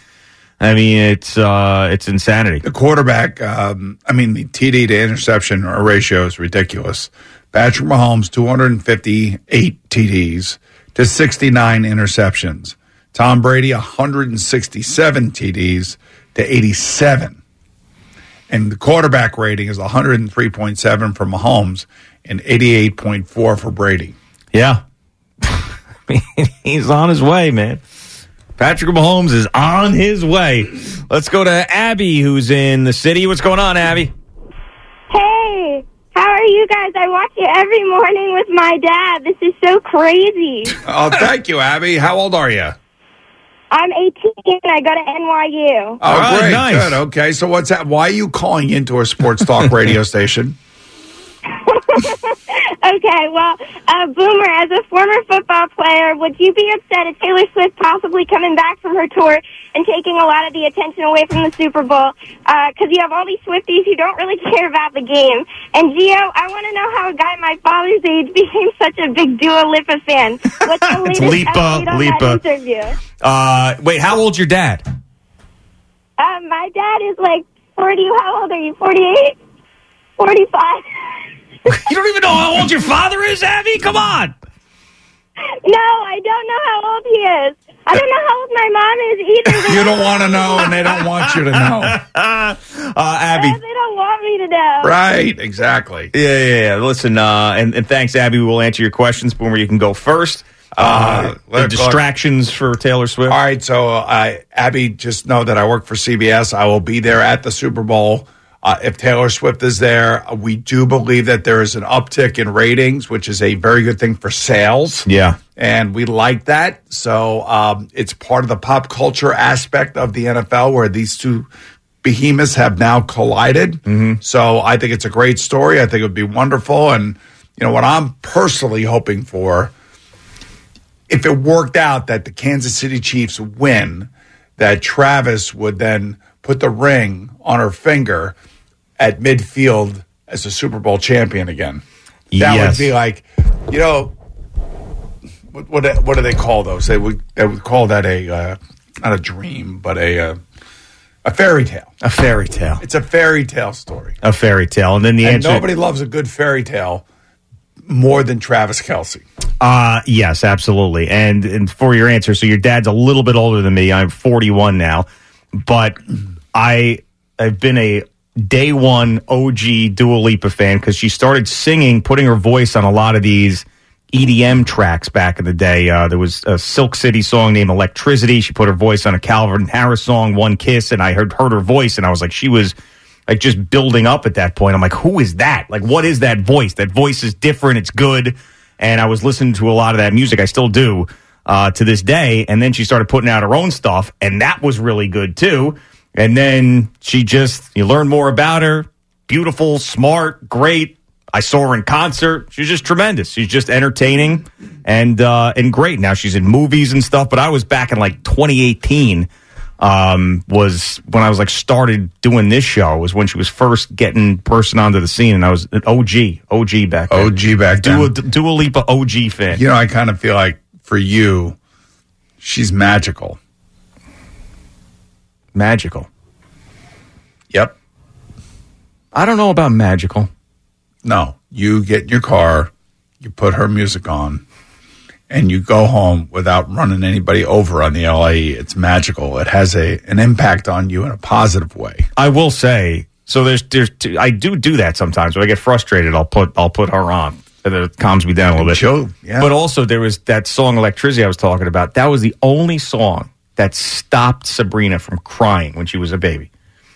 Speaker 3: I mean it's uh, it's insanity.
Speaker 4: The quarterback, um, I mean, the TD to interception ratio is ridiculous. Patrick Mahomes, 258 TDs to 69 interceptions. Tom Brady, 167 TDs to 87. And the quarterback rating is 103.7 for Mahomes and 88.4 for Brady.
Speaker 3: Yeah, he's on his way, man. Patrick Mahomes is on his way. Let's go to Abby, who's in the city. What's going on, Abby?
Speaker 7: Hey, how are you guys? I watch you every morning with my dad. This is so crazy.
Speaker 4: Oh, thank you, Abby. How old are you?
Speaker 7: I'm 18 and I go to NYU.
Speaker 4: Oh, great. Good. Okay. So, what's that? Why are you calling into a sports talk radio station?
Speaker 7: Okay, well, uh, Boomer, as a former football player, would you be upset at Taylor Swift possibly coming back from her tour and taking a lot of the attention away from the Super Bowl? Because you have all these Swifties who don't really care about the game. And, Gio, I want to know how a guy my father's age became such a big Dua Lipa fan. What's the latest
Speaker 3: Lipa,
Speaker 7: update on
Speaker 3: Lipa.
Speaker 7: that interview?
Speaker 3: Uh, wait, how old's your dad?
Speaker 7: Uh, my dad is like 40. How old are you? 48? 45?
Speaker 3: You don't even know how old your father is, Abby? Come on.
Speaker 7: No, I don't know how old he is. I don't know how old my mom is either. They
Speaker 4: You don't want to know, and they don't want you to know.
Speaker 3: uh, Abby.
Speaker 7: They don't want me to know.
Speaker 4: Right. Exactly.
Speaker 3: Yeah, yeah, yeah. Listen, uh, and, and thanks, Abby. We'll answer your questions. Boomer, you can go first. Uh, the distractions for Taylor Swift.
Speaker 4: All right. So, uh, I, Abby, just know that I work for CBS. I will be there at the Super Bowl. Uh, if Taylor Swift is there, uh, we do believe that there is an uptick in ratings, which is a very good thing for sales.
Speaker 3: Yeah.
Speaker 4: And we like that. So um, it's part of the pop culture aspect of the NFL where these two behemoths have now collided. So I think it's a great story. I think it would be wonderful. And, you know, what I'm personally hoping for, if it worked out that the Kansas City Chiefs win, that Travis would then put the ring on her finger at midfield as a Super Bowl champion again. That
Speaker 3: Yes.
Speaker 4: would be like, you know, what what, what do they call those? They would they would call that a uh, not a dream, but a uh, a fairy tale.
Speaker 3: A fairy tale.
Speaker 4: It's a fairy tale story,
Speaker 3: A fairy tale. And then the
Speaker 4: and
Speaker 3: answer.
Speaker 4: nobody loves a good fairy tale more than Travis Kelsey.
Speaker 3: Uh yes, absolutely. And and for your answer, so your dad's a little bit older than me. I'm 41 now, but I I've been a day one OG Dua Lipa fan because she started singing, putting her voice on a lot of these EDM tracks back in the day. Uh, there was a Silk City song named Electricity. She put her voice on a Calvin Harris song, One Kiss, and I heard heard her voice, and I was like, she was like just building up at that point. I'm like, who is that? Like, what is that voice? That voice is different. It's good. And I was listening to a lot of that music. I still do uh, to this day. And then she started putting out her own stuff, and that was really good too. And then she just, you learn more about her. Beautiful, smart, great. I saw her in concert. She's just tremendous. She's just entertaining and uh, and great. Now she's in movies and stuff. But I was back in like 2018 um, was when I was like started doing this show was when she was first getting bursting onto the scene, and I was an OG, OG back, then.
Speaker 4: OG back
Speaker 3: Dua, Dua Lipa OG fan.
Speaker 4: You know, I kind of feel like for you, she's magical.
Speaker 3: Magical.
Speaker 4: Yep.
Speaker 3: I don't know about magical.
Speaker 4: No, you get in your car, you put her music on, and you go home without running anybody over on the LAE. It's magical. It has a an impact on you in a positive way.
Speaker 3: I will say so. There's there's two, I do do that sometimes when I get frustrated. I'll put I'll put her on. And it calms me down a little bit.
Speaker 4: yeah.
Speaker 3: But also there was that song "Electricity" I was talking about. That was the only song that stopped Sabrina from crying when she was a baby.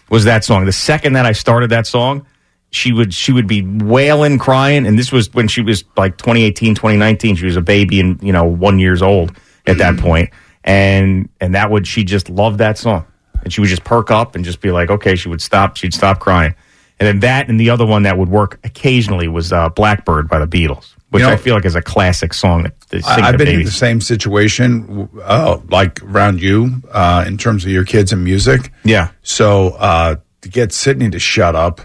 Speaker 3: Was that song? The second that I started that song, she would she would be wailing, crying, and this was when she was like 2018, 2019. She was a baby and you know one years old at
Speaker 4: Mm-hmm.
Speaker 3: that point, and and that would she just loved that song, and she would just perk up and just be like, okay, she would stop, she'd stop crying, and then that and the other one that would work occasionally was uh, Blackbird by the Beatles, which
Speaker 4: You know-
Speaker 3: I feel like is a classic song that they sing
Speaker 4: I,
Speaker 3: to
Speaker 4: have been in the
Speaker 3: babies.
Speaker 4: same situation, uh, like around you, uh, in terms of your kids and music.
Speaker 3: Yeah.
Speaker 4: So uh, to get Sydney to shut up,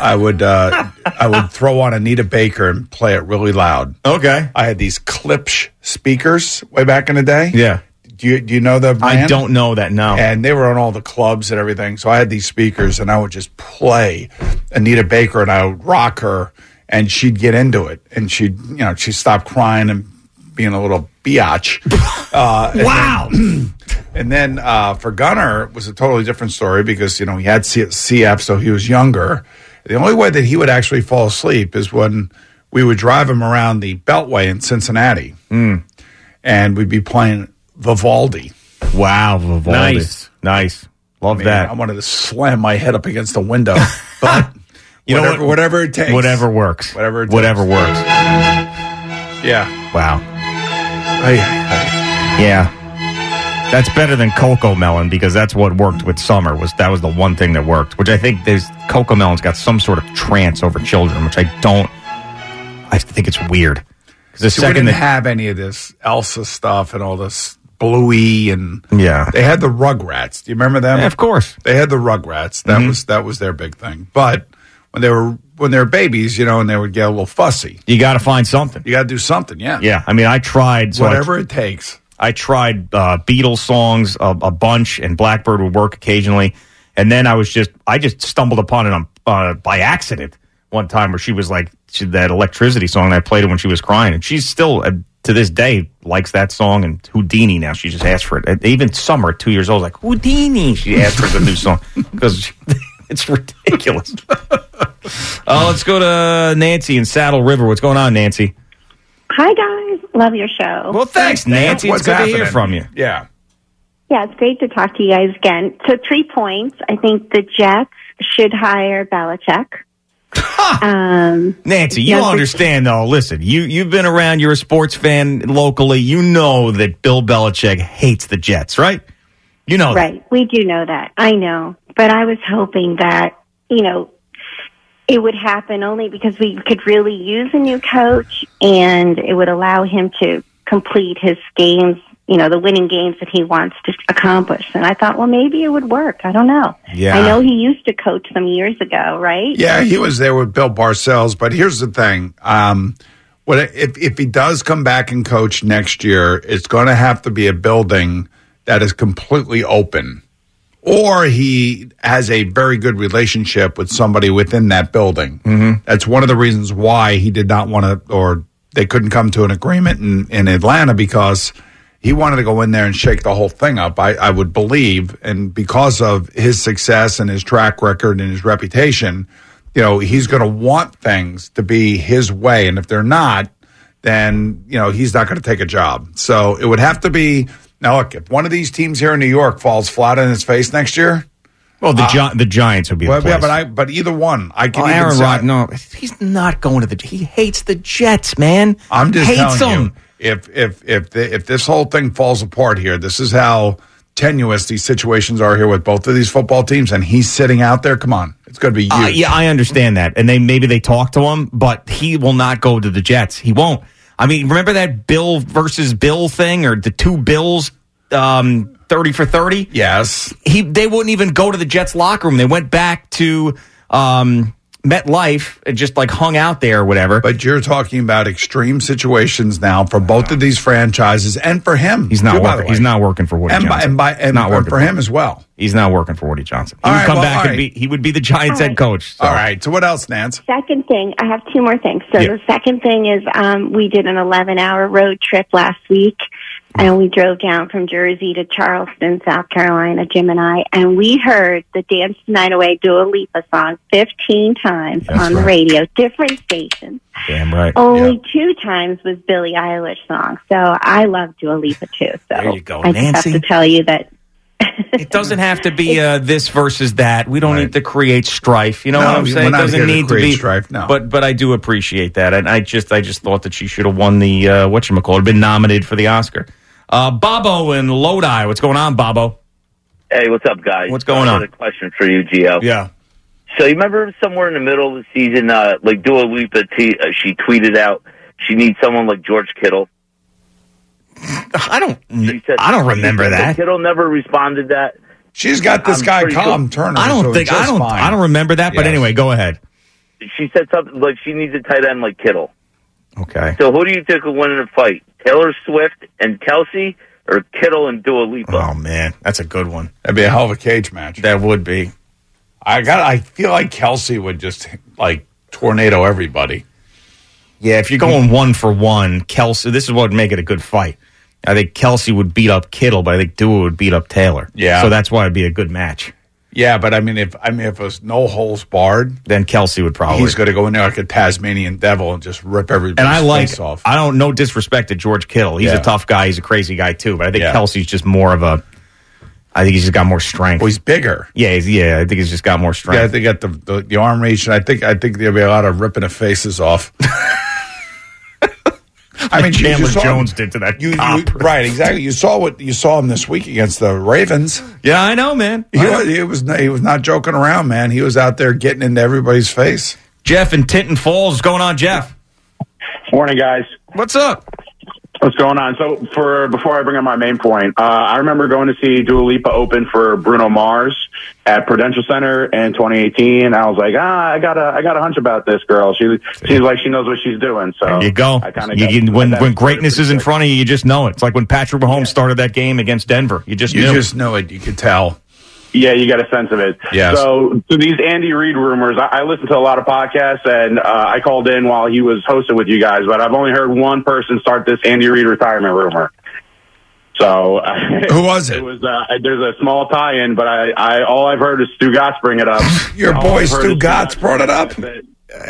Speaker 4: I would uh, I would throw on Anita Baker and play it really loud.
Speaker 3: Okay.
Speaker 4: I had these Klipsch speakers way back in the day.
Speaker 3: Yeah.
Speaker 4: Do you do you know the? Brand?
Speaker 3: I don't know that now.
Speaker 4: And they were on all the clubs and everything. So I had these speakers, and I would just play Anita Baker, and I would rock her, and she'd get into it, and she'd you know she'd stop crying and being a little biatch. Uh, wow. And then uh, for Gunner it was a totally different story because you know he had C- CF, so he was younger. The only way that he would actually fall asleep is when we would drive him around the Beltway in Cincinnati,
Speaker 3: Hmm.
Speaker 4: and we'd be playing Vivaldi.
Speaker 3: Wow, Vivaldi!
Speaker 4: Nice.
Speaker 3: nice. Love
Speaker 4: that. I wanted to slam my head up against the window, but
Speaker 3: You know
Speaker 4: whatever,
Speaker 3: what?
Speaker 4: whatever it takes,
Speaker 3: Whatever works.
Speaker 4: whatever, it
Speaker 3: Whatever
Speaker 4: takes.
Speaker 3: works.
Speaker 4: Yeah,
Speaker 3: Wow.
Speaker 4: Ay, ay, ay.
Speaker 3: Yeah. That's better than Cocoa Melon because that's what worked with Summer was that was the one thing that worked, which I think there's Cocoa Melon's got some sort of trance over children, which I don't I think it's weird. 'Cause the
Speaker 4: See, we
Speaker 3: second
Speaker 4: didn't
Speaker 3: that
Speaker 4: have any of this Elsa stuff and all this Bluey and
Speaker 3: Yeah.
Speaker 4: They had the Rugrats. Do you remember them?
Speaker 3: Yeah, of course. Mm-hmm.
Speaker 4: They had the Rugrats. That was that was their big thing. But when they were when they were babies, you know, and they would get a little fussy.
Speaker 3: You got to find something.
Speaker 4: You got to do something. Yeah.
Speaker 3: Yeah, I mean I tried so I-
Speaker 4: Whatever it takes.
Speaker 3: I tried uh, Beatles songs a, a bunch, and Blackbird would work occasionally. And then I was just, I just stumbled upon it on, uh, by accident one time where she was like she, that electricity song. And I played it when she was crying, and she's still uh, to this day likes that song. And Houdini now, she just asked for it. And even Summer, two years old, like Houdini, she asked for the new song because it's ridiculous. uh, let's go to Nancy in Saddle River. What's going on, Nancy?
Speaker 5: Hi guys, love your show.
Speaker 3: Well, thanks, Nancy.
Speaker 5: What's
Speaker 3: it's good to
Speaker 5: happening?
Speaker 3: hear from you.
Speaker 4: Yeah.
Speaker 5: Yeah, it's great to talk to you guys again. So three points. I think the Jets should hire Belichick. um,
Speaker 3: Nancy, you
Speaker 5: Yes, it's-
Speaker 3: understand though. Listen, you you've been around. You're a sports fan locally. You know that Bill Belichick hates the Jets, right? You know
Speaker 5: right. We do know that. I know. But I was hoping that, you know, it would happen only because we could really use a new coach and it would allow him to complete his games, you know, the winning games that he wants to accomplish. And I thought, well, maybe it would work. I don't know.
Speaker 4: Yeah.
Speaker 5: I know he used to coach some years ago, right?
Speaker 4: Yeah, he was there with Bill Parcells. But here's the thing: um, what if if he does come back and coach next year? It's going to have to be a building that is completely open, or he has a very good relationship with somebody within that building.
Speaker 6: Mm-hmm.
Speaker 4: That's one of the reasons why he did not want to, or they couldn't come to an agreement in, in Atlanta because he wanted to go in there and shake the whole thing up, I, I would believe. And because of his success and his track record and his reputation, you know, he's going to want things to be his way. And if they're not, then, you know, he's not going to take a job. So it would have to be. Now, look, if one of these teams here in New York falls flat on its face next year.
Speaker 3: Well, the,
Speaker 4: uh,
Speaker 3: Gi- the Giants would be.
Speaker 4: well,
Speaker 3: the
Speaker 4: yeah, but
Speaker 3: place.
Speaker 4: I, but either one, I can
Speaker 3: Oh,
Speaker 4: even
Speaker 3: Aaron
Speaker 4: say-
Speaker 3: Rodgers. No, he's not going to the. He hates the Jets, man.
Speaker 4: I'm just
Speaker 3: hates
Speaker 4: telling
Speaker 3: them.
Speaker 4: you, if if if the, if this whole thing falls apart here, this is how tenuous these situations are here with both of these football teams, and he's sitting out there. Come on, it's going to be you.
Speaker 3: Uh, yeah, I understand that, and they maybe they talk to him, but he will not go to the Jets. He won't. I mean, remember that Bill versus Bill thing, or the two Bills, um, thirty for thirty.
Speaker 4: Yes,
Speaker 3: he. They wouldn't even go to the Jets locker room. They went back to um, MetLife and just like hung out there or whatever.
Speaker 4: But you're talking about extreme situations now for both of these franchises, and for him,
Speaker 3: He's not
Speaker 4: too, by the
Speaker 3: working.
Speaker 4: way.
Speaker 3: He's not working for Woody
Speaker 4: and by,
Speaker 3: Johnson.
Speaker 4: and by and,
Speaker 3: not
Speaker 4: and
Speaker 3: working
Speaker 4: for him as well.
Speaker 3: He's not working for Woody Johnson. He
Speaker 4: All
Speaker 3: would
Speaker 4: right,
Speaker 3: come
Speaker 4: well,
Speaker 3: back
Speaker 4: all
Speaker 3: and
Speaker 4: right.
Speaker 3: be he would be the Giants head coach.
Speaker 4: All right. So what else, Nance?
Speaker 5: Second thing, I have two more things. So
Speaker 3: Yeah.
Speaker 5: the second thing is um, we did an 11 hour road trip last week and we drove down from Jersey to Charleston, South Carolina, Jim and I, and we heard the Dance the Night Away Dua Lipa song 15 times
Speaker 28: That's
Speaker 5: on the
Speaker 28: right.
Speaker 5: radio, different stations.
Speaker 3: Damn right.
Speaker 5: Only two times was Billie Eilish song. So I love Dua Lipa too. So
Speaker 3: There you go,
Speaker 5: I just
Speaker 3: Nancy.
Speaker 5: have to tell you that
Speaker 3: It doesn't have to be uh, this versus that. We don't need to create strife. You know
Speaker 4: No,
Speaker 3: what I'm
Speaker 4: we're
Speaker 3: saying?
Speaker 4: not
Speaker 3: it doesn't
Speaker 4: here to
Speaker 3: need to
Speaker 4: create
Speaker 3: be
Speaker 4: strife, no.
Speaker 3: But but I do appreciate that, and I just I just thought that she should have won the uh, what you call been nominated for the Oscar. Uh, Bobo in Lodi, what's going on, Bobo?
Speaker 28: Hey, what's up, guys?
Speaker 3: What's going
Speaker 28: I got
Speaker 3: on?
Speaker 28: A question for you, Gio.
Speaker 3: Yeah.
Speaker 28: So you remember somewhere in the middle of the season, uh, like Dua Lipa, t- uh, she tweeted out she needs someone like George Kittle.
Speaker 3: I don't. I don't remember that.
Speaker 28: Kittle never responded to that.
Speaker 4: She's got this
Speaker 28: I'm
Speaker 4: guy
Speaker 28: pretty
Speaker 4: Colin
Speaker 28: sure-
Speaker 4: Turner.
Speaker 3: I don't think I don't I don't remember that. But
Speaker 28: Yes.
Speaker 3: anyway, go ahead.
Speaker 28: She said something like she needs a tight end like Kittle.
Speaker 3: Okay.
Speaker 28: So who do you think will win in a fight? Taylor Swift and Kelsey, or Kittle and Dua Lipa?
Speaker 3: Oh man, that's a good one.
Speaker 4: That'd be a hell of a cage match.
Speaker 3: That would be.
Speaker 4: I got. I feel like Kelsey would just like tornado everybody.
Speaker 3: Yeah, if you're going one for one, Kelsey. This is what would make it a good fight. I think Kelsey would beat up Kittle, but I think Dua would beat up Taylor.
Speaker 4: Yeah.
Speaker 3: So that's why it'd be a good match.
Speaker 4: Yeah, but I mean, if I mean, if it was no holes barred,
Speaker 3: then Kelsey would probably.
Speaker 4: He's going to go in there like a Tasmanian devil and just rip everybody's
Speaker 3: And I
Speaker 4: face
Speaker 3: like.
Speaker 4: off.
Speaker 3: I don't. No disrespect to George Kittle. He's
Speaker 4: Yeah.
Speaker 3: a tough guy. He's a crazy guy too. But I think
Speaker 4: Yeah.
Speaker 3: Kelsey's just more of a. I think he's just got more strength.
Speaker 4: Well, he's bigger.
Speaker 3: Yeah. He's, yeah. I think he's just got more strength.
Speaker 4: Yeah, I think at the, the the arm reach, and I think I think there'll be a lot of ripping of faces off. I mean, you- you
Speaker 3: Chandler
Speaker 4: saw him.
Speaker 3: Jones did to that
Speaker 4: You, you-
Speaker 3: cop.
Speaker 4: right, exactly. You saw what you saw him this week against the Ravens.
Speaker 3: Yeah, I know, man.
Speaker 4: He was, he was he was not joking around, man. He was out there getting into everybody's face.
Speaker 3: Jeff in Tinton Falls, what's going on, Jeff?
Speaker 12: Morning, guys.
Speaker 3: What's up?
Speaker 12: What's going on? So, for before I bring up my main point, uh, I remember going to see Dua Lipa open for Bruno Mars at Prudential Center in 2018. I was like, ah, I got a, I got a hunch about this girl. She seems like she knows what she's doing. So
Speaker 3: There you go.
Speaker 12: I kind
Speaker 3: You can, when when greatness is in front of you, you just know it. It's like when Patrick Mahomes started that game against Denver. You just
Speaker 12: You
Speaker 3: knew.
Speaker 12: just
Speaker 4: know it. You could tell.
Speaker 12: Yeah, you got a sense of it.
Speaker 4: Yes.
Speaker 12: So to these Andy Reid rumors, I, I listened to a lot of podcasts and uh, I called in while he was hosting with you guys, but I've only heard one person start this Andy Reid retirement rumor. So
Speaker 4: who was it?
Speaker 12: was uh, there's a small tie-in, but I, I all I've heard is Stu Gotts bring it up.
Speaker 4: Your
Speaker 12: All
Speaker 4: boy
Speaker 12: I've heard is
Speaker 4: Stu Gotts brought it up.
Speaker 3: Uh,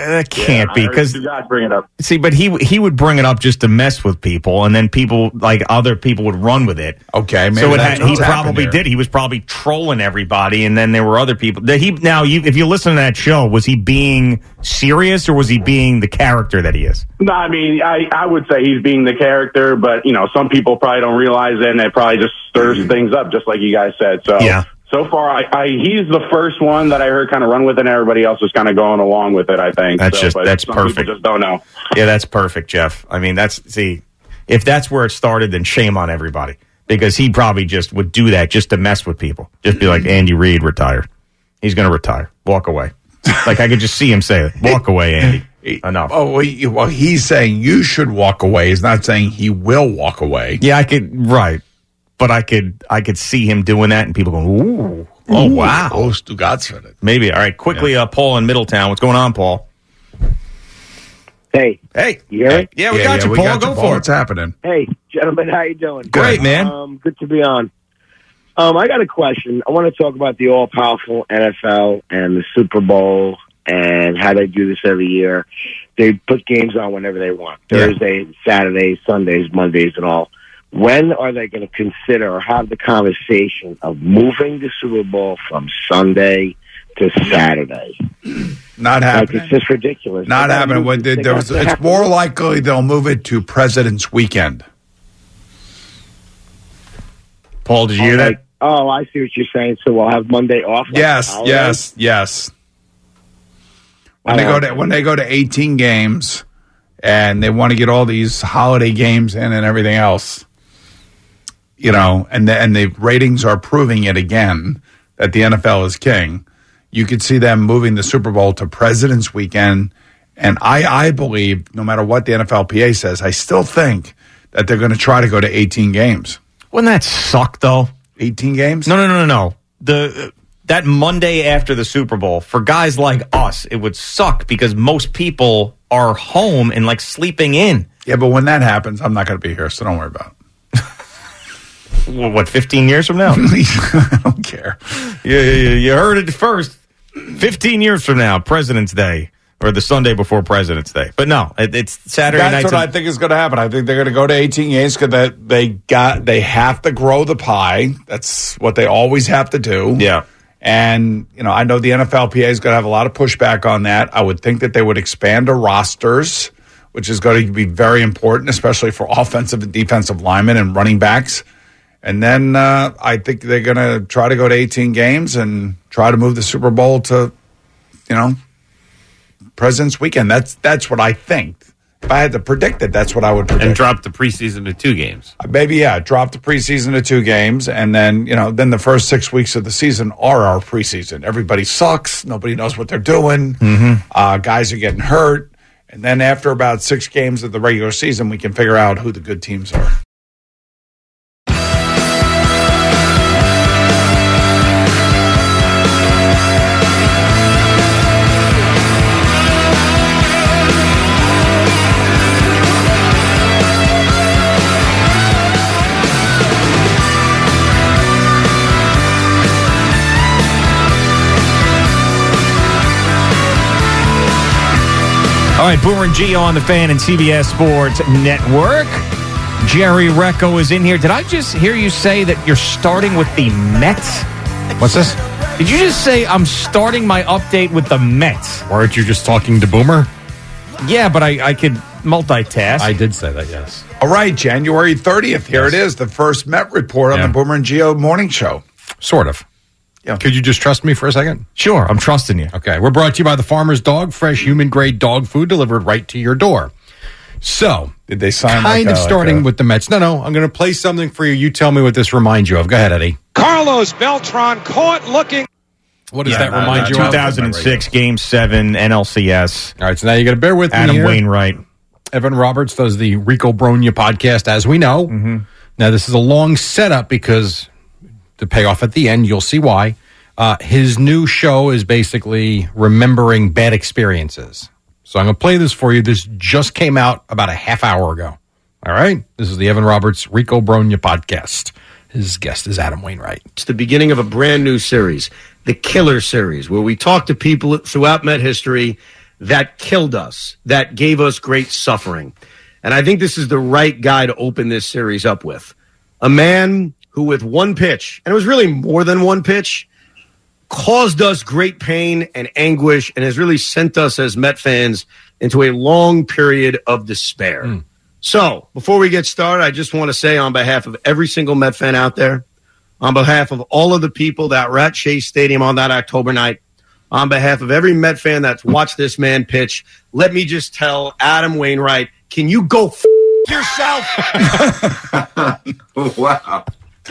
Speaker 3: that can't
Speaker 12: I
Speaker 3: be
Speaker 12: heard
Speaker 3: because
Speaker 12: you guys bring it up.
Speaker 3: see, but he he would bring it up just to mess with people, and then people like other people would run with it.
Speaker 4: Okay, maybe
Speaker 3: so it
Speaker 4: that's
Speaker 3: had, he
Speaker 4: what's happened
Speaker 3: probably
Speaker 4: here.
Speaker 3: did. He was probably trolling everybody, and then there were other people. That he now, you, if you listen to that show, was he being serious or was he being the character that he is?
Speaker 12: No, I mean, I, I would say he's being the character, but you know, some people probably don't realize it, and it probably just stirs things up, just like you guys said. So,
Speaker 3: Mm-hmm. Yeah.
Speaker 12: so far, I, I he's the first one that I heard kind of run with it, and everybody else is kind of going along with it. I think
Speaker 3: That's
Speaker 12: So,
Speaker 3: just
Speaker 12: but
Speaker 3: that's
Speaker 12: some people
Speaker 3: perfect.
Speaker 12: Just don't know.
Speaker 3: Yeah, that's perfect, Jeff. I mean, that's see, if that's where it started, then shame on everybody because he probably just would do that just to mess with people. Just be like Andy Reid, retire. He's going to retire. Walk away. like I could just see him say, it. "Walk away, Andy. Enough."
Speaker 4: Oh, well, you- well, he's saying you should walk away. He's not saying he will walk away.
Speaker 3: Yeah, I could right, but I could I could see him doing that, and people going, "Ooh, oh
Speaker 4: Ooh,
Speaker 3: wow,
Speaker 4: oh, Stu Godsford."
Speaker 3: Maybe all right. Quickly, uh, Paul in Middletown. What's going on, Paul?
Speaker 6: Hey,
Speaker 3: hey,
Speaker 6: yeah,
Speaker 3: yeah, we got you, Paul. Go for it.
Speaker 4: What's happening?
Speaker 6: Hey, gentlemen, how you doing?
Speaker 4: Great, man.
Speaker 6: Um, good to be on. Um, I got a question. I want to talk about the all-powerful NFL and the Super Bowl and how they do this every year. They put games on whenever they want. Thursdays, Saturdays, Sundays, Mondays, and all. When are they going to consider or have the conversation of moving the Super Bowl from Sunday to Saturday? Like,
Speaker 4: Not happening.
Speaker 6: it's just ridiculous.
Speaker 4: Not
Speaker 6: They gotta
Speaker 4: happening.
Speaker 6: move
Speaker 4: What
Speaker 6: this-
Speaker 4: they-
Speaker 6: they
Speaker 4: there
Speaker 6: got
Speaker 4: was,
Speaker 6: to
Speaker 4: it's
Speaker 6: have-
Speaker 4: more likely they'll move it to President's Weekend.
Speaker 3: Paul, did you
Speaker 4: hear
Speaker 6: Like, oh, I see what you're saying. So we'll have Monday off. like
Speaker 4: Yes,
Speaker 6: a holiday?
Speaker 4: yes, yes. When they go to when they go to eighteen games, and they want to get all these holiday games in and everything else, you know, and the, and the ratings are proving it again that the NFL is king. You could see them moving the Super Bowl to President's Weekend, and I I believe no matter what the NFLPA says, I still think that they're going to try to go to eighteen games.
Speaker 3: Wouldn't that suck though?
Speaker 4: 18 games?
Speaker 3: No, no, no, no, no. The uh, that Monday after the Super Bowl for guys like us, it would suck because most people are home and like sleeping in.
Speaker 4: Yeah, but when that happens, I'm not going to be here, so don't worry about
Speaker 3: it. well, what, 15 years from now?
Speaker 4: I don't care.
Speaker 3: You, you, you heard it first. 15 years from now, President's Day or the Sunday before President's Day. But no, it, it's Saturday
Speaker 4: That's
Speaker 3: nights
Speaker 4: what
Speaker 3: and-
Speaker 4: I think is going to happen. I think they're going to go to 18 games because they, they got they have to grow the pie. That's what they always have to do.
Speaker 3: Yeah.
Speaker 4: And you know, I know the NFLPA is going to have a lot of pushback on that. I would think that they would expand the rosters, which is going to be very important, especially for offensive and defensive linemen and running backs. And then uh, I think they're going to try to go to 18 games and try to move the Super Bowl to, you know, President's Weekend. That's that's what I think. If I had to predict it, that's what I would predict.
Speaker 26: and drop the preseason to two games.
Speaker 4: Maybe yeah, drop the preseason to two games, and then you know, then the first six weeks of the season are our preseason. Everybody sucks. Nobody knows what they're doing. Uh, guys are getting hurt, and then after about six games of the regular season, we can figure out who the good teams are.
Speaker 3: All right, Boomer and Geo on the fan and CBS Sports Network. Jerry Recco is in here. Did I just hear you say that you're starting with the Mets? What's this? Did you just say I'm starting my update with the Mets?
Speaker 8: Weren't you just talking to Boomer?
Speaker 3: Yeah, but I, I could multitask. I
Speaker 8: did say that, yes.
Speaker 4: All right, January 30th. Here it is, the first Met report on the Boomer and Geo Morning Show.
Speaker 8: Sort of.
Speaker 4: Yeah.
Speaker 8: Could you just trust me for a second?
Speaker 3: Sure, I'm trusting you.
Speaker 8: Okay, we're brought to you by the Farmer's Dog, fresh human grade dog food delivered right to your door. So,
Speaker 4: did they sign?
Speaker 8: Kind
Speaker 4: like
Speaker 8: of
Speaker 4: a- like
Speaker 8: starting
Speaker 4: a-
Speaker 8: with the Mets. No, no, I'm going to play something for you. You tell me what this reminds you of. Go ahead, Eddie.
Speaker 7: Carlos Beltran caught looking.
Speaker 8: What does that remind you of?
Speaker 3: 2006, Game 7, NLCS.
Speaker 8: All right, so now you got to bear with me
Speaker 3: Adam
Speaker 8: here.
Speaker 3: Wainwright.
Speaker 8: Evan Roberts does the Rico Bronya podcast, as we know.
Speaker 3: Mm-hmm.
Speaker 8: Now, this is a long setup because the payoff at the end, you'll see why. Uh, his new show is basically remembering bad experiences. So I'm going to play this for you. This just came out about a half hour ago. All right. This is the Evan Roberts Rico Bronya podcast. His guest is Adam Wainwright.
Speaker 31: It's the beginning of a brand new series, the Killer Series, where we talk to people throughout Met history that killed us, that gave us great suffering. And I think this is the right guy to open this series up with. A man who, with one pitch, and it was really more than one pitch, caused us great pain and anguish and has really sent us as Met fans into a long period of despair.
Speaker 8: Hmm.
Speaker 31: So, before we get started, I just want to say on behalf of every single Met fan out there, on behalf of all of the people that were at Chase Stadium on that October night, on behalf of every Met fan that's watched this man pitch, let me just tell Adam Wainwright, can you go f- yourself? wow.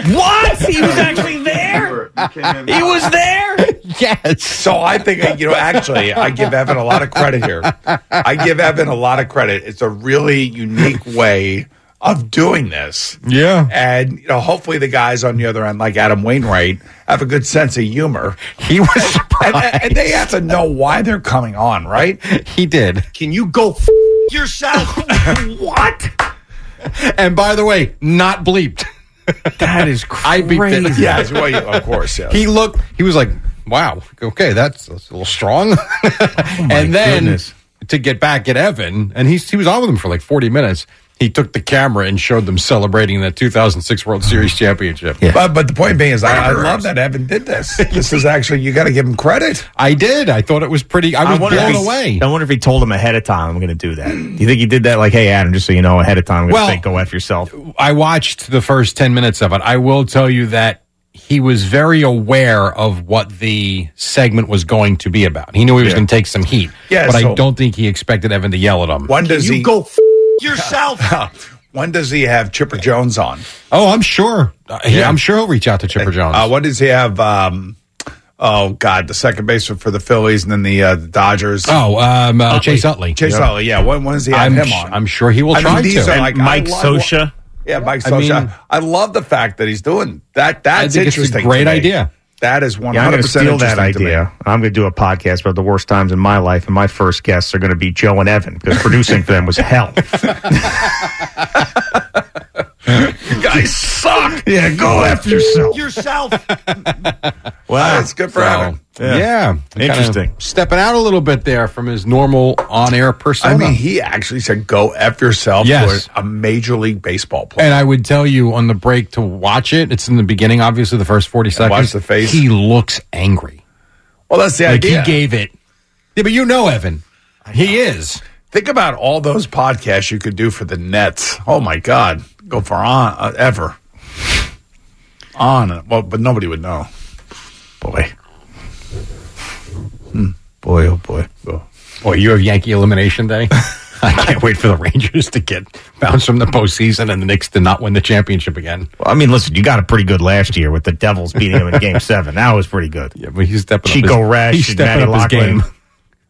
Speaker 2: What? He was actually there? He was there?
Speaker 4: Yes. So I think uh, you know. Actually, I give Evan a lot of credit here. I give Evan a lot of credit. It's a really unique way of doing this.
Speaker 3: Yeah.
Speaker 4: And you know, hopefully the guys on the other end, like Adam Wainwright, have a good sense of humor.
Speaker 3: He was,
Speaker 4: and, and they have to know why they're coming on, right?
Speaker 8: He did.
Speaker 31: Can you go f- yourself?
Speaker 4: what?
Speaker 8: And by the way, not bleeped.
Speaker 3: That is
Speaker 8: I beeped it.
Speaker 3: crazy. Yes, well, you-
Speaker 4: of course, yes.
Speaker 8: He looked. He was like, "Wow, okay, that's, that's a little strong."
Speaker 3: Oh
Speaker 8: and then to get back at Evan, and he he was on with him for like forty minutes. He took the camera and showed them celebrating the 2006 World Series championship.
Speaker 4: But but the point being is, I, I love that Evan did this. This is actually you got to give him credit.
Speaker 8: I did. I thought it was pretty. I was
Speaker 3: wonder if
Speaker 8: blown
Speaker 3: he-
Speaker 8: away.
Speaker 3: I wonder if he told him ahead of time, I'm going to do that. Do you think he did that like, hey, Adam, just so you know, ahead of time, I'm going to
Speaker 8: Well-
Speaker 3: say go F yourself?
Speaker 8: I watched the first 10 minutes of it. I will tell you that he was very aware of what the segment was going to be about. He knew he was
Speaker 4: Yeah.
Speaker 8: going to take some heat.
Speaker 4: Yeah,
Speaker 8: but I
Speaker 4: so-
Speaker 8: don't think he expected Evan to yell at him.
Speaker 4: When does he
Speaker 31: go f- yourself?
Speaker 4: when does he have Chipper Jones on?
Speaker 8: Oh, I'm sure. Uh, he- I'm sure he'll reach out to Chipper Jones.
Speaker 4: Uh, what does he have? Um, oh God, the second baseman for the Phillies and then the, uh, the Dodgers.
Speaker 8: Oh, um, uh, Chase Utley.
Speaker 4: Chase
Speaker 8: Yeah.
Speaker 4: Utley. Yeah. When, when does he have
Speaker 8: I'm
Speaker 4: him
Speaker 8: sh-
Speaker 4: on?
Speaker 8: I'm sure he will
Speaker 4: I mean,
Speaker 8: try
Speaker 4: these
Speaker 8: to.
Speaker 4: are
Speaker 8: And
Speaker 4: like-
Speaker 8: Mike
Speaker 4: I love-
Speaker 8: Scioscia?
Speaker 4: Yeah, Mike
Speaker 8: I
Speaker 4: Sosha. I,
Speaker 8: mean-
Speaker 4: love the fact that he's doing that. That's
Speaker 8: think it's a
Speaker 4: interesting.
Speaker 8: great
Speaker 4: to me.
Speaker 8: idea.
Speaker 4: That is one
Speaker 3: Yeah, I'm
Speaker 4: hundred
Speaker 3: going to
Speaker 4: percent
Speaker 3: steal
Speaker 4: interesting
Speaker 3: that idea. I'm going to do a podcast about the worst times in my life, and my first guests are going to be Joe and Evan because producing for them was hell.
Speaker 4: You guys suck. yeah, go after yourself. Yourself.
Speaker 3: Wow,
Speaker 4: it's good for
Speaker 8: So,
Speaker 4: Evan.
Speaker 8: Yeah. Kinda
Speaker 3: Interesting.
Speaker 8: stepping out a little bit there from his normal on air persona.
Speaker 4: I mean, he actually said, "Go f yourself."
Speaker 8: Yes.
Speaker 4: for a major league baseball player.
Speaker 8: And I would tell you on the break to watch it. It's in the beginning, obviously, the first 40 seconds.
Speaker 4: watch the face.
Speaker 8: He looks angry.
Speaker 4: Well, that's the
Speaker 8: Like,
Speaker 4: idea.
Speaker 8: He gave it. Yeah, but you know Evan. He is.
Speaker 4: Think about all those podcasts you could do for the Nets. Oh my God, go for on uh, ever on. Well, but nobody would know. Boy, boy, oh boy, oh.
Speaker 8: Boy, you have Yankee Elimination Day. I can't wait for the Rangers to get bounced from the postseason and the Knicks to not win the championship again.
Speaker 3: Well, I mean, listen, you got it pretty good last year with the Devils beating them in Game Seven. That was pretty good.
Speaker 8: Yeah, but he's stepping up
Speaker 3: Chico
Speaker 8: his-
Speaker 3: Rash,
Speaker 8: he's
Speaker 3: and
Speaker 8: stepping
Speaker 3: Matty
Speaker 8: up his
Speaker 3: Loughlin.
Speaker 8: game.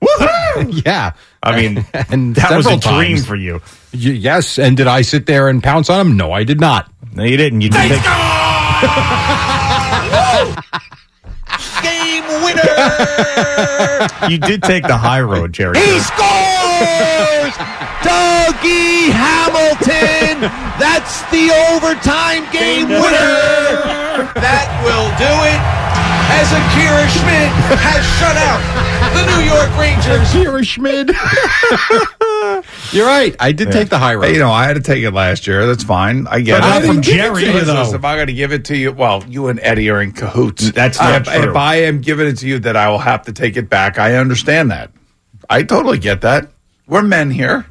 Speaker 3: Woohoo!
Speaker 8: Yeah,
Speaker 3: I mean,
Speaker 8: and
Speaker 3: that was a
Speaker 8: several
Speaker 3: dream
Speaker 8: times.
Speaker 3: for you.
Speaker 8: Y- yes, and did I sit there and pounce on him? No, I did not.
Speaker 3: No, you didn't. You did.
Speaker 2: Game winner!
Speaker 3: you did take the high road, Jerry.
Speaker 2: he scores! Dougie Hamilton! That's the overtime game winner! That will do it as Akira Schmidt has shut out the New York Rangers.
Speaker 8: Akira Schmidt. You're right. I did take the high road.
Speaker 4: You know, I had to take it last year. That's fine. I get
Speaker 8: But I
Speaker 4: it.
Speaker 8: didn't From give it Jerry, to you, though.
Speaker 4: If I got to give it to you, well, you and Eddie are in cahoots. Uh,
Speaker 3: That's not
Speaker 4: if,
Speaker 3: true.
Speaker 4: if I am giving it to you, that I will have to take it back. I understand that. I totally get that. We're men here.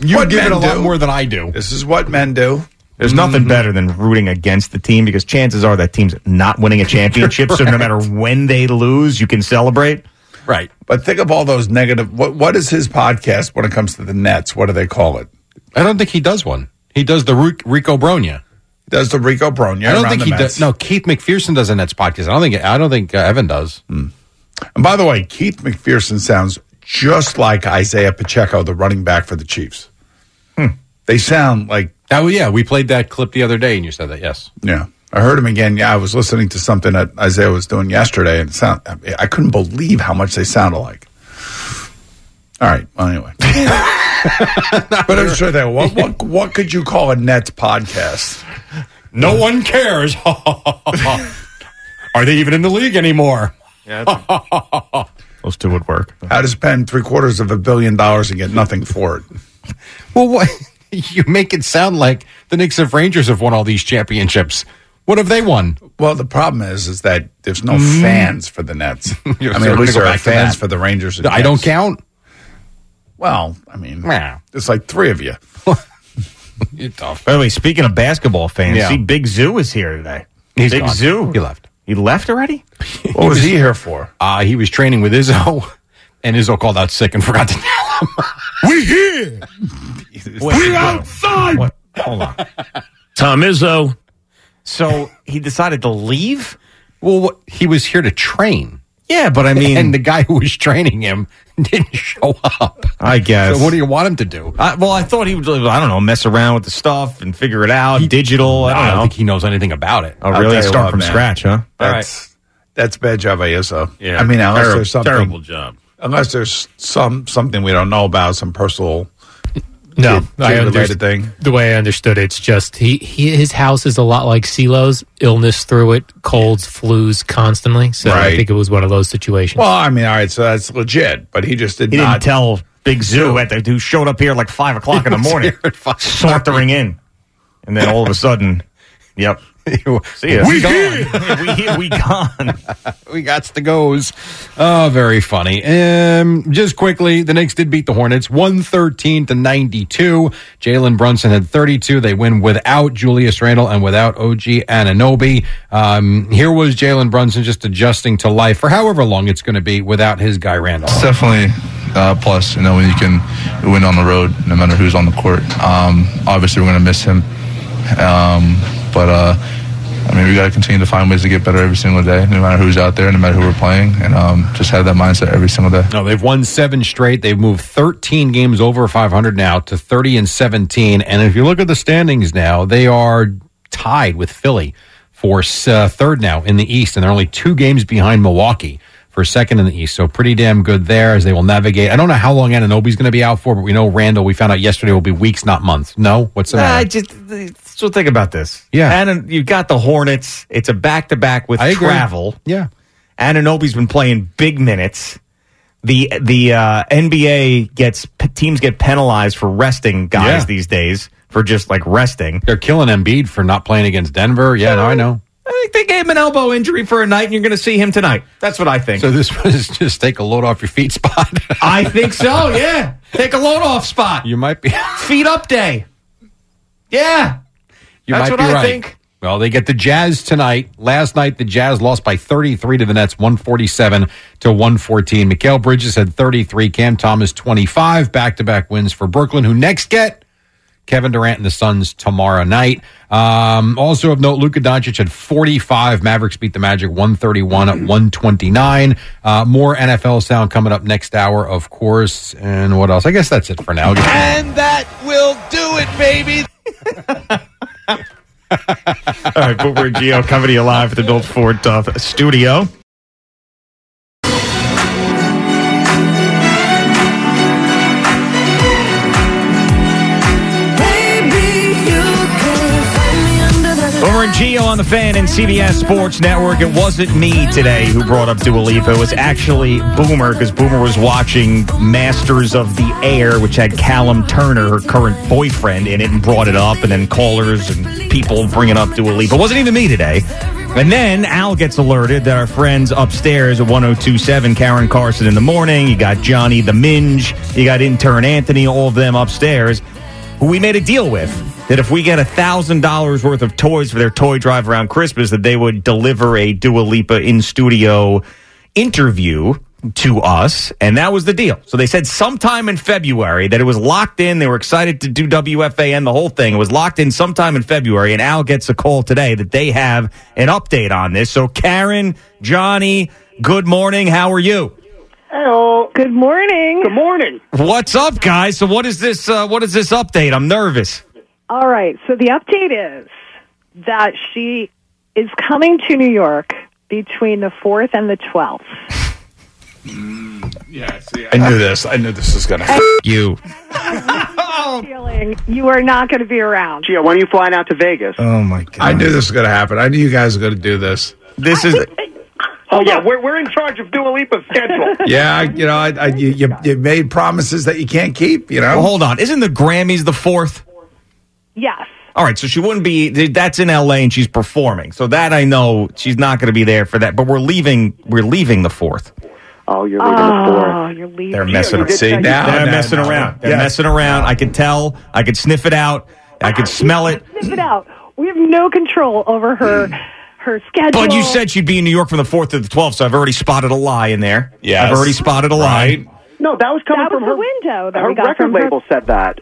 Speaker 8: You
Speaker 4: What
Speaker 8: give it
Speaker 4: men
Speaker 8: a lot
Speaker 4: do.
Speaker 8: more than I do. Mm-hmm.
Speaker 4: This is what men do.
Speaker 3: There's nothing better than rooting against the team because chances are that team's not winning a championship. So no matter when they lose, you can celebrate.
Speaker 8: Right.
Speaker 4: But think of all those negative. What What is his podcast when it comes to the Nets? What do they call it?
Speaker 8: I don't think he does one. He does the Ru- Rico Bronya.
Speaker 4: Does the Rico Bronya?
Speaker 8: I don't
Speaker 4: around
Speaker 8: think
Speaker 4: the
Speaker 8: he
Speaker 4: Mets?
Speaker 8: does. No, Keith McPherson does a Nets podcast. I don't think. I don't think uh, Evan does.
Speaker 4: And by the way, Keith McPherson sounds just like Isaiah Pacheco, the running back for the Chiefs.
Speaker 3: Hmm.
Speaker 4: They sound like
Speaker 8: Oh yeah, we played that clip the other day, and you said that. Yes.
Speaker 4: Yeah, I heard him again. Yeah, I was listening to something that Isaiah was doing yesterday, and it sound I couldn't believe how much they sound alike. All right. Well, anyway, but I'm sure that what what what could you call a Nets podcast?
Speaker 8: No one cares. Are they even in the league anymore?
Speaker 3: Those two would work.
Speaker 4: How to spend three quarters of a billion dollars and get nothing for it.
Speaker 8: Well, what you make it sound like the Knicks of Rangers have won all these championships. What have they won?
Speaker 4: Well, the problem is, is that there's no
Speaker 8: Mm.
Speaker 4: fans for the Nets. I mean,
Speaker 8: You're
Speaker 4: at
Speaker 8: gonna
Speaker 4: least
Speaker 8: go
Speaker 4: there are
Speaker 8: back to
Speaker 4: fans
Speaker 8: that.
Speaker 4: for the Rangers.
Speaker 8: I don't count.
Speaker 4: Well, I mean, it's like three of you.
Speaker 8: You're tough.
Speaker 3: By the way, speaking of basketball fans,
Speaker 4: Yeah.
Speaker 3: see, Big Zoo is here today.
Speaker 8: He's
Speaker 3: Big
Speaker 8: gone.
Speaker 3: Zoo.
Speaker 8: He left.
Speaker 3: He left already?
Speaker 4: What was he here for?
Speaker 8: Uh, he was training with Izzo, and Izzo called out sick and forgot to tell him.
Speaker 32: We here.
Speaker 3: Wait,
Speaker 32: we outside.
Speaker 3: Hold on. Tom Izzo. So he decided to leave?
Speaker 8: Well, what, he was here to train.
Speaker 3: Yeah, but I mean,
Speaker 8: and the guy who was training him didn't show up.
Speaker 3: I guess.
Speaker 8: So what do you want him to do?
Speaker 3: I, well, I thought he would, I don't know, mess around with the stuff and figure it out, digital. I don't,
Speaker 8: I don't
Speaker 3: know.
Speaker 8: think he knows anything about it.
Speaker 3: Oh,
Speaker 4: I'll
Speaker 3: really?
Speaker 4: tell you
Speaker 3: Start
Speaker 4: what,
Speaker 3: from
Speaker 4: man.
Speaker 3: scratch, huh?
Speaker 4: That's that's bad job by Issa.
Speaker 3: Yeah.
Speaker 4: I mean, unless
Speaker 3: Terrible-
Speaker 4: there's something
Speaker 3: terrible
Speaker 32: job.
Speaker 4: Unless there's some something we don't know about, some personal
Speaker 32: No,
Speaker 4: kid-
Speaker 32: I
Speaker 4: kid-related
Speaker 32: understood
Speaker 4: thing.
Speaker 32: the way I understood it, it's just he, he his house is a lot like CeeLo's illness through it, colds, flus constantly. So I
Speaker 4: Right.
Speaker 32: think it was one of those situations.
Speaker 4: Well, I mean, all right, so that's legit, but he just did
Speaker 3: He didn't
Speaker 4: not
Speaker 3: tell Big Zoo at the, who showed up here at like five o'clock in the
Speaker 4: He was
Speaker 3: morning,
Speaker 4: here at five
Speaker 3: sauntering in, and then all of a sudden, yep, see ya.
Speaker 8: We
Speaker 3: gone.
Speaker 8: here.
Speaker 3: we here, we gone.
Speaker 8: we got the goes. Oh, very funny. Um, just quickly, the Knicks did beat the Hornets 113 to 92. Jalen Brunson had 32. They win without Julius Randle and without OG Ananobi. Um, here was Jalen Brunson just adjusting to life for however long it's going to be without his guy Randle.
Speaker 11: It's definitely uh, plus, you know, when you can win on the road, no matter who's on the court. Um, obviously, we're going to miss him. Um, but, uh, I mean, we got to continue to find ways to get better every single day, no matter who's out there, no matter who we're playing, and um, just have that mindset every single day.
Speaker 8: No, they've won seven straight. They've moved 13 games over 500 now to 30 and 17. And if you look at the standings now, they are tied with Philly for uh, third now in the East, and they're only two games behind Milwaukee for second in the East. So pretty damn good there as they will navigate. I don't know how long Ananobi's going to be out for, but we know Randall. We found out yesterday will be weeks, not months. No, what's the
Speaker 3: I
Speaker 8: matter?
Speaker 3: just so think about this.
Speaker 8: Yeah.
Speaker 3: and you got the Hornets. It's a back to back with
Speaker 8: I agree.
Speaker 3: travel.
Speaker 8: Yeah,
Speaker 3: Ananobi's been playing big minutes. The the uh, NBA gets p- teams get penalized for resting guys
Speaker 8: Yeah.
Speaker 3: these days for just like resting.
Speaker 8: They're killing Embiid for not playing against Denver. Yeah, no, I know.
Speaker 3: I think they gave him an elbow injury for a night, and you're going to see him tonight. That's what I think.
Speaker 8: So this was just take a load off your feet spot.
Speaker 3: I think so. Yeah, take a load off spot.
Speaker 8: You might be.
Speaker 3: Feet up day. Yeah,
Speaker 8: You might
Speaker 3: That's what
Speaker 8: be
Speaker 3: I
Speaker 8: right.
Speaker 3: think.
Speaker 8: Well, they get the Jazz tonight. Last night, the Jazz lost by 33 to the Nets, 147 to 114. Mikael Bridges had 33. Cam Thomas, 25. Back to back wins for Brooklyn, who next get Kevin Durant and the Suns tomorrow night. Um, also of note, Luka Doncic had 45. Mavericks beat the Magic 131 at 129. Uh, more NFL sound coming up next hour, of course. And what else? I guess that's it for now.
Speaker 2: And that will do it, baby.
Speaker 3: All right, Boomer and Geo coming to you live at the Built Ford uh, studio. Boomer and Geo on the fan and CBS Sports Network. It wasn't me today who brought up Dua Lipa. It was actually Boomer because Boomer was watching Masters of the Air, which had Callum Turner, her current boyfriend, in it and brought it up. And then callers and people bringing up Dua Lipa. It wasn't even me today. And then Al gets alerted that our friends upstairs at 1027, Karen Carson in the morning. You got Johnny the Minge. You got intern Anthony, all of them upstairs who we made a deal with that if we get a thousand dollars worth of toys for their toy drive around Christmas, that they would deliver a Dua Lipa in studio interview to us, and that was the deal. So they said sometime in February that it was locked in. They were excited to do WFA and the whole thing. It was locked in sometime in February, and Al gets a call today that they have an update on this. So Karen, Johnny, good morning. How are you?
Speaker 20: Hello. Good morning. Good morning.
Speaker 3: What's up, guys? So what is this? Uh, what is this update? I'm nervous.
Speaker 20: All right. So the update is that she is coming to New York between the 4th and the 12th.
Speaker 4: Yeah, see, I knew this. I knew this was gonna.
Speaker 3: You.
Speaker 4: Oh.
Speaker 20: Feeling you are not going to be around.
Speaker 4: Yeah, when are you flying out to Vegas?
Speaker 3: Oh my god!
Speaker 4: I knew this was gonna happen. I knew you guys were gonna do this.
Speaker 3: This is.
Speaker 27: Oh yeah, we're we're in charge of Dua Lipa's schedule.
Speaker 4: Yeah, you know, I, I, you, you you made promises that you can't keep. You know,
Speaker 3: Well, hold on. Isn't the Grammys the fourth?
Speaker 20: Yes.
Speaker 3: All right, so she wouldn't be. That's in L.A. and she's performing. So that I know she's not going to be there for that. But we're leaving. We're leaving the fourth.
Speaker 21: Oh, you're
Speaker 20: leaving oh, you're leaving.
Speaker 3: They're messing around.
Speaker 4: See, now- now-
Speaker 3: they're messing
Speaker 4: now-
Speaker 3: around. They're
Speaker 4: yes.
Speaker 3: messing around. I can tell. I can sniff it out. I can smell it.
Speaker 20: Sniff it out. We have no control over her her schedule.
Speaker 3: But you said she'd be in New York from the fourth to the twelfth, so I've already spotted a lie in there. Yeah, I've already spotted a lie.
Speaker 21: No, that was coming
Speaker 20: that
Speaker 21: from
Speaker 20: was
Speaker 21: her.
Speaker 20: the window that
Speaker 21: her
Speaker 20: we got
Speaker 21: record
Speaker 20: from her.
Speaker 21: label said that.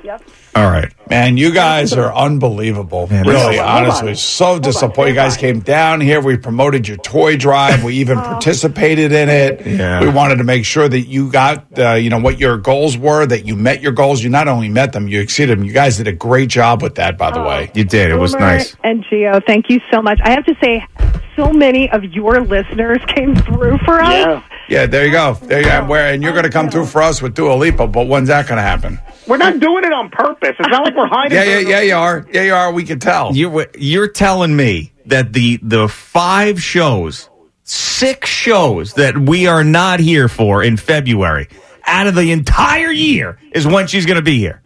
Speaker 4: All right, man. You guys are unbelievable.
Speaker 21: Hold
Speaker 4: really,
Speaker 21: on, hold
Speaker 4: honestly,
Speaker 21: on.
Speaker 4: so disappointed. You guys came down here. We promoted your toy drive. We even participated in it.
Speaker 3: Oh. Yeah.
Speaker 4: We wanted to make sure that you got, uh, you know, what your goals were. That you met your goals. You not only met them, you exceeded them. You guys did a great job with that, by the way.
Speaker 3: Oh. You did. It was
Speaker 20: Boomer And Geo, thank you so much. I have to say, so many of your listeners came through for us.
Speaker 4: Yeah, there you go. There you go. Where and you're going to come through for us with Dua Lipa, but when's that going to happen?
Speaker 21: We're not doing it on purpose. It's not like we're hiding.
Speaker 4: Yeah, yeah, yeah. You are. Yeah, you are. We can tell.
Speaker 3: You you're telling me that the the five shows, six shows that we are not here for in February, out of the entire year, is when she's going to be here.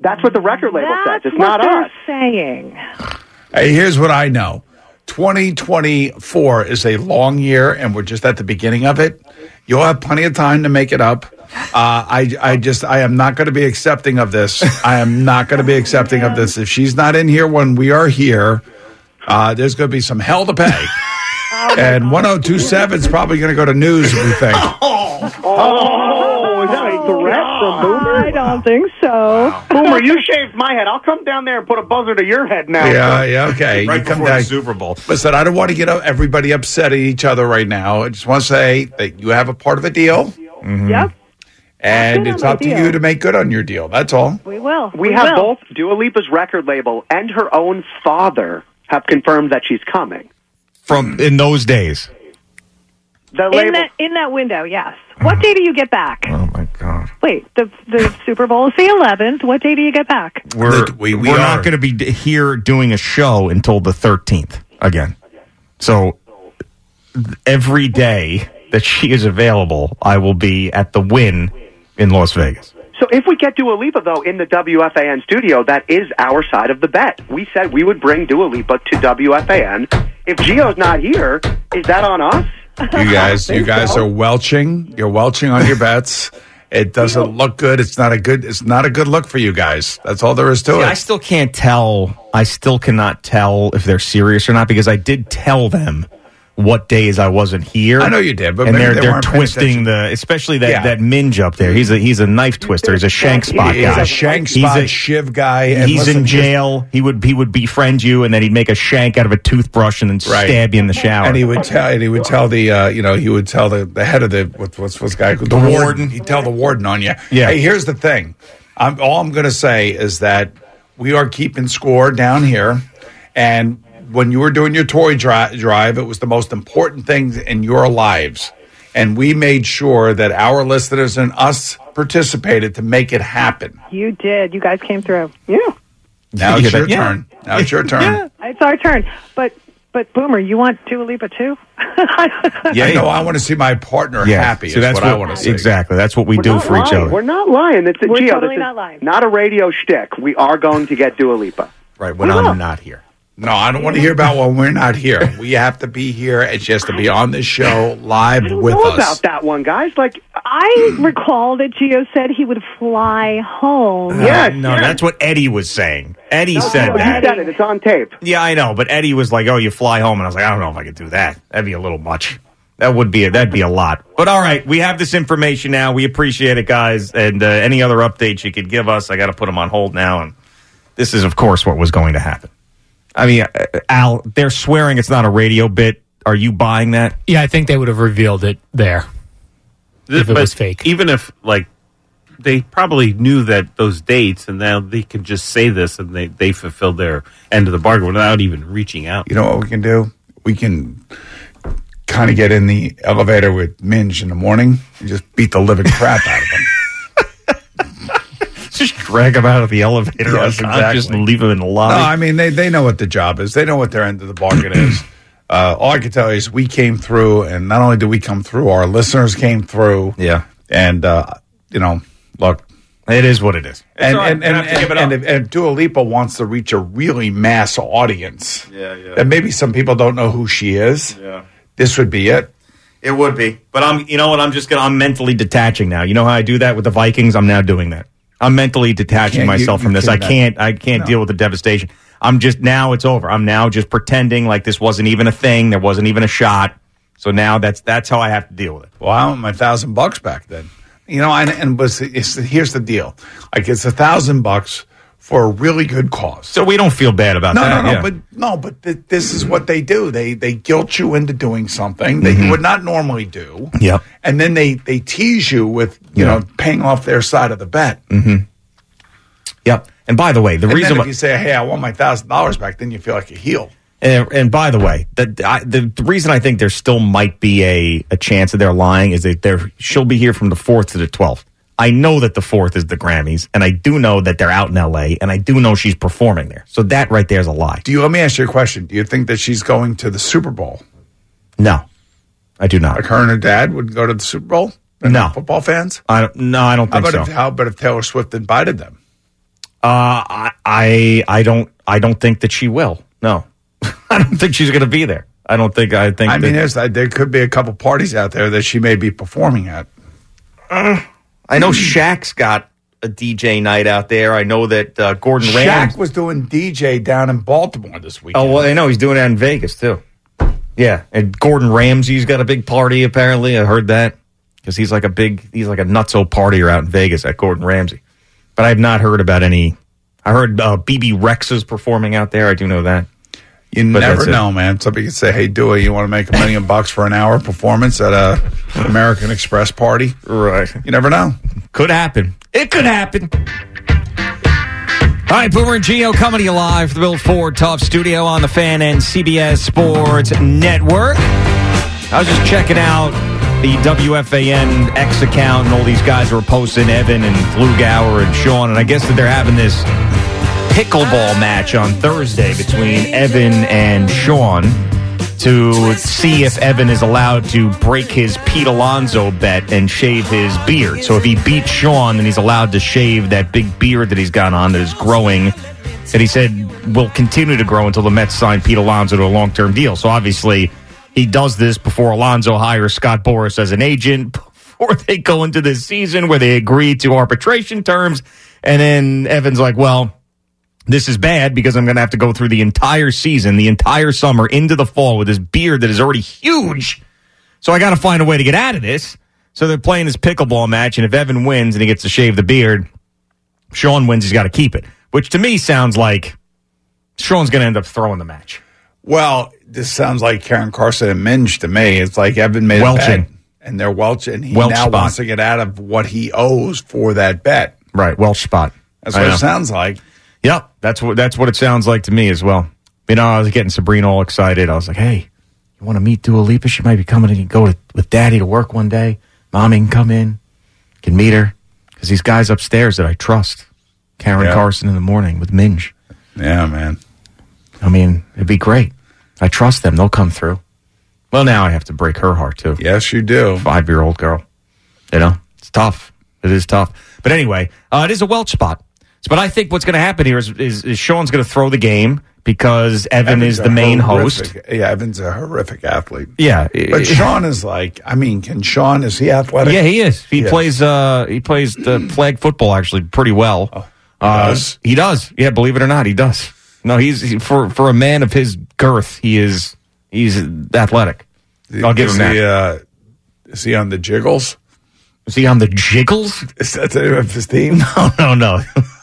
Speaker 21: That's what the record label says.
Speaker 20: That's
Speaker 21: It's
Speaker 20: what
Speaker 21: not
Speaker 20: they're
Speaker 21: us.
Speaker 20: saying.
Speaker 4: Hey, here's what I know 2024 is a long year, and we're just at the beginning of it. You'll have plenty of time to make it up. Uh, I, I just, I am not going to be accepting of this. I am not going to be accepting of this. If she's not in here when we are here, uh, there's going to be some hell to pay. and 1027 is probably going to go to news, we think.
Speaker 21: Oh, is that a threat from Boomer?
Speaker 20: I don't think so.
Speaker 21: Boomer, you shaved my head. I'll come down there and put a buzzer to your head now.
Speaker 4: Yeah, yeah, okay.
Speaker 3: Right before the
Speaker 4: Super Bowl. Listen, I don't want to get everybody upset at each other right now. I just want to say that you have a part of a deal.
Speaker 20: Mm-hmm. Yep,
Speaker 4: And
Speaker 20: Good on
Speaker 4: it's
Speaker 20: my
Speaker 4: up to
Speaker 20: deal.
Speaker 4: you to make good on your deal. That's all.
Speaker 20: we will.
Speaker 21: We, have
Speaker 20: will.
Speaker 21: both Dua Lipa's record label and her own father have confirmed that she's coming.
Speaker 3: From in those days.
Speaker 21: The
Speaker 20: in
Speaker 21: label.
Speaker 20: that in that window. Yes. What day do you get back?
Speaker 3: Oh my God,
Speaker 20: Wait, the the Super Bowl is the 11th. What day do you get back?
Speaker 3: we're
Speaker 4: we-
Speaker 3: we,
Speaker 4: we
Speaker 3: are
Speaker 4: are.
Speaker 3: not going to be d- here doing a show until the thirteenth again. So th- every day that she is available, I will be at the Win in Las Vegas.
Speaker 21: so if we get Dua Lipa though in the WFAN studio, that is our side of the bet. We said we would bring Dua Lipa to WFAN. If Gio's not here, is that on us?
Speaker 4: You guys, you guys are welching. You're welching on your bets. It doesn't look good. It's not a good. It's not a good look for you guys. That's all there is to
Speaker 3: See, I
Speaker 4: it.
Speaker 3: still can't tell. I still cannot tell if they're serious or not because I did tell them what days I wasn't here.
Speaker 4: I know you did, but
Speaker 3: and
Speaker 4: maybe
Speaker 3: they're
Speaker 4: they
Speaker 3: they are
Speaker 4: weren't paying
Speaker 3: twisting the, especially that
Speaker 4: Yeah.
Speaker 3: that minge up there. He's a he's a knife twister. He's a shank spot
Speaker 4: He's
Speaker 3: guy.
Speaker 4: a shank
Speaker 3: He's
Speaker 4: spot
Speaker 3: a-
Speaker 4: shiv guy. And
Speaker 3: He's
Speaker 4: listen,
Speaker 3: in jail. he would he would befriend you, and then he'd make a shank out of a toothbrush and then
Speaker 4: Right.
Speaker 3: stab you in the shower.
Speaker 4: And he would tell. And he would tell the. Uh, you know, he would tell the, the head of the what, what's what's guy the, warden.
Speaker 3: warden.
Speaker 4: He'd tell the warden on you.
Speaker 3: Yeah.
Speaker 4: Hey, here's the thing. I'm all I'm going to say is that we are keeping score down here, and when you were doing your toy dri- drive, it was the most important thing in your lives, and we made sure that our listeners and us participated to make it happen.
Speaker 20: You did. You guys came through. Yeah.
Speaker 4: Now
Speaker 3: Yeah,
Speaker 4: it's your
Speaker 3: that- yeah.
Speaker 4: turn. Now it's your turn.
Speaker 20: It's our turn. But but Boomer, you want Dua Lipa too?
Speaker 4: Yeah, no, I want to see my partner happy.
Speaker 3: So
Speaker 4: is
Speaker 3: that's
Speaker 4: what, I want to see.
Speaker 3: Exactly. That's what we
Speaker 21: We're
Speaker 3: do
Speaker 21: not
Speaker 3: for each
Speaker 21: lying.
Speaker 3: other.
Speaker 21: We're not lying. It's,
Speaker 20: We're
Speaker 21: Gio,
Speaker 20: totally
Speaker 21: this is
Speaker 20: not lying.
Speaker 21: Not a radio shtick. We are going to get Dua Lipa.
Speaker 3: right. When
Speaker 20: We
Speaker 3: I'm
Speaker 20: will.
Speaker 3: not here.
Speaker 4: No, I don't want to hear about when we're not here. We have to be here. and she has to be on this show live
Speaker 21: I don't
Speaker 4: with
Speaker 21: know
Speaker 4: us. Hmm.
Speaker 21: about that one, guys. Like,
Speaker 20: I recall that Gio said he would fly
Speaker 4: Um,
Speaker 20: home.
Speaker 21: yes,
Speaker 3: no,
Speaker 21: yes.
Speaker 3: that's what Eddie was saying. Eddie
Speaker 21: No,
Speaker 3: said
Speaker 21: no,
Speaker 3: that.
Speaker 21: You said it. It's on tape.
Speaker 3: Yeah, I know, but Eddie was like, "Oh, you fly home," and I was like, "I don't know if I could do that. That'd be a little much. That would be that'd be a lot." But all right, we have this information now. We appreciate it, guys. And uh, any other updates you could give us, I got to put them on hold now. And this is, of course, what was going to happen. I mean, uh, Al, they're swearing it's not a radio bit. Are you buying that?
Speaker 32: Yeah, I think they would have revealed it there. If it
Speaker 26: But
Speaker 32: was fake.
Speaker 26: Even if like they probably knew that those dates, and now they could just say this, and they they fulfilled their end of the bargain without even reaching out.
Speaker 4: You know what we can do? We can kind of get in the elevator with Minge in the morning and just beat the living crap out of him.
Speaker 3: Just drag them out of the elevator,
Speaker 4: Yes,
Speaker 3: unconscious,
Speaker 4: exactly.
Speaker 3: and leave them in the
Speaker 4: No,
Speaker 3: lobby.
Speaker 4: I mean they they know what the job is. They know what their end of the bargain is. Uh, all I can tell you is we came through, and not only did we come through, our listeners came through.
Speaker 31: Yeah,
Speaker 4: and uh, you know, look,
Speaker 3: it is what it is.
Speaker 4: And
Speaker 3: all right.
Speaker 4: and
Speaker 3: You
Speaker 4: and,
Speaker 3: don't have to give
Speaker 4: and,
Speaker 3: it
Speaker 4: and, if, and Dua Lipa wants to reach a really mass audience.
Speaker 22: Yeah, yeah.
Speaker 4: And maybe some people don't know who she is.
Speaker 22: Yeah.
Speaker 4: This would be it.
Speaker 3: It would be. But I'm, you know what? I'm just gonna. I'm mentally detaching now. You know how I do that with the Vikings? I'm now doing that. I'm mentally detaching
Speaker 4: You can't- you-
Speaker 3: myself from
Speaker 4: you
Speaker 3: this. I
Speaker 4: cannot-
Speaker 3: can't. I can't
Speaker 4: No.
Speaker 3: deal with the devastation. I'm just now. It's over. I'm now just pretending like this wasn't even a thing. There wasn't even a shot. So now that's that's how I have to deal with it.
Speaker 4: Well, I want my thousand bucks back then. You know, and, and but it's, here's the deal: like it's a thousand bucks for a really good cause.
Speaker 3: So we don't feel bad about
Speaker 4: no, No,
Speaker 3: that.
Speaker 4: no,
Speaker 3: yeah.
Speaker 4: but no, but th- this is what they do. They they guilt you into doing something that
Speaker 3: Mm-hmm.
Speaker 4: you would not normally do,
Speaker 3: Yep.
Speaker 4: and then they they tease you with you know paying off their side of the bet.
Speaker 3: hmm Yep. And by the way, the
Speaker 4: and
Speaker 3: reason
Speaker 4: then
Speaker 3: why
Speaker 4: if you say, "Hey, I want my thousand dollars back," then you feel like a heel.
Speaker 3: And, and by the way, the, I, the the reason I think there still might be a, a chance that they're lying is that they're, she'll be here from the 4th to the 12th. I know that the 4th is the Grammys, and I do know that they're out in LA, and I do know she's performing there. So that right there is a lie.
Speaker 4: Do you? Let me ask you a question. Do you think that she's going to the Super Bowl?
Speaker 3: No, I do not.
Speaker 4: Like her and her dad would go to the Super Bowl. They're
Speaker 3: No. Uh,
Speaker 4: not football fans.
Speaker 3: I don't, no, I don't
Speaker 4: How
Speaker 3: think
Speaker 4: about
Speaker 3: so.
Speaker 4: if, how about if Taylor Swift invited them?
Speaker 3: Uh, I, I I don't I don't think that she will. No, I don't think she's going to be there. I don't think I think.
Speaker 4: I mean,
Speaker 3: that-
Speaker 4: there's, there could be a couple parties out there that she may be performing at.
Speaker 3: I know Shaq's got a DJ night out there. I know that uh, Gordon
Speaker 4: Shaq
Speaker 3: Ramsay.
Speaker 4: was doing DJ down in Baltimore this week.
Speaker 3: Oh well, I know he's doing that in Vegas too. Yeah, and Gordon Ramsay's got a big party. Apparently, I heard that because he's like a big, he's like a nutso partier out in Vegas at Gordon Ramsay. But I've not heard about any. I heard uh, BB Rex is performing out there. I do know that.
Speaker 4: You Never know, man. Somebody could say, "Hey, Dua, you want to make a million bucks for an hour performance at a American Express party?"
Speaker 3: Right.
Speaker 4: You never know.
Speaker 3: Could happen. It could happen. All right, Boomer and Geo coming to you live from the Bill Ford Top Studio on the Fan and CBS Sports Network. I was just checking out the WFAN X account and all these guys were posting Evan and Flugauer and Sean, and I guess that they're having this pickleball match on Thursday between Evan and Sean to see if Evan is allowed to break his Pete Alonso bet and shave his beard. So if he beats Sean, then he's allowed to shave that big beard that he's got on that is growing. That he said will continue to grow until the Mets sign Pete Alonso to a long term deal. So obviously, he does this before Alonso hires Scott Boris as an agent, before they go into this season where they agree to arbitration terms. And then Evan's like, well, this is bad because I'm going to have to go through the entire season, the entire summer into the fall with this beard that is already huge. So I got to find a way to get out of this. So they're playing this pickleball match, and if Evan wins and he gets to shave the beard, Sean wins, he's got to keep it, which to me sounds like Sean's going to end up throwing the match.
Speaker 4: Well, this sounds like Karen Carson and Minge to me. It's like Evan made a
Speaker 3: Welching.
Speaker 4: bet, and they're welching. And he
Speaker 3: Welch
Speaker 4: now
Speaker 3: spot.
Speaker 4: wants to get out of what he owes for that bet.
Speaker 3: Right, Welsh spot.
Speaker 4: That's what it sounds like.
Speaker 3: Yep, that's what that's what it sounds like to me as well. You know, I was getting Sabrina all excited. I was like, "Hey, you want to meet Dua Lipa? She might be coming and you can go to, with Daddy to work one day. Mommy can come in, can meet her because these guys upstairs that I trust, Karen
Speaker 4: Yeah.
Speaker 3: Carson in the morning with Minge.
Speaker 4: Yeah, man.
Speaker 3: I mean, it'd be great. I trust them; they'll come through. Well, now I have to break her heart too.
Speaker 4: Yes, you do.
Speaker 3: Five year old girl. You know, it's tough. It is tough. But anyway, uh, it is a Welch spot. But I think what's going to happen here is, is, is Sean's going to throw the game because Evan
Speaker 4: Evan's
Speaker 3: is
Speaker 4: a
Speaker 3: the main
Speaker 4: horrific-
Speaker 3: host.
Speaker 4: Yeah, Evan's a horrific athlete.
Speaker 3: Yeah,
Speaker 4: But Sean is like, I mean, can Sean is he athletic?
Speaker 3: Yeah, he is. He
Speaker 4: Yes.
Speaker 3: plays. Uh, he plays the flag football actually pretty well. Uh,
Speaker 4: Oh, does?
Speaker 3: He does. Yeah, believe it or not, he does. No, he's he- for for a man of his girth, he is he's athletic. I'll give
Speaker 4: is
Speaker 3: him that.
Speaker 4: He, uh, is he on the Jiggles?
Speaker 3: Is he on the Jiggles?
Speaker 4: Is that the name of his team?
Speaker 3: No, no, no.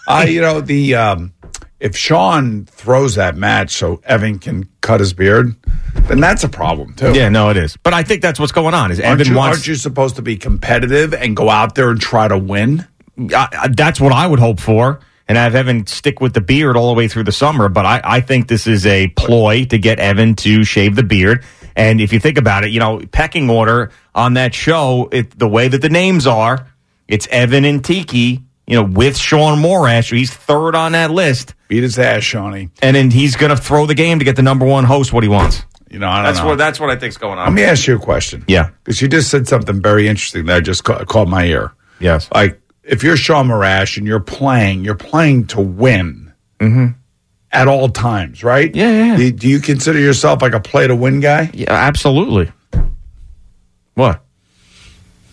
Speaker 4: I, you know, the um, if Sean throws that match so Evan can cut his beard, then that's a problem too.
Speaker 3: Yeah, no, it is. But I think that's what's going on. Is
Speaker 4: Aren't
Speaker 3: Evan
Speaker 4: you,
Speaker 3: wants?
Speaker 4: aren't you supposed to be competitive and go out there and try to win?
Speaker 3: I, I- that's what I would hope for, and have Evan stick with the beard all the way through the summer. But I, I think this is a ploy to get Evan to shave the beard. And if you think about it, you know, pecking order on that show, it, the way that the names are, it's Evan and Tiki, you know, with Sean Morash. He's third on that list.
Speaker 4: Beat his ass, Shawnee.
Speaker 3: And then he's going to throw the game to get the number one host what he wants.
Speaker 4: You know, I don't
Speaker 22: that's
Speaker 4: know.
Speaker 22: what that's what I think's going on.
Speaker 4: Let me ask you a question.
Speaker 3: Yeah.
Speaker 4: Because you just said something very interesting that just ca- caught my ear.
Speaker 3: Yes.
Speaker 4: Like, if you're Shaw Marash and you're playing, you're playing to win
Speaker 3: Mm-hmm.
Speaker 4: at all times, right? Yeah, yeah. Do, do you consider yourself like a play to win guy?
Speaker 3: Yeah, absolutely. What?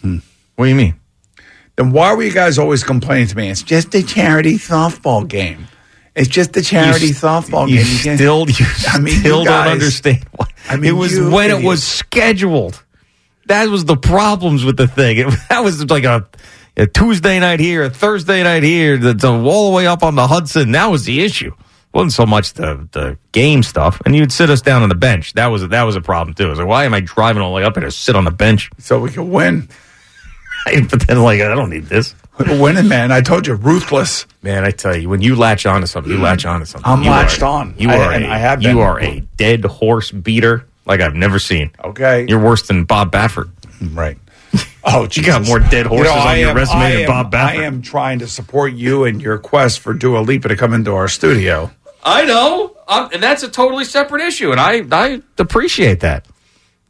Speaker 3: What do you mean?
Speaker 4: Hmm. Then why were you guys always complaining to me? It's just a charity softball game. It's just a charity
Speaker 3: You s-
Speaker 4: softball
Speaker 3: you
Speaker 4: game. can't-
Speaker 3: still- you still don't understand why-
Speaker 4: I mean,
Speaker 3: it was
Speaker 4: you
Speaker 3: when it
Speaker 4: idiots.
Speaker 3: was scheduled. That was the problems with the thing. It, that was like a, a Tuesday night here, a Thursday night here, the, the all the way up on the Hudson. That was the issue. wasn't so much the, the game stuff. And you'd sit us down on the bench. That was that was a problem too. It was like, why am I driving all the way up here to sit on the bench
Speaker 4: so we can win?
Speaker 3: but then, like, I don't need this.
Speaker 4: We're winning, man. I told you, ruthless.
Speaker 3: Man, I tell you, when you latch on to something, you latch on to something.
Speaker 4: I'm
Speaker 3: You are-
Speaker 4: latched on.
Speaker 3: You
Speaker 4: I-
Speaker 3: are.
Speaker 4: and
Speaker 3: a-
Speaker 4: I have
Speaker 3: You
Speaker 4: been.
Speaker 3: are a dead horse beater like I've never seen.
Speaker 4: Okay,
Speaker 3: you're worse than Bob Baffert.
Speaker 4: Right. Oh,
Speaker 3: you got more
Speaker 4: You
Speaker 3: dead
Speaker 4: know,
Speaker 3: horses
Speaker 4: I
Speaker 3: on your
Speaker 4: am-
Speaker 3: resume
Speaker 4: I
Speaker 3: than
Speaker 4: am-
Speaker 3: Bob
Speaker 4: I
Speaker 3: Baffert.
Speaker 4: am trying to support you and your quest for Dua Lipa to come into our studio.
Speaker 22: I know, um, and that's a totally separate issue. And I, I
Speaker 3: appreciate that.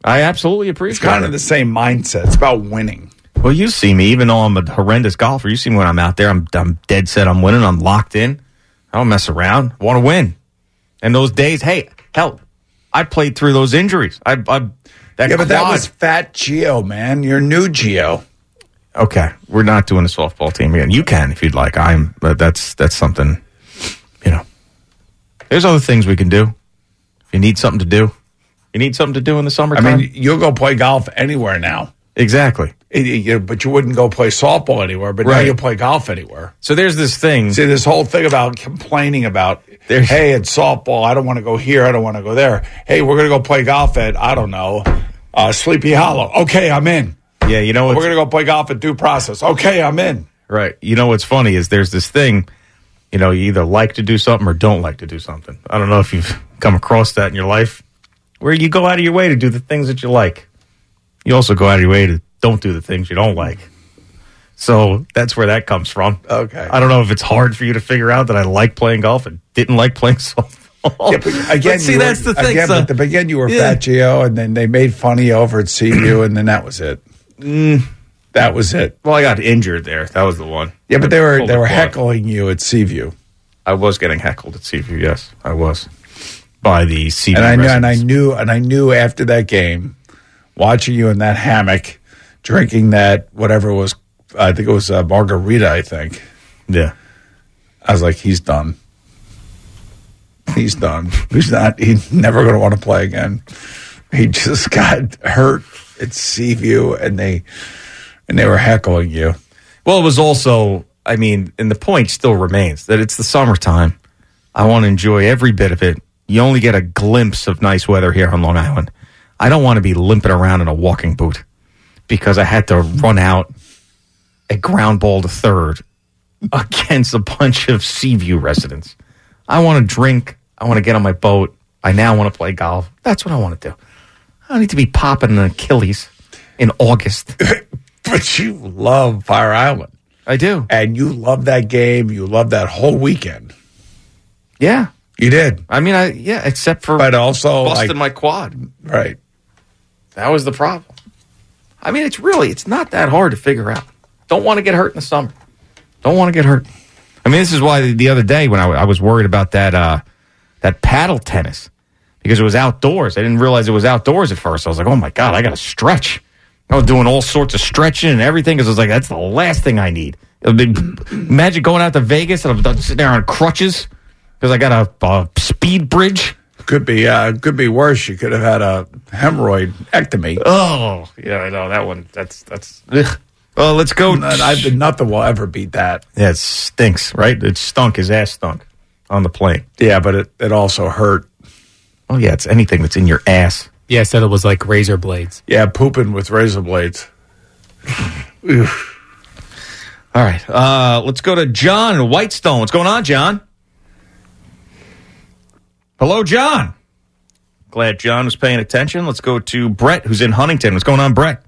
Speaker 3: I absolutely appreciate.
Speaker 4: It's kind of the same mindset. It's about winning.
Speaker 3: Well, you see me, even though I'm a horrendous golfer. You see me when I'm out there. I'm I'm dead set. I'm winning. I'm locked in. I don't mess around. I want to win. And those days, hey, hell, I played through those injuries. I, I that
Speaker 4: yeah, but that
Speaker 3: quad-
Speaker 4: was Fat Geo, man. Your new Geo.
Speaker 3: okay, we're not doing a softball team again. You can if you'd like. I'm, but that's that's something. You know, there's other things we can do. If you need something to do, you need something to do in the summertime.
Speaker 4: I mean, you'll go play golf anywhere now.
Speaker 3: Exactly.
Speaker 4: It- it- you- but you wouldn't go play softball anywhere. But now
Speaker 3: Right.
Speaker 4: you'll play golf anywhere.
Speaker 3: so there's this thing.
Speaker 4: See this whole thing about complaining about hey, it's softball. I don't want to go here. I don't want to go there. Hey, we're gonna go play golf at I don't know, uh, Sleepy Hollow. Okay, I'm in.
Speaker 3: Yeah, you know
Speaker 4: we're gonna go play golf at Due Process. Okay, I'm in.
Speaker 3: Right. You know what's funny is there's this thing, you know, you either like to do something or don't like to do something. I don't know if you've come across that in your life where you go out of your way to do the things that you like. You also go out of your way to don't do the things you don't like. So that's where that comes from.
Speaker 4: Okay.
Speaker 3: I don't know if it's hard for you to figure out that I like playing golf and didn't like playing softball.
Speaker 4: Again,
Speaker 3: But see,
Speaker 4: you were-
Speaker 3: that's the thing.
Speaker 4: Again,
Speaker 3: so-
Speaker 4: but the, again, you were
Speaker 3: Yeah.
Speaker 4: Fat Geo, and then they made fun of you over at CU, and then that was it.
Speaker 3: Mm.
Speaker 4: That was it.
Speaker 3: Well, I got injured there. That was the one.
Speaker 4: Yeah, but they were
Speaker 3: Pulled
Speaker 4: they
Speaker 3: the
Speaker 4: were
Speaker 3: quad.
Speaker 4: heckling you at Seaview,
Speaker 3: I was getting heckled at Seaview. Yes, I was by the Seaview.
Speaker 4: and I knew, and
Speaker 3: residents.
Speaker 4: I knew, and I knew after that game, watching you in that hammock, drinking that whatever it was, I think it was uh, margarita. I think.
Speaker 3: Yeah,
Speaker 4: I was like, he's done. He's done. He's not. He's never going to want to play again. He just got hurt at Seaview, and they and they were heckling you.
Speaker 3: Well, it was also, I mean, and the point still remains that it's the summertime. I want to enjoy every bit of it. You only get a glimpse of nice weather here on Long Island. I don't want to be limping around in a walking boot because I had to run out a ground ball to third against a bunch of Seaview residents. I want to drink. I want to get on my boat. I now want to play golf. That's what I want to do. I don't need to be popping an Achilles in August.
Speaker 4: But you love Fire Island.
Speaker 3: I do.
Speaker 4: And you love that game. You love that whole weekend.
Speaker 3: Yeah.
Speaker 4: You did.
Speaker 3: I mean, I yeah, except for
Speaker 4: but also
Speaker 3: busting
Speaker 4: like,
Speaker 3: my quad.
Speaker 4: right.
Speaker 3: That was the problem. I mean, it's really it's not that hard to figure out. Don't want to get hurt in the summer. Don't want to get hurt. I mean, this is why the- the other day when I, w- I was worried about that uh, that paddle tennis because it was outdoors. I didn't realize it was outdoors at first. I was like, oh my god, I got to stretch. I was doing all sorts of stretching and everything because I was like, that's the last thing I need. It'd be- Imagine going out to Vegas and I'm done sitting there on crutches because I got a, a speed bridge.
Speaker 4: Could be uh, could be worse. You could have had a hemorrhoid ectomy.
Speaker 3: Oh yeah, I know that one. That's that's. Ugh. Well, let's go.
Speaker 4: I've been, nothing will ever beat that.
Speaker 3: Yeah, it stinks, right? It stunk. His ass stunk on the plane.
Speaker 4: Yeah, but it, it also hurt.
Speaker 3: Oh yeah, it's anything that's in your ass.
Speaker 32: Yeah, I said it was like razor blades.
Speaker 4: Yeah, pooping with razor blades.
Speaker 3: All right, uh, let's go to John in Whitestone. What's going on, John? Hello, John. Glad John was paying attention. Let's go to Brett, who's in Huntington. What's going on, Brett?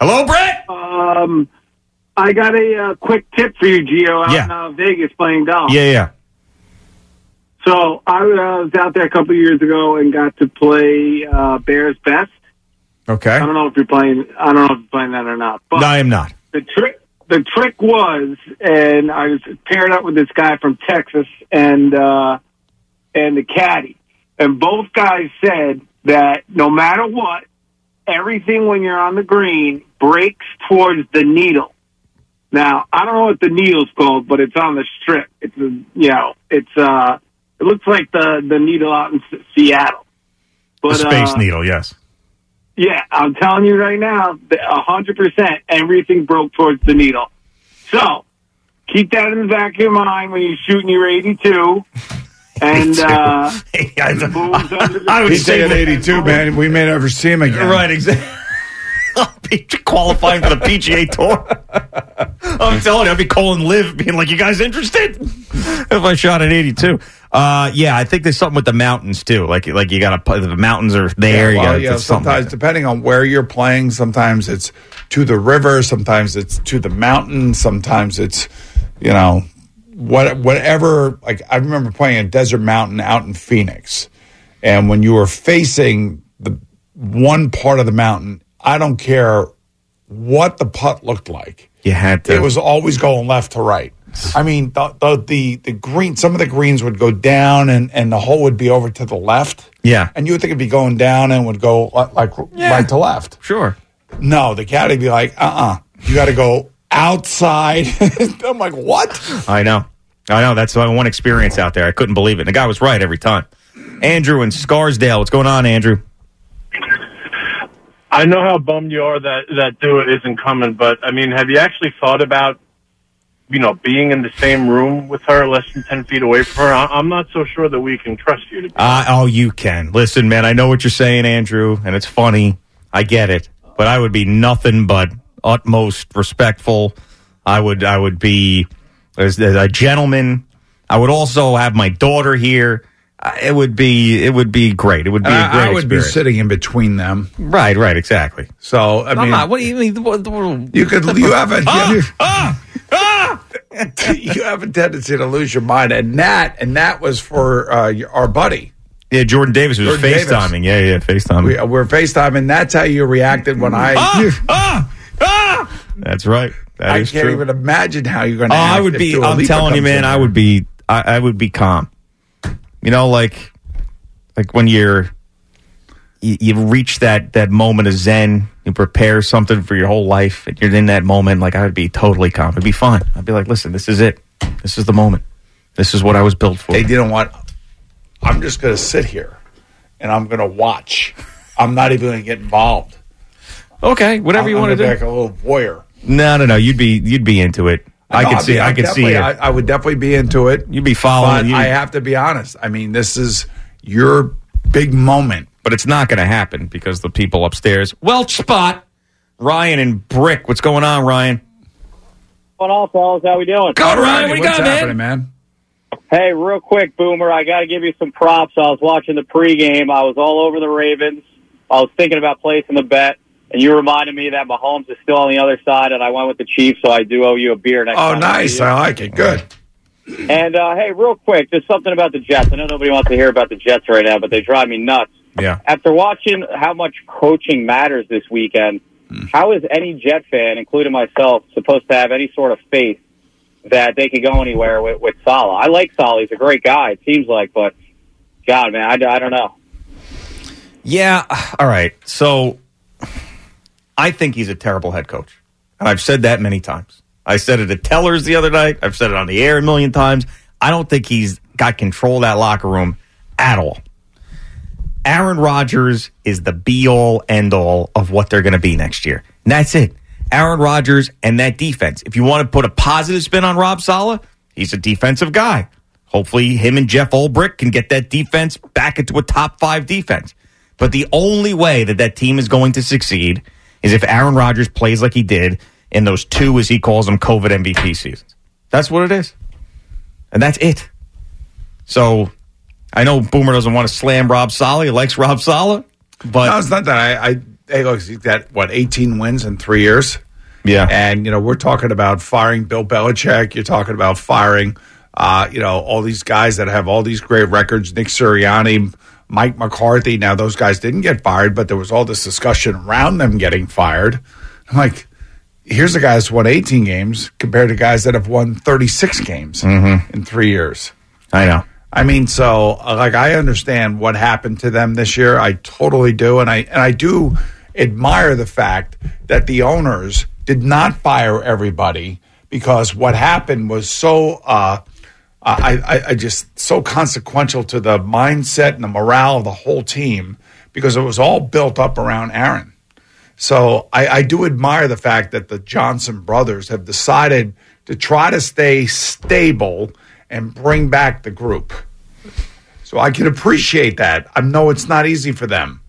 Speaker 3: Hello, Brett.
Speaker 23: Um, I got a uh, quick tip for you, Gio, out
Speaker 3: Yeah.
Speaker 23: in uh, Vegas playing golf.
Speaker 3: yeah.
Speaker 23: So I was out there a couple years ago and got to play uh, Bears Best.
Speaker 4: Okay.
Speaker 23: I don't know if you're playing. I don't know if you're playing that or not. But
Speaker 3: No, I am not.
Speaker 23: the trick the trick was and I was paired up with this guy from Texas and uh and the caddy. And both guys said that no matter what, everything when you're on the green breaks towards the needle. Now, I don't know what the needle's called, but it's on the strip. It's a, you know, it's uh it looks like the the needle out in S- Seattle.
Speaker 3: the Space
Speaker 23: uh,
Speaker 3: Needle, yes.
Speaker 23: yeah, I'm telling you right now, that 100% everything broke towards the needle. So, keep that in the back of your mind when you shoot and you're 82. And, uh,
Speaker 4: I would say at 82, man. We may never see him again.
Speaker 3: Right, exactly. I'll be qualifying for the PGA Tour. I'm telling you, I'll be calling Liv, being like, "You guys interested?" if I shot at 82, uh, yeah, I think there's something with the mountains too. Like, like you got to the mountains are there.
Speaker 4: Yeah,
Speaker 3: you
Speaker 4: well,
Speaker 3: got
Speaker 4: yeah,
Speaker 3: to something.
Speaker 4: sometimes depending on where you're playing, sometimes it's to the river, sometimes it's to the mountain, sometimes it's you know what whatever. Like I remember playing a desert mountain out in Phoenix, and when you were facing the one part of the mountain, I don't care what the putt looked like.
Speaker 3: You had to.
Speaker 4: It was always going left to right. I mean, the, the the the green. Some of the greens would go down, and and the hole would be over to the left.
Speaker 3: Yeah.
Speaker 4: And you would think it'd be going down and would go li- like right to left.
Speaker 3: Sure.
Speaker 4: No, the caddy would be like, uh uh you got to go outside. I'm like, what?
Speaker 3: I know. I know. That's my one experience out there. I couldn't believe it. And the guy was right every time. Andrew in Scarsdale. What's going on, Andrew?
Speaker 1: I know how bummed you are that that do it isn't coming, but I mean, have you actually thought about, you know, being in the same room with her, less than ten feet away from her? I, I'm not so sure that we can trust you. To
Speaker 3: Uh, oh, you can. Listen, man, I know what you're saying, Andrew, and it's funny. I get it. But I would be nothing but utmost respectful. I would I would be as, as a gentleman. I would also have my daughter here. I- It would be it would be great. It would be
Speaker 4: And
Speaker 3: a great
Speaker 4: I, I would be
Speaker 3: experience.
Speaker 4: sitting in between them.
Speaker 3: Right, right, exactly.
Speaker 4: So Oh, I
Speaker 3: I'm
Speaker 4: mean,
Speaker 3: not- what do you mean? What- what-
Speaker 4: you could you have a
Speaker 3: Ah!
Speaker 4: you have a tendency to lose your mind, and that and that was for uh, your- our buddy.
Speaker 3: Yeah, Jordan Davis was
Speaker 4: Jordan Davis.
Speaker 3: FaceTiming. Yeah, yeah, FaceTiming.
Speaker 4: We, uh, we're FaceTiming. That's how you reacted when I.
Speaker 3: That's right. That
Speaker 4: I
Speaker 3: is
Speaker 4: can't
Speaker 3: true.
Speaker 4: even imagine how you're going to.
Speaker 3: Oh, I would be. I'm telling you, man. I would be. I, I would be calm. You know, like, like when you're, you, you reach that that moment of zen. You prepare something for your whole life, and you're in that moment. Like I would be totally calm. It'd be fine. I'd be like, listen, this is it. This is the moment. This is what I was built for.
Speaker 4: They didn't want. I'm just going to sit here, and I'm going to watch. I'm not even going to get involved.
Speaker 3: Okay, whatever you wanna
Speaker 4: to
Speaker 3: do.
Speaker 4: Like a little voyeur.
Speaker 3: No, no, no. You'd be you'd be into it. I
Speaker 4: No,
Speaker 3: could
Speaker 4: I'd
Speaker 3: see.
Speaker 4: be-
Speaker 3: I could see
Speaker 4: definitely-
Speaker 3: it.
Speaker 4: I, I would definitely be into it.
Speaker 3: You'd be following.
Speaker 4: But
Speaker 3: you-
Speaker 4: I have to be honest. I mean, this is your big moment.
Speaker 3: but it's not going to happen because the people upstairs. Welch spot. Ryan and Brick. What's going on, Ryan?
Speaker 25: What on, fellas? How we doing?
Speaker 3: Go, Ryan. What do you What's got, man? happening,
Speaker 4: man?
Speaker 25: Hey, real quick, Boomer. I got to give you some props. I was watching the pregame. I was all over the Ravens. I was thinking about placing the bet, and you reminded me that Mahomes is still on the other side, and I went with the Chiefs, so I do owe you a beer next
Speaker 4: Oh,
Speaker 25: time.
Speaker 4: nice. I like it. Good.
Speaker 25: And uh, hey, real quick, there's something about the Jets. I know nobody wants to hear about the Jets right now, but they drive me nuts.
Speaker 3: Yeah.
Speaker 25: After watching how much coaching matters this weekend, how is any Jet fan, including myself, supposed to have any sort of faith that they could go anywhere with, with Salah? I like Salah; he's a great guy. It seems like, but God, man, I, I don't know.
Speaker 3: Yeah. All right. So I think he's a terrible head coach. And I've said that many times. I said it at Tellers the other night. I've said it on the air a million times. I don't think he's got control of that locker room at all. Aaron Rodgers is the be all end all of what they're going to be next year. And that's it. Aaron Rodgers and that defense. If you want to put a positive spin on Rob Sala, he's a defensive guy. Hopefully, him and Jeff Olbrick can get that defense back into a top five defense. But the only way that that team is going to succeed is if Aaron Rodgers plays like he did in those two, as he calls them, COVID MVP seasons. That's what it is. And that's it. So I know Boomer doesn't want to slam Rob Sala. He likes Rob Sala, but
Speaker 4: no, it's not that. I, I hey, look, he's got what 18 wins in three years.
Speaker 3: Yeah,
Speaker 4: and you know we're talking about firing Bill Belichick. You're talking about firing Uh, you know, all these guys that have all these great records, Nick Sirianni, Mike McCarthy. Now, those guys didn't get fired, but there was all this discussion around them getting fired. I'm like, here's the guys who won 18 games compared to guys that have won 36 games in three years.
Speaker 3: Mm-hmm. I know.
Speaker 4: I mean, so uh, like I understand what happened to them this year. I totally do, and I and I do admire the fact that the owners did not fire everybody because what happened was so. Uh, I, I, I just so consequential to the mindset and the morale of the whole team because it was all built up around Aaron. So I, I do admire the fact that the Johnson brothers have decided to try to stay stable and bring back the group. So I can appreciate that. I know it's not easy for them,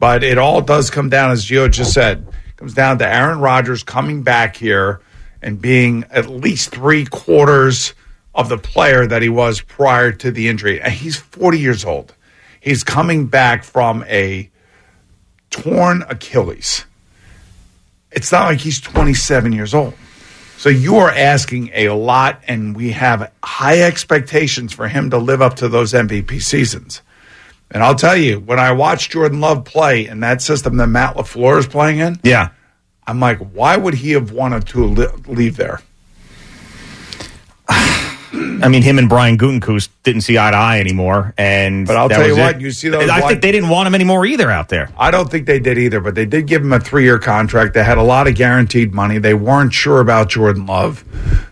Speaker 4: but it all does come down, as Gio just said, comes down to Aaron Rodgers coming back here and being at least three quarters of the player that he was prior to the injury. And he's 40 years old. He's coming back from a torn Achilles. It's not like he's 27 years old. So you are asking a lot, and we have high expectations for him to live up to those MVP seasons. And I'll tell you, when I watch Jordan Love play in that system that Matt LaFleur is playing in,
Speaker 3: yeah,
Speaker 4: I'm like, why would he have wanted to li- leave there?
Speaker 3: I mean, him and Brian Gutekunst didn't see eye to eye anymore, and
Speaker 4: But I'll
Speaker 3: that
Speaker 4: tell you
Speaker 3: was
Speaker 4: what,
Speaker 3: it.
Speaker 4: you see those
Speaker 3: I
Speaker 4: wide-
Speaker 3: think they didn't want him anymore either out there.
Speaker 4: I don't think they did either, but they did give him a three year contract. They had a lot of guaranteed money. They weren't sure about Jordan Love.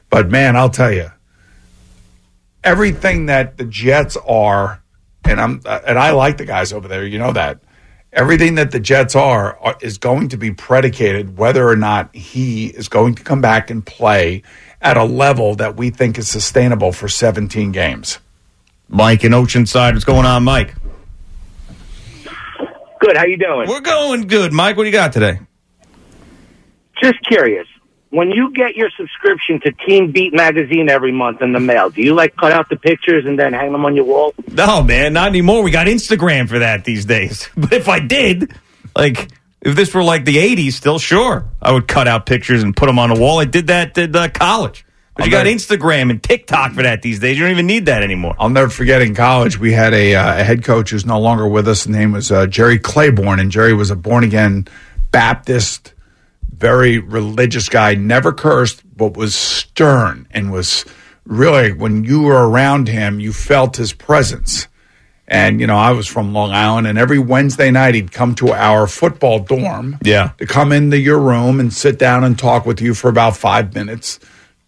Speaker 4: But man, I'll tell you, everything that the Jets are, and I'm uh, and I like the guys over there, you know that. Everything that the Jets are, are is going to be predicated whether or not he is going to come back and play at a level that we think is sustainable for 17 games.
Speaker 3: Mike in Oceanside, what's going on, Mike?
Speaker 18: Good. How you doing?
Speaker 3: We're going good, Mike. What do you got today?
Speaker 18: Just curious. When you get your subscription to Team Beat magazine every month in the mail, do you like cut out the pictures and then hang them on your wall?
Speaker 3: No, man, not anymore. We got Instagram for that these days. But if I did, like, if this were like the '80s, still, sure, I would cut out pictures and put them on a wall. I did that at uh, college. But you got Instagram and TikTok for that these days. You don't even need that anymore.
Speaker 4: I'll never forget in college, we had a, uh, a head coach who's no longer with us. His name was uh, Jerry Claiborne, and Jerry was a born again Baptist, very religious guy, never cursed, but was stern and was really, when you were around him, you felt his presence. And, you know, I was from Long Island, and every Wednesday night he'd come to our football dorm
Speaker 3: Yeah.
Speaker 4: to come into your room and sit down and talk with you for about five minutes.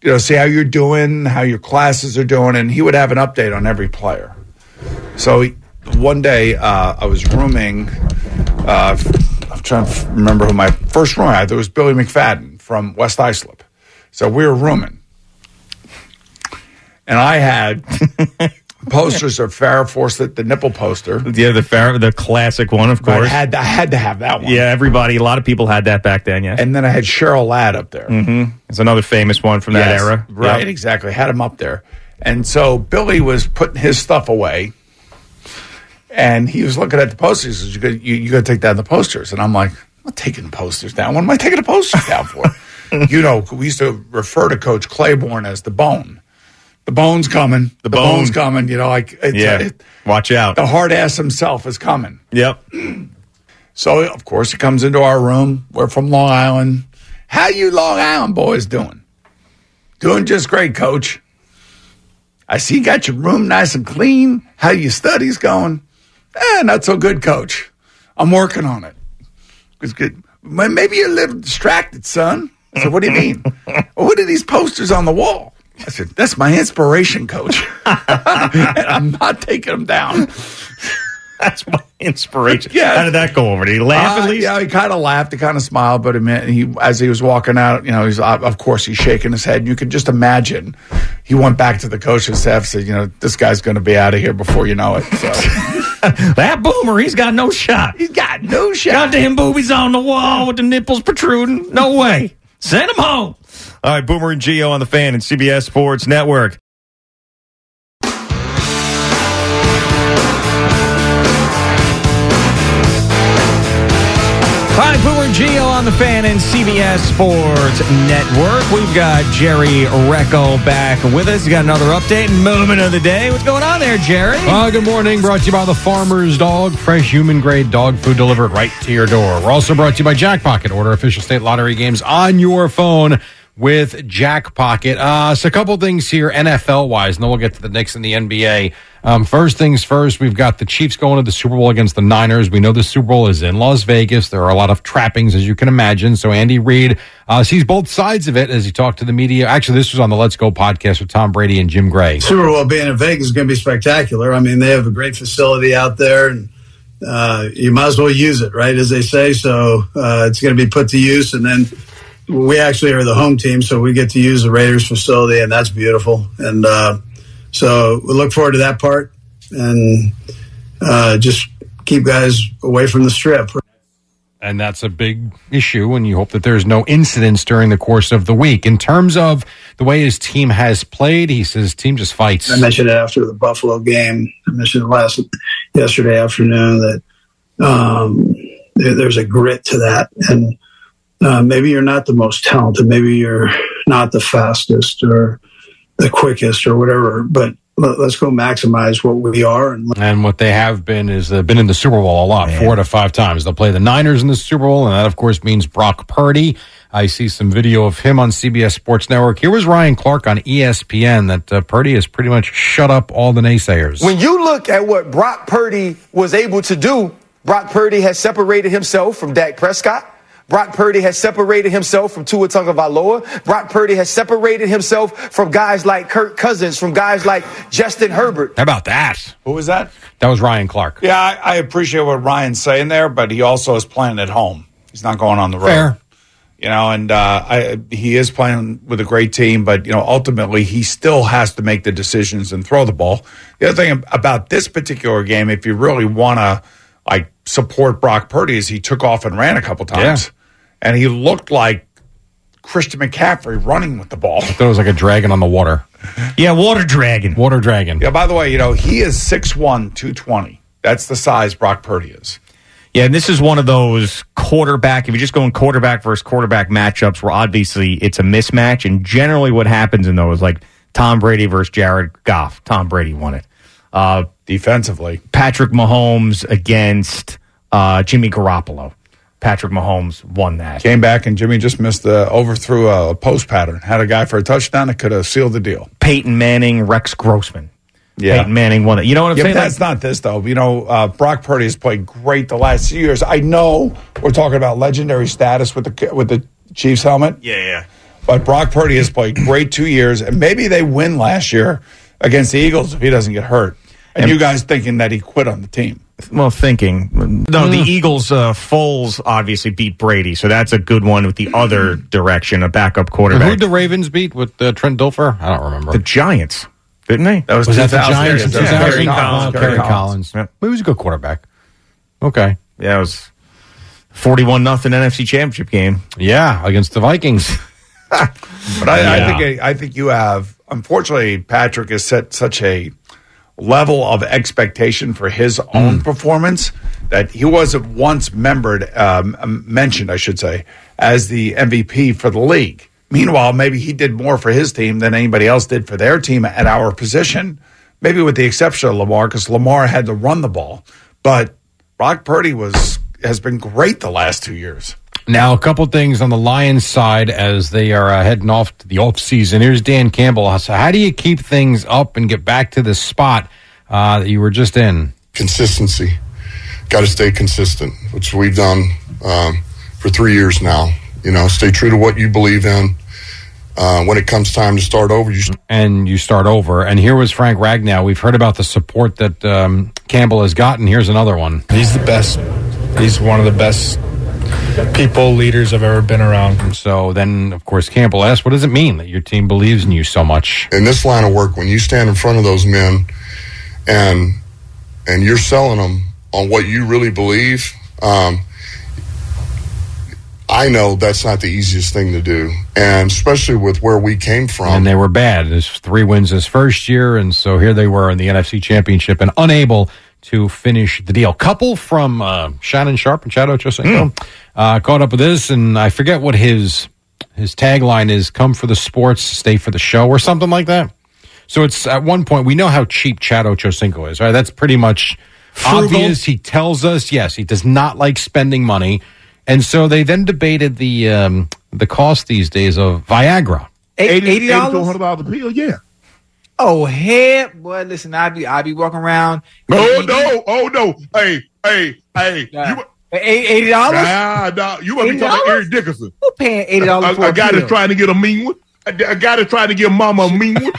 Speaker 4: You know, see how you're doing, how your classes are doing, and he would have an update on every player. So he- one day uh, I was rooming. Uh, I'm trying to f- remember who my first roommate I- there was Billy McFadden from West Islip. So we were rooming, and I had posters of Farrah Fawcett, the nipple poster.
Speaker 3: Yeah, the fair, the classic one, of
Speaker 4: I
Speaker 3: course.
Speaker 4: had I had to have that one.
Speaker 3: yeah, everybody, a lot of people had that back then. Yeah,
Speaker 4: and then I had Cheryl Ladd up there.
Speaker 3: hmm It's another famous one from that
Speaker 4: Yes,
Speaker 3: era.
Speaker 4: Right,
Speaker 3: Yep.
Speaker 4: exactly. Had him up there. And so Billy was putting his stuff away and he was looking at the posters. He says, You gotta, you, you gotta take down the posters. And I'm like, I'm not taking the posters down. What am I taking the posters down for? you know, we used to refer to Coach Claiborne as the bone. The bone's coming. The,
Speaker 3: bone.
Speaker 4: bone's coming. You know, like it's,
Speaker 3: Yeah.
Speaker 4: it- Oh,
Speaker 3: Watch out.
Speaker 4: the hard ass himself is coming.
Speaker 3: Yep.
Speaker 4: So of course he comes into our room. We're from Long Island. How you Long Island boys doing? Doing just great, coach. I see you got your room nice and clean. How your studies going? Eh, not so good, coach. I'm working on it. It's good. "Well, Maybe you're a little distracted, son. I said, what do you mean? "Well, what are these posters on the wall? I said, that's my inspiration, coach. and I'm not taking them down.
Speaker 3: That's my inspiration.
Speaker 4: Yeah.
Speaker 3: How did that go over? Did he laugh
Speaker 4: Uh,
Speaker 3: at least?
Speaker 4: Yeah, he kind of laughed, he kind of smiled, but he, meant he as he was walking out, you know, he's uh, of course he's shaking his head. And you could just imagine he went back to the coaching staff, said, you know, this guy's going to be out of here before you know it. So
Speaker 3: that boomer, he's got no shot. He's
Speaker 4: got no shot.
Speaker 3: Goddamn boobies on the wall with the nipples protruding. No way. Send him home. All right, Boomer and Geo on the fan and CBS Sports Network. Hi, Boomer Geo on the fan and CBS Sports Network. We've got Jerry Recco back with us. He's got another update and moment of the day. What's going on there, Jerry?
Speaker 8: Uh, good morning. Brought to you by the Farmer's Dog. Fresh human grade dog food delivered right to your door. We're also brought to you by Jackpocket. Order official state lottery games on your phone with Jackpocket. Uh, so, a couple things here NFL wise, and then we'll get to the Knicks and the NBA. Um, first things first, we've got the Chiefs going to the Super Bowl against the Niners. We know the Super Bowl is in Las Vegas. There are a lot of trappings, as you can imagine. So, Andy Reid uh, sees both sides of it as he talked to the media. Actually, this was on the Let's Go podcast with Tom Brady and Jim Gray.
Speaker 15: Super Bowl being in Vegas is going to be spectacular. I mean, they have a great facility out there, and uh, you might as well use it, right? As they say, so uh, it's going to be put to use. And then we actually are the home team, so we get to use the Raiders facility, and that's beautiful. And uh, so we look forward to that part, and uh, just keep guys away from the strip.
Speaker 8: and that's a big issue and you hope that there's no incidents during the course of the week in terms of the way his team has played he says team just fights
Speaker 15: I mentioned it after the Buffalo game. I mentioned it last yesterday afternoon that um, there, there's a grit to that, and uh, maybe you're not the most talented, maybe you're not the fastest or the quickest or whatever, but let, let's go maximize what we are and
Speaker 8: and what they have been is they've been in the Super Bowl a lot, four to five times. They'll play the Niners in the Super Bowl, and that of course means Brock Purdy. I see some video of him on CBS Sports Network. Here was Ryan Clark on E ESPN that uh, Purdy has pretty much shut up all the naysayers.
Speaker 5: When you look at what Brock Purdy was able to do, Brock Purdy has separated himself from Dak Prescott. Brock Purdy has separated himself from Tua Tagovailoa. Brock Purdy has separated himself from guys like Kirk Cousins, from guys like Justin Herbert.
Speaker 8: How about that?
Speaker 15: What was that?
Speaker 8: That was Ryan Clark.
Speaker 4: Yeah, I, I appreciate what Ryan's saying there, but he also is playing at home. He's not going on the road.
Speaker 8: Fair.
Speaker 4: You know, and uh, I, he is playing with a great team, but you know, ultimately he still has to make the decisions and throw the ball. The other thing about this particular game, if you really want to like support Brock Purdy, is he took off and ran a couple times, and he looked like Christian McCaffrey running with the ball.
Speaker 8: I thought it was like a dragon on the water.
Speaker 3: Yeah, water dragon.
Speaker 8: Water dragon.
Speaker 4: Yeah, by the way, you know, he is 6'1, 220. That's the size Brock Purdy is.
Speaker 3: Yeah, and this is one of those quarterback, if you're just going quarterback versus quarterback matchups where obviously it's a mismatch. And generally what happens in those, like Tom Brady versus Jared Goff, Tom Brady won it. Uh,
Speaker 4: Defensively.
Speaker 3: Patrick Mahomes against uh, Jimmy Garoppolo. Patrick Mahomes won that.
Speaker 4: Came back and Jimmy just missed the overthrew a post pattern. Had a guy for a touchdown that could have sealed the deal.
Speaker 3: Peyton Manning, Rex Grossman.
Speaker 4: Yeah.
Speaker 3: Peyton Manning won it. You know what I'm
Speaker 4: Yeah, but
Speaker 3: saying?
Speaker 4: That's not this though. You know, uh, Brock Purdy has played great the last few years. I know we're talking about legendary status with the with the Chiefs helmet.
Speaker 26: Yeah, yeah.
Speaker 4: But Brock Purdy has played great two years, and maybe they win last year against the Eagles if he doesn't get hurt. And, you guys thinking that he quit on the team?
Speaker 3: well, thinking. No, the Eagles, uh, Foles obviously beat Brady, so that's a good one with the other direction, a backup quarterback.
Speaker 8: Who'd the Ravens beat with uh, Trent Dilfer? I don't remember.
Speaker 3: The Giants, didn't they?
Speaker 4: That
Speaker 8: was, that the Giants in 2000?
Speaker 3: Kerry
Speaker 8: Oh,
Speaker 3: Collins.
Speaker 8: Kerry Collins. He was a good quarterback. Okay.
Speaker 3: Yeah, it was 41 nothing NFC Championship game.
Speaker 8: Yeah, against the Vikings.
Speaker 4: But I,
Speaker 8: Yeah.
Speaker 4: I think I think you have. Unfortunately, Patrick has set such a level of expectation for his
Speaker 3: Hmm.
Speaker 4: own performance that he wasn't once membered, um, um, mentioned, I should say, as the MVP for the league. Meanwhile, maybe he did more for his team than anybody else did for their team at our position. Maybe with the exception of Lamar, because Lamar had to run the ball. But Brock Purdy was has been great the last two years.
Speaker 8: Now, a couple things on the Lions side as they are uh, heading off to the off season. Here's Dan Campbell. So, how do you keep things up and get back to the spot uh, that you were just in?
Speaker 29: Consistency. Got to stay consistent, which we've done um, for three years now. You know, stay true to what you believe in. Uh, when it comes time to start over, you
Speaker 8: and you start over. And here was Frank Ragnow. We've heard about the support that um, Campbell has gotten. Here's another one.
Speaker 33: He's the best. He's one of the best people, leaders I've ever been around.
Speaker 8: So then, of course, Campbell asked, "What does it mean that your team believes in you so much?"
Speaker 29: in this line of work, when you stand in front of those men and and you're selling them on what you really believe, um, I know that's not the easiest thing to do, and especially with where we came from.
Speaker 8: And they were bad. There's three wins this first year, and so here they were in the NFC Championship and unable to finish the deal. Couple from uh, Shannon Sharp and Shadow Chosenko uh, caught up with this, and I forget what his his tagline is: "Come for the sports, stay for the show," or something like that. So it's at one point we know how cheap Chado Chosinko is, right? That's pretty much
Speaker 4: Frugal.
Speaker 8: obvious. He tells us yes, he does not like spending money, and so they then debated the um, the cost these days of Viagra.
Speaker 6: Eighty dollars, hundred dollars a pill. Yeah. Oh hell, boy! Listen, I be I be walking around.
Speaker 8: Oh,
Speaker 6: no! Oh no! Hey, hey, hey! eighty dollars?
Speaker 23: Nah, nah, you must be talking about
Speaker 6: $80?
Speaker 23: Eric Dickerson.
Speaker 6: Who paying eighty dollars
Speaker 23: A-
Speaker 6: for
Speaker 23: A,
Speaker 6: a
Speaker 23: guy that's
Speaker 6: pill?
Speaker 23: trying to get a mean one. A, a guy that's trying to give mama a mean one.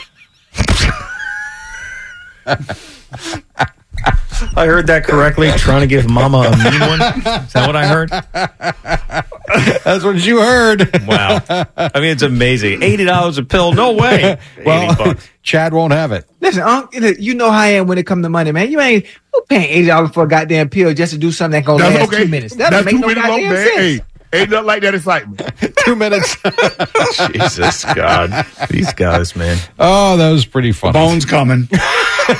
Speaker 3: I heard that correctly. Trying to give Mama a mean one. Is that what I heard?
Speaker 8: That's what you heard.
Speaker 3: Wow. I mean, it's amazing. Eighty dollars a pill? No way.
Speaker 8: well, Chad won't have it.
Speaker 6: Listen, Unc, you know how I am when it come to money, man. You ain't who paying eighty dollars for a goddamn pill just to do something that gonna
Speaker 23: That's
Speaker 6: last
Speaker 23: okay.
Speaker 6: two minutes. That
Speaker 23: That's
Speaker 6: don't make
Speaker 23: two
Speaker 6: no
Speaker 23: minutes long,
Speaker 6: goddamn
Speaker 23: man.
Speaker 6: sense.
Speaker 23: Hey, ain't nothing like that excitement.
Speaker 8: two minutes.
Speaker 3: Jesus God, these guys, man.
Speaker 8: Oh, that was pretty funny.
Speaker 4: Bones coming.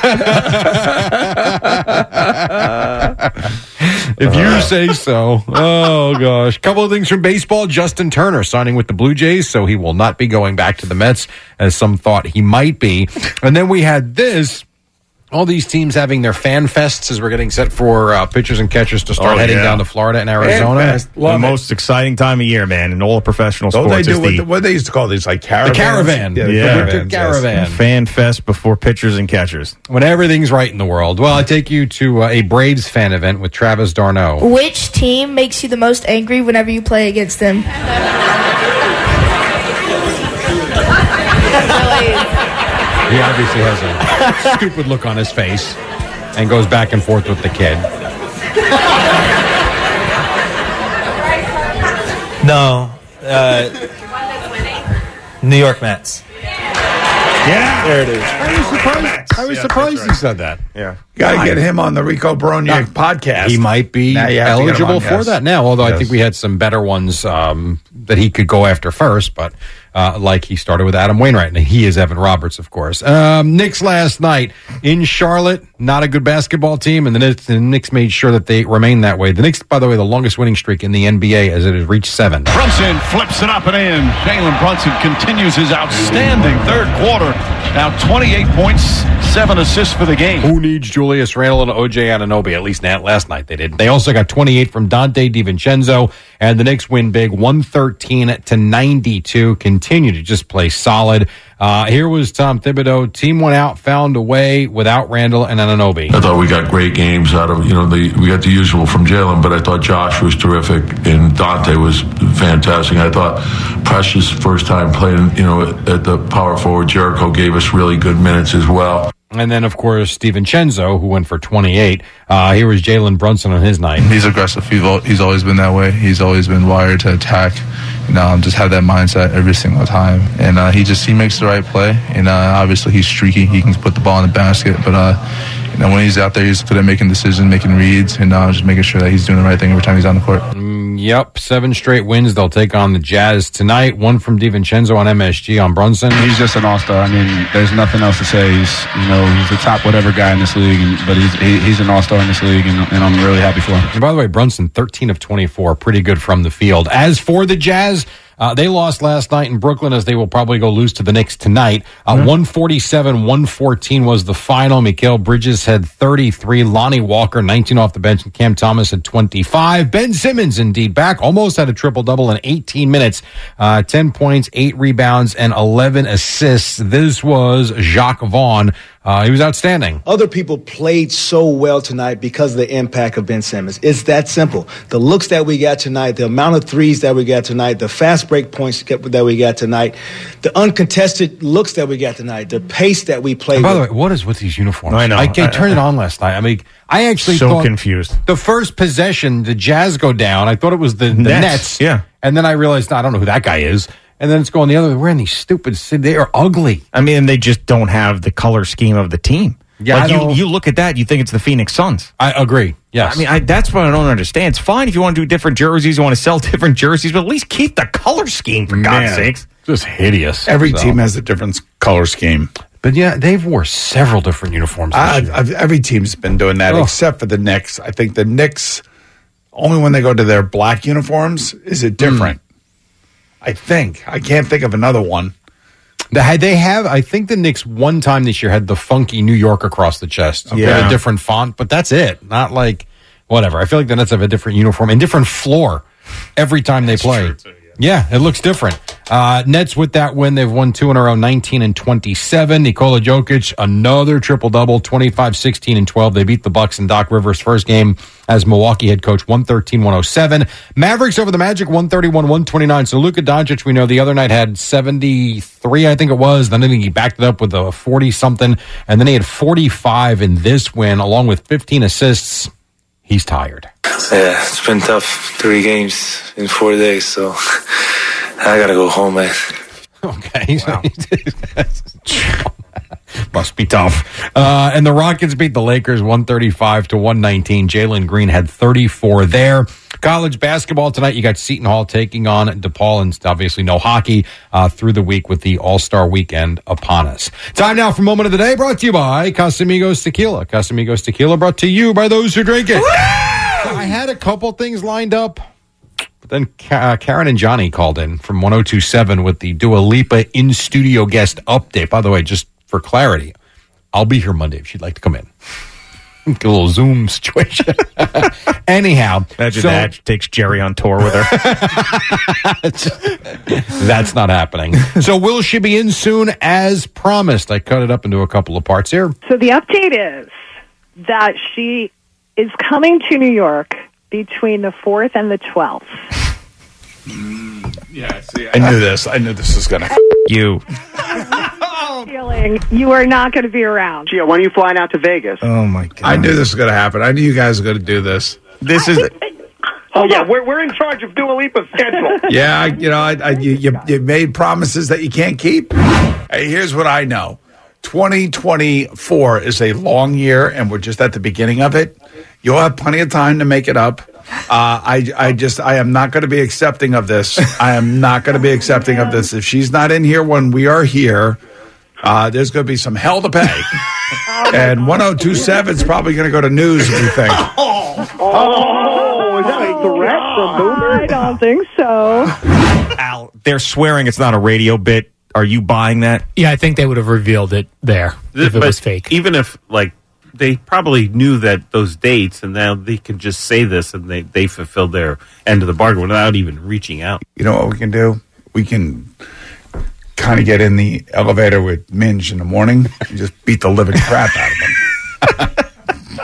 Speaker 8: If you say so. Oh, gosh. Couple of things from baseball. Justin Turner signing with the Blue Jays, so he will not be going back to the Mets, as some thought he might be. And then we had this. All these teams having their fan fests as we're getting set for uh, pitchers and catchers to start
Speaker 3: Oh,
Speaker 8: heading
Speaker 3: yeah.
Speaker 8: down to Florida and Arizona.
Speaker 3: the most exciting time of year, man, in all professional
Speaker 8: Don't they
Speaker 3: sports.
Speaker 8: do
Speaker 3: is
Speaker 8: what
Speaker 3: the,
Speaker 8: the-
Speaker 4: what they used to call these, like
Speaker 8: caravans? caravan.
Speaker 3: Yeah,
Speaker 8: The winter caravan.
Speaker 3: Fan fest before pitchers and catchers.
Speaker 8: When everything's right in the world. Well, I take you to uh, a Braves fan event with Travis Darno.
Speaker 7: Which team makes you the most angry whenever you play against them?
Speaker 8: He obviously has a stupid look on his face and goes back and forth with the kid.
Speaker 28: No. Uh, New York Mets.
Speaker 3: Yeah.
Speaker 28: There it is.
Speaker 4: I was surprised.
Speaker 8: I was surprised he said that.
Speaker 3: Yeah.
Speaker 4: Got to get him on the Rico Broniak podcast.
Speaker 8: He might be
Speaker 4: Now you have to get him
Speaker 8: eligible
Speaker 4: on,
Speaker 8: for
Speaker 4: yes.
Speaker 8: that now, although I
Speaker 4: Yes.
Speaker 8: think we had some better ones um, that he could go after first. But uh, like he started with Adam Wainwright, and he is Evan Roberts, of course. Um, Knicks last night in Charlotte, not a good basketball team, and the Knicks, the Knicks made sure that they remain that way. The Knicks, by the way, the longest winning streak in the NBA as it has reached seven.
Speaker 12: Brunson flips it up and in. Jalen Brunson continues his outstanding third quarter. Now 28 points, seven assists for the game.
Speaker 8: Who needs Julius Randle and OJ Ananobi? At least na- last night they did. They also got 28 from Dante DiVincenzo, and the Knicks win big, 113 to 92. Continue to just play solid. Uh, here was Tom Thibodeau. Team went out, found a way without Randle and Ananobi.
Speaker 10: I thought we got great games out of you know the we got the usual from Jalen, but I thought Josh was terrific and Dante was fantastic. I thought Precious first time playing you know at the power forward Jericho gave us really good minutes as well.
Speaker 8: And then, of course, DiVincenzo, who went for 28. Uh, here was Jalen Brunson on his night.
Speaker 11: He's aggressive. He's al- he's always been that way. He's always been wired to attack. You know, um, just have that mindset every single time. And uh, he just he makes the right play. And uh, obviously he's streaky. He can put the ball in the basket. But uh, you know, when he's out there, he's good at making decisions, making reads, and uh, just making sure that he's doing the right thing every time he's on the court.
Speaker 8: Yep, seven straight wins. They'll take on the Jazz tonight. One from DiVincenzo on MSG on Brunson.
Speaker 24: He's just an all star. I mean, there's nothing else to say. He's, you know, he's the top whatever guy in this league, and, but he's he, he's an all star in this league, and, and I'm really happy for him.
Speaker 8: And by the way, Brunson, 13 of 24, pretty good from the field. As for the Jazz, uh, they lost last night in Brooklyn, as they will probably go lose to the Knicks tonight. Uh, 147 114 was the final. Mikael Bridges had 33. Lonnie Walker, 19 off the bench, and Cam Thomas had 25. Ben Simmons, indeed, back almost had a triple double in 18 minutes uh, 10 points, 8 rebounds, and 11 assists. This was Jacques Vaughn. Uh, he was outstanding.
Speaker 34: Other people played so well tonight because of the impact of Ben Simmons. It's that simple. The looks that we got tonight, the amount of threes that we got tonight, the fast break points that we got tonight, the uncontested looks that we got tonight, the pace that we played.
Speaker 8: And by the
Speaker 34: with.
Speaker 8: way, what is with these uniforms?
Speaker 34: I know.
Speaker 8: I, I turned
Speaker 34: I-
Speaker 8: it on last night. I mean, I actually
Speaker 34: So
Speaker 8: thought-
Speaker 3: confused.
Speaker 8: The first possession, the Jazz go down. I thought it was the, the Nets.
Speaker 3: Nets, yeah.
Speaker 8: and then I realized I don't know who that guy is. And then it's going the other. way. We're in these stupid. ci- They are ugly.
Speaker 3: I mean, they just don't have the color scheme of the team.
Speaker 8: Yeah,
Speaker 3: like
Speaker 8: I
Speaker 3: you,
Speaker 8: don't-
Speaker 3: you look at that, you think it's the Phoenix Suns.
Speaker 8: I agree. Yes.
Speaker 28: I mean, I, that's what I don't understand. It's fine if you want to do different jerseys, you want to sell different jerseys, but at least keep the color scheme, for God's sakes.
Speaker 4: Just hideous. Every
Speaker 28: So-
Speaker 4: team has a different color scheme.
Speaker 8: But yeah, they've wore several different uniforms.
Speaker 4: I, I've, every team's been doing that except for the Knicks. I think the Knicks only when they go to their black uniforms is it different.
Speaker 8: Hmm.
Speaker 4: I think I can't think of another one.
Speaker 8: They had- they have, I think the Knicks one time this year had the funky New York across the chest. Okay,
Speaker 4: Yeah.
Speaker 8: a different font, but that's it. Not like whatever. I feel like the Nets have a different uniform and different floor every time they play. yeah. it looks different. Uh, Nets with that win, they've won two in a row, 19 and 27. Nikola Jokic, another triple double, 25, 16, and 12. They beat the Bucks in Doc Rivers' first game as Milwaukee head coach, 113, 107. Mavericks over the Magic, 131, 129. So Luka Doncic, we know the other night had 73, I think it was. Then I think he backed it up with a 40 something. And then he had 45 in this win, along with 15 assists. He's tired.
Speaker 2: Yeah, it's been tough. Three games in four days, so I gotta go home, man.
Speaker 8: Okay. Must be tough. Uh, and the Rockets beat the Lakers 135 to 119. Jalen Green had 34 there. College basketball tonight, you got Seton Hall taking on DePaul, and obviously no hockey uh, through the week with the All Star weekend upon us. Time now for Moment of the Day, brought to you by Casamigos Tequila. Casamigos Tequila brought to you by those who drink it. I had a couple things lined up. But then Ka- uh, Karen and Johnny called in from 1027 with the Dua Lipa in studio guest update. By the way, just for clarity, I'll be here Monday if she'd like to come in. a little Zoom situation. Anyhow,
Speaker 3: Imagine
Speaker 8: so-
Speaker 3: that. She takes Jerry on tour with her.
Speaker 8: That's not happening. so, will she be in soon as promised? I cut it up into a couple of parts here.
Speaker 31: So the update is that she is coming to New York between the 4th and the 12th.
Speaker 4: Yeah, see, I knew this. I knew this was gonna f- you.
Speaker 31: Feeling you are not going to be around.
Speaker 32: Gio, when are you flying out to Vegas?
Speaker 4: Oh my god! I knew this was gonna happen. I knew you guys were gonna do this. This is.
Speaker 32: Oh, yeah, we're, we're in charge of Dua Lipa's schedule.
Speaker 4: Yeah, I- you know, I, I, you, you, you made promises that you can't keep. Hey, here's what I know 2024 is a long year, and we're just at the beginning of it. You'll have plenty of time to make it up. Uh, I, I just, I am not going to be accepting of this. I am not going to be accepting of this. If she's not in here when we are here, uh, there's going to be some hell to pay. and 1027 is probably going to go to news, if you think.
Speaker 32: Oh, is that a threat from Boomer?
Speaker 31: I don't think so.
Speaker 3: They're swearing it's not a radio bit. Are you buying that?
Speaker 20: Yeah, I think they would have revealed it there if it
Speaker 26: But
Speaker 20: was fake.
Speaker 26: Even if like they probably knew that those dates, and now they could just say this, and they they fulfilled their end of the bargain without even reaching out.
Speaker 4: You know what we can do? We can kind of get in the elevator with Minge in the morning and just beat the living crap out of him.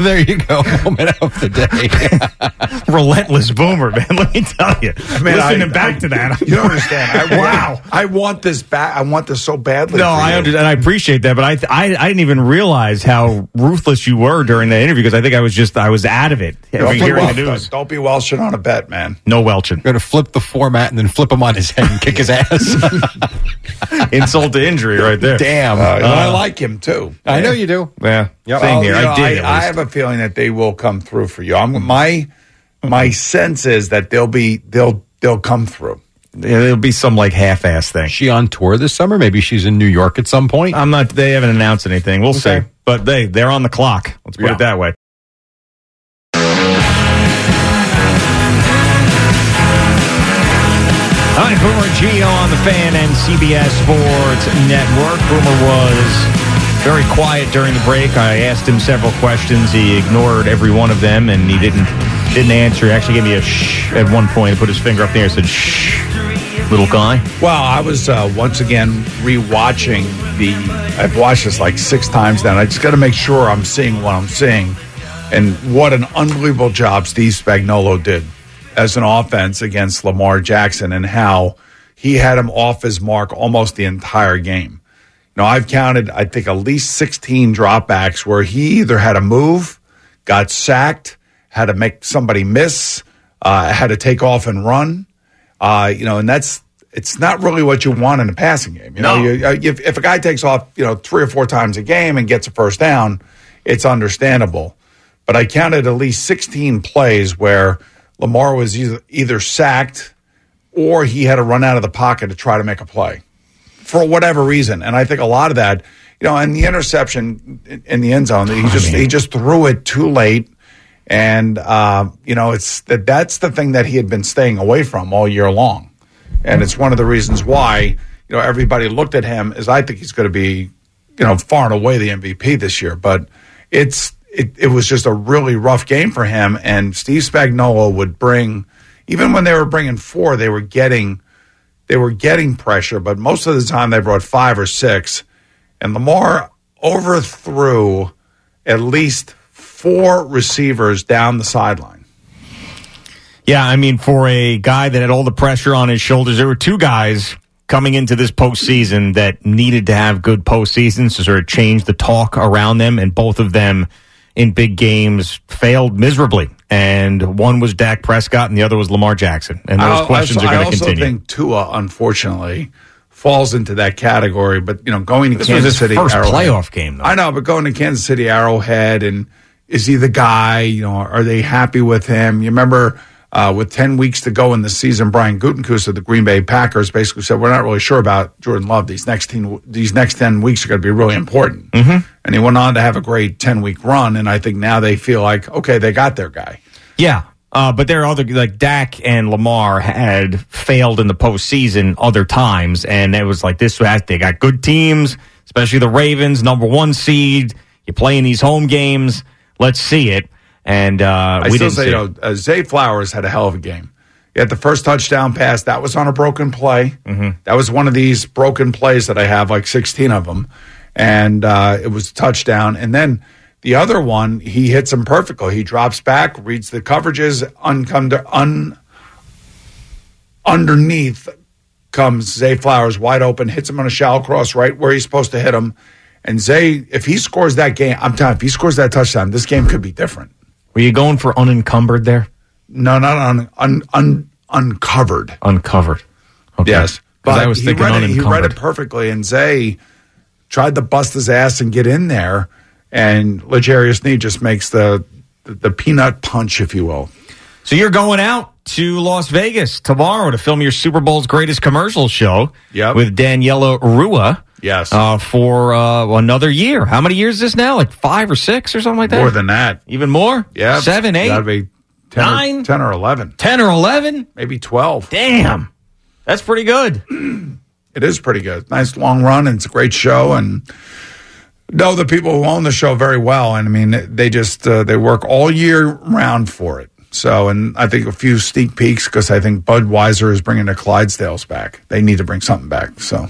Speaker 8: there you go. Moment of the day.
Speaker 3: Relentless boomer, man. Let me tell you.
Speaker 4: Man,
Speaker 3: Listening
Speaker 4: I-
Speaker 3: back to that.
Speaker 4: You don't understand. I, wow. I want this back. I want this so badly.
Speaker 3: No,
Speaker 4: for
Speaker 3: I
Speaker 4: you.
Speaker 3: under, and I appreciate that, but I, I I didn't even realize how ruthless you were during that interview because I think I was just I was out of it.
Speaker 4: Don't
Speaker 3: After
Speaker 4: be,
Speaker 3: hearing the
Speaker 4: Welsh-
Speaker 3: news.
Speaker 4: don't be Welshing on a bet, man.
Speaker 3: No Welching.
Speaker 8: Going to flip the format and then flip him on his head and kick his ass.
Speaker 3: Insult to injury, right there.
Speaker 8: Damn.
Speaker 4: Uh, and I
Speaker 3: Uh,
Speaker 4: like him too.
Speaker 8: I know you do.
Speaker 3: Yeah.
Speaker 4: Yep.
Speaker 3: Same
Speaker 4: Well,
Speaker 3: here.
Speaker 4: you know,
Speaker 3: I did. at
Speaker 4: I,
Speaker 3: least.
Speaker 4: have a feeling that they will come through for you. I'm my my sense is that they'll be they'll they'll come through.
Speaker 3: Yeah, there'll be some like half-ass thing.
Speaker 8: She on tour this summer? Maybe she's in New York at some point.
Speaker 3: I'm not. They haven't announced anything. We'll see. But they they're on the clock. Let's put
Speaker 8: Yeah.
Speaker 3: it that way. All right, Boomer and Geo on the fan and CBS Sports Network. Boomer was very quiet during the break. I asked him several questions. He ignored every one of them, and he didn't didn't answer. He actually gave me a shh at one point. He put his finger up there and said shh, little guy.
Speaker 4: Well, I was uh, once again rewatching the. I've watched this like six times now. And I just got to make sure I'm seeing what I'm seeing, and what an unbelievable job Steve Spagnuolo did as an offense against Lamar Jackson, and how he had him off his mark almost the entire game. Now I've counted, I think, at least 16 dropbacks where he either had to move, got sacked, had to make somebody miss, uh, had to take off and run. Uh, you know, and that's it's not really what you want in a passing game. You know, you, uh, if, if a guy takes off, you know, three or four times a game and gets a first down, it's understandable. But I counted at least 16 plays where Lamar was either, either sacked or he had to run out of the pocket to try to make a play for whatever reason. And I think a lot of that, you know, and the interception in- in the end zone, he just he just threw it too late. And uh, you know, it's that that's the thing that he had been staying away from all year long, and it's one of the reasons why you know everybody looked at him as I think he's going to be, you know, far and away the MVP this year. But it's it, it was just a really rough game for him, and Steve Spagnuolo would bring even when they were bringing four, they were getting they were getting pressure, but most of the time they brought five or six, and Lamar overthrew at least four receivers down the sideline.
Speaker 3: Yeah, I mean, for a guy that had all the pressure on his shoulders, there were two guys coming into this postseason that needed to have good postseasons to sort of change the talk around them, and both of them in big games failed miserably. And one was Dak Prescott, and the other was Lamar Jackson. And
Speaker 4: I
Speaker 3: those
Speaker 4: al-
Speaker 3: questions
Speaker 4: also-
Speaker 3: are
Speaker 4: I
Speaker 3: going to
Speaker 4: also
Speaker 3: continue.
Speaker 4: think Tua, unfortunately, falls into that category. But you know, going to
Speaker 3: This was
Speaker 4: Kansas
Speaker 3: his
Speaker 4: City
Speaker 3: first
Speaker 4: Arrowhead-
Speaker 3: playoff game,
Speaker 4: I know, but going to Kansas City Arrowhead and is he the guy? You know, are they happy with him? You remember. Uh, with 10 weeks to go in the season, Brian Gutekunst of the Green Bay Packers basically said, We're not really sure about Jordan Love. These next, 10, these next 10 weeks are going to be really important.
Speaker 3: Mm-hmm.
Speaker 4: And he went on to have a great 10 week run. And I think now they feel like, okay, they got their guy.
Speaker 3: Yeah. Uh, but there are other like Dak and Lamar had failed in the postseason other times, and it was like this. has- They got good teams, especially the Ravens, number one seed. You're playing these home games. Let's see it. And uh,
Speaker 4: I
Speaker 3: we
Speaker 4: still
Speaker 3: didn't
Speaker 4: say,
Speaker 3: see
Speaker 4: you
Speaker 3: it.
Speaker 4: know, uh, Zay Flowers had a hell of a game. He had the first touchdown pass. That was on a broken play.
Speaker 3: Mm-hmm.
Speaker 4: That was one of these broken plays that I have, like 16 of them. And uh, it was a touchdown. And then the other one, he hits him perfectly. He drops back, reads the coverages, uncome- un- underneath comes Zay Flowers wide open, hits him on a shallow cross right where he's supposed to hit him. And Zay, if he scores that game, I'm telling you, if he scores that touchdown, this game could be different.
Speaker 3: Were you going for unencumbered there?
Speaker 4: No, not un, un, un, uncovered.
Speaker 3: Uncovered.
Speaker 4: Yes.
Speaker 3: 'Cause
Speaker 4: But
Speaker 3: I was
Speaker 4: he,
Speaker 3: thinking
Speaker 4: read it, he read
Speaker 3: unencumbered.
Speaker 4: it perfectly, and Zay tried to bust his ass and get in there, and Legarius Need just makes the, the, the peanut punch, if you will.
Speaker 3: So you're going out to Las Vegas tomorrow to film your Super Bowl's greatest commercial show with Daniela Rua.
Speaker 4: Yes.
Speaker 3: Uh, for uh, another year. How many years is this now? Like five or six or something like that?
Speaker 4: More than that.
Speaker 3: Even more?
Speaker 4: Yeah.
Speaker 3: Seven, eight?
Speaker 4: That'd be 10 or-
Speaker 3: Nine?
Speaker 4: 10 or 11.
Speaker 3: 10 or 11?
Speaker 4: Maybe 12.
Speaker 3: Damn. That's pretty good.
Speaker 4: it is pretty good. Nice long run, and it's a great show. And know the people who own the show very well. And I mean, they just uh, they work all year round for it. So, and I think a few sneak peeks because I think Budweiser is bringing the Clydesdales back. They need to bring something back. So,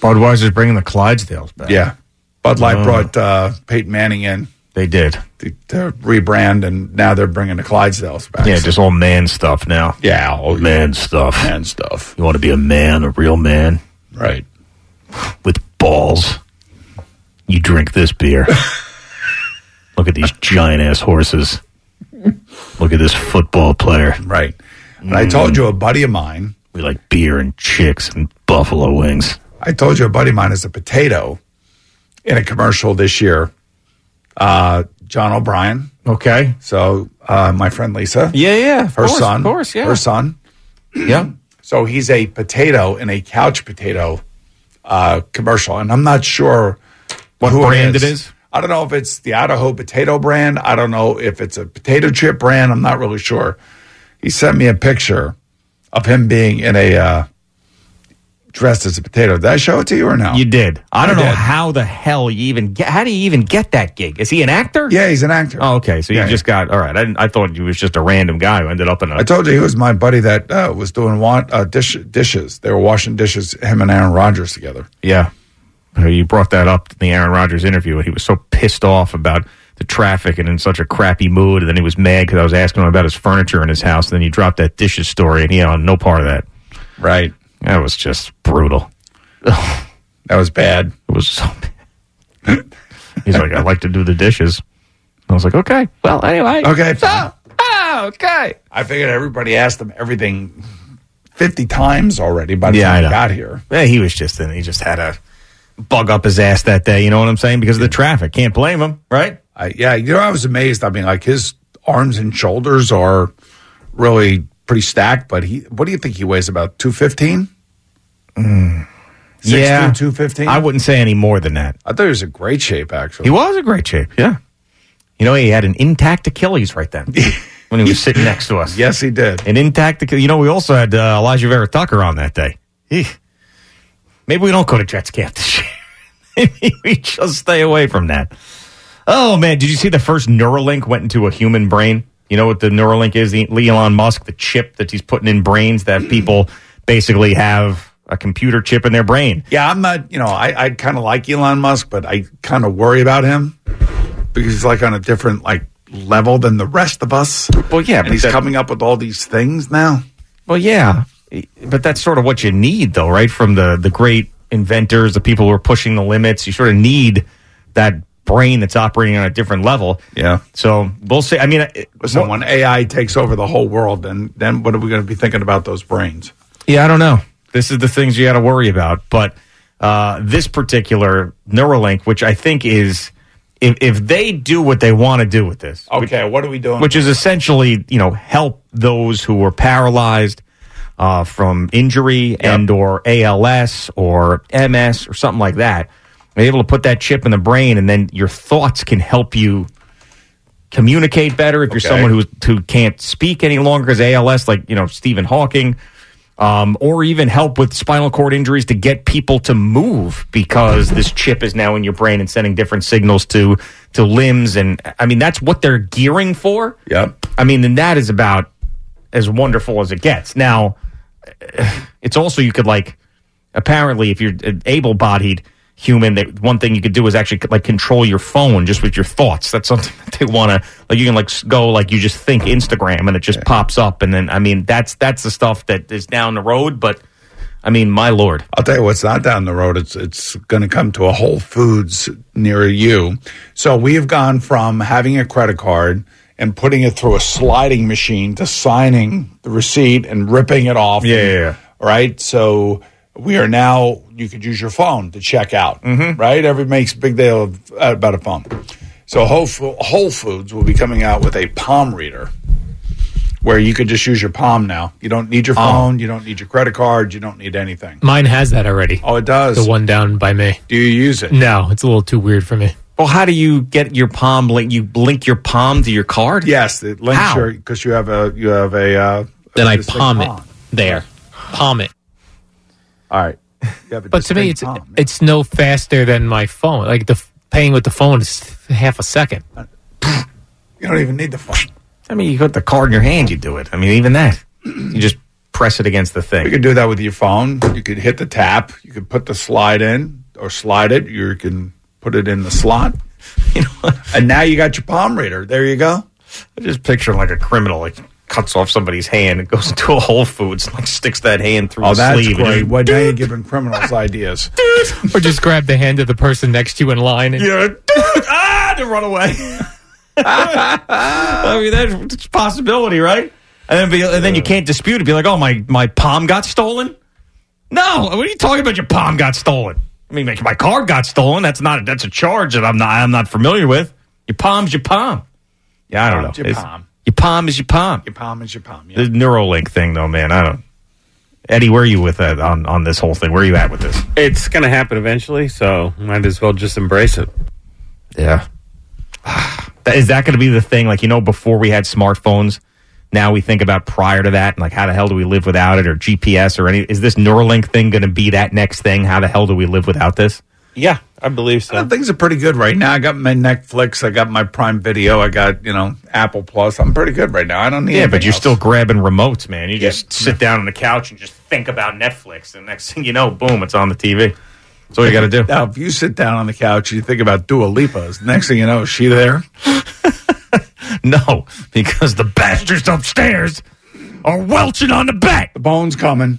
Speaker 3: Budweiser's bringing the Clydesdales back.
Speaker 4: yeah, Bud Light
Speaker 3: Oh.
Speaker 4: brought uh, Peyton Manning in.
Speaker 3: They did
Speaker 4: to, to rebrand, and now they're bringing the Clydesdales back.
Speaker 3: Yeah, just all man stuff now.
Speaker 4: Yeah, all
Speaker 3: man stuff.
Speaker 4: Man stuff.
Speaker 3: You want to be a man, a real man,
Speaker 4: right?
Speaker 3: With balls. You drink this beer. Look at these giant ass horses. Look at this football player. Mm.
Speaker 4: Right. And I told you a buddy of mine.
Speaker 3: We like beer and chicks and buffalo wings.
Speaker 4: I told you a buddy of mine is a potato in a commercial this year. Uh, John O'Brien.
Speaker 3: Okay.
Speaker 4: So uh, my friend Lisa.
Speaker 3: Yeah, yeah.
Speaker 4: Her son. Her son.
Speaker 3: Yeah.
Speaker 4: so he's a potato in a couch potato uh, commercial. And I'm not sure
Speaker 3: What
Speaker 4: who
Speaker 3: brand it is?
Speaker 4: I don't know if it's the Idaho potato brand. I don't know if it's a potato chip brand. I'm not really sure. He sent me a picture of him being in a uh, dressed as a potato. Did I show it to you or no?
Speaker 3: You did. I don't know
Speaker 4: did.
Speaker 3: how the hell you even get. How do you even get that gig? Is he an actor?
Speaker 4: Yeah, he's an actor.
Speaker 3: Oh, okay. So you
Speaker 4: Yeah,
Speaker 3: just got all right. I, didn't, I thought you was just a random guy who ended up in a.
Speaker 4: I told you he was my buddy that uh, was doing wa- uh, dish- dishes. They were washing dishes, him and Aaron Rodgers together.
Speaker 3: Yeah. Uh, You brought that up in the Aaron Rodgers interview, and he was so pissed off about the traffic and in such a crappy mood. And then he was mad because I was asking him about his furniture in his house. And then you dropped that dishes story, and he had no part of that.
Speaker 4: Right.
Speaker 3: That was just brutal. that
Speaker 4: was bad.
Speaker 3: It was so bad. He's like, I like to do the dishes. I was like, okay. Well, anyway.
Speaker 4: Okay.
Speaker 3: So, oh, okay.
Speaker 4: I figured everybody asked him everything 50 times already by the
Speaker 3: Yeah, I
Speaker 4: time
Speaker 3: know.
Speaker 4: he got here.
Speaker 3: Yeah, he was just in. He just had a bug up his ass that day. You know what I'm saying? Because of the traffic. Can't blame him, right?
Speaker 4: I, yeah, you know, I was amazed. I mean, like his arms and shoulders are really pretty stacked, but he, what do you think he weighs? About 215?
Speaker 3: Hmm. yeah, two fifteen. I wouldn't say any more than that.
Speaker 4: I thought he was in great shape, actually.
Speaker 3: He was in great shape. Yeah, you know he had an intact Achilles right then when he was sitting next to us.
Speaker 4: Yes, he did.
Speaker 3: An intact Achilles. You know we also had uh, Elijah Vera Tucker on that day. Eeh. Maybe we don't go to Jets camp this year. Maybe we just stay away from that. Oh man, did you see the first Neuralink went into a human brain? You know what the Neuralink is? The Elon Musk, the chip that he's putting in brains that people basically have a computer chip in their brain.
Speaker 4: Yeah, I'm not. You know, I, I kind of like Elon Musk, but I kind of worry about him because he's like on a different like level than the rest of us.
Speaker 3: Well, yeah,
Speaker 4: and
Speaker 3: but
Speaker 4: he's
Speaker 3: that-
Speaker 4: coming up with all these things now.
Speaker 3: Well, yeah, but that's sort of what you need, though, right? From the the great inventors, the people who are pushing the limits, you sort of need that brain that's operating on a different level.
Speaker 4: Yeah.
Speaker 3: So we'll see. I mean, it,
Speaker 4: Listen, when AI takes over the whole world, then then what are we going to be thinking about those brains?
Speaker 3: Yeah, I don't know. This is the things you got to worry about. But uh, this particular Neuralink, which I think is, if, if they do what they want to do with this,
Speaker 4: Okay, what are we doing?
Speaker 3: which is essentially, you know, help those who were paralyzed uh, from injury and or ALS or MS or something like that, they're able to put that chip in the brain, and then your thoughts can help you communicate better if you're
Speaker 4: Okay.
Speaker 3: someone who who can't speak any longer because ALS, like you know Stephen Hawking, um, or even help with spinal cord injuries to get people to move because this chip is now in your brain and sending different signals to to limbs, and I mean that's what they're gearing for.
Speaker 4: Yeah,
Speaker 3: I mean, then that is about as wonderful as it gets. Now, it's also you could like apparently if you're an able-bodied human that one thing you could do is actually like control your phone just with your thoughts that's something that they want to like you can like s- go like you just think instagram and it just pops up and then i mean that's that's the stuff that is down the road but i mean my lord
Speaker 4: I'll tell you what's not down the road. It's it's going to come to a Whole Foods near you. So we have gone from having a credit card and putting it through a sliding machine to signing the receipt and ripping it off. Yeah, right. So we are now. You could use your phone to check out. Right. Every makes a big deal of, uh, about a phone. So Whole, Fo- Whole Foods will be coming out with a palm reader. Where you could just use your palm now. You don't need your
Speaker 20: Oh.
Speaker 4: phone. You don't need your credit card. You don't need anything.
Speaker 20: Mine has that already.
Speaker 4: Oh, it does.
Speaker 20: The one down by me.
Speaker 4: Do you use it?
Speaker 20: No, it's a little too weird for me.
Speaker 3: well how do you get your palm link you link your palm to your card
Speaker 4: yes it links
Speaker 3: how?
Speaker 4: your because you have a you have a uh,
Speaker 20: Then I
Speaker 4: a distinct
Speaker 20: palm it there. Palm it.
Speaker 4: All right. You have a
Speaker 20: But to me,
Speaker 4: distinct
Speaker 20: it's
Speaker 4: palm.
Speaker 20: it's no faster than my phone. Like the f- paying with the phone is half a second.
Speaker 4: you don't even need the phone.
Speaker 3: i mean you put the card in your hand you do it i mean even that you just press it against the thing
Speaker 4: You could do that with your phone. You could hit the tap. You could put the slide in or slide it. You can put it in the slot. You know, and now you got your palm reader. There you go.
Speaker 3: I just picture him like a criminal, like cuts off somebody's hand and goes into a Whole Foods, and, like sticks that hand through
Speaker 4: Oh,
Speaker 3: the
Speaker 4: that's
Speaker 3: sleeve.
Speaker 4: great. What now you're giving criminals ideas?
Speaker 20: or just grab the hand of the person next to you in line. And,
Speaker 3: yeah. ah, to run away. I mean, that's a possibility, right? And then, be, and then you can't dispute it. Be like, oh, my, my palm got stolen. No, what are you talking about? Your palm got stolen. I mean, my card got stolen. That's not that's a charge that I'm not I'm not familiar with. Your palm's your palm. Yeah, I don't
Speaker 4: Palm's
Speaker 3: know.
Speaker 4: your
Speaker 3: It's-
Speaker 4: palm.
Speaker 3: Your palm is your palm.
Speaker 4: Your palm is your palm.
Speaker 3: The Neuralink thing, though, man, I don't. Eddie, where are you with that on on this whole thing? Where are you at with this?
Speaker 26: It's going to happen eventually, so might as well just embrace it.
Speaker 3: Yeah. That- Is that going to be the thing? Like you know, before we had smartphones, now we think about prior to that, and like how the hell do we live without it, or GPS, or any? Is this Neuralink thing going to be that next thing? How the hell do we live without this?
Speaker 26: Yeah, I believe so.
Speaker 4: Things are pretty good right now. I got my Netflix. I got my Prime Video. I got you know Apple Plus. I'm pretty good right now. I don't need.
Speaker 3: Yeah, but
Speaker 4: anything
Speaker 3: you're
Speaker 4: else.
Speaker 3: still grabbing remotes, man. You just sit down on the couch and just think about Netflix, and next thing you know, boom, it's on the TV. That's all you got to do.
Speaker 4: Now, if you sit down on the couch and you think about Dua Lipa's, next thing you know, is she there?
Speaker 3: no, because the bastards upstairs are welching on the bed. The
Speaker 4: bone's coming.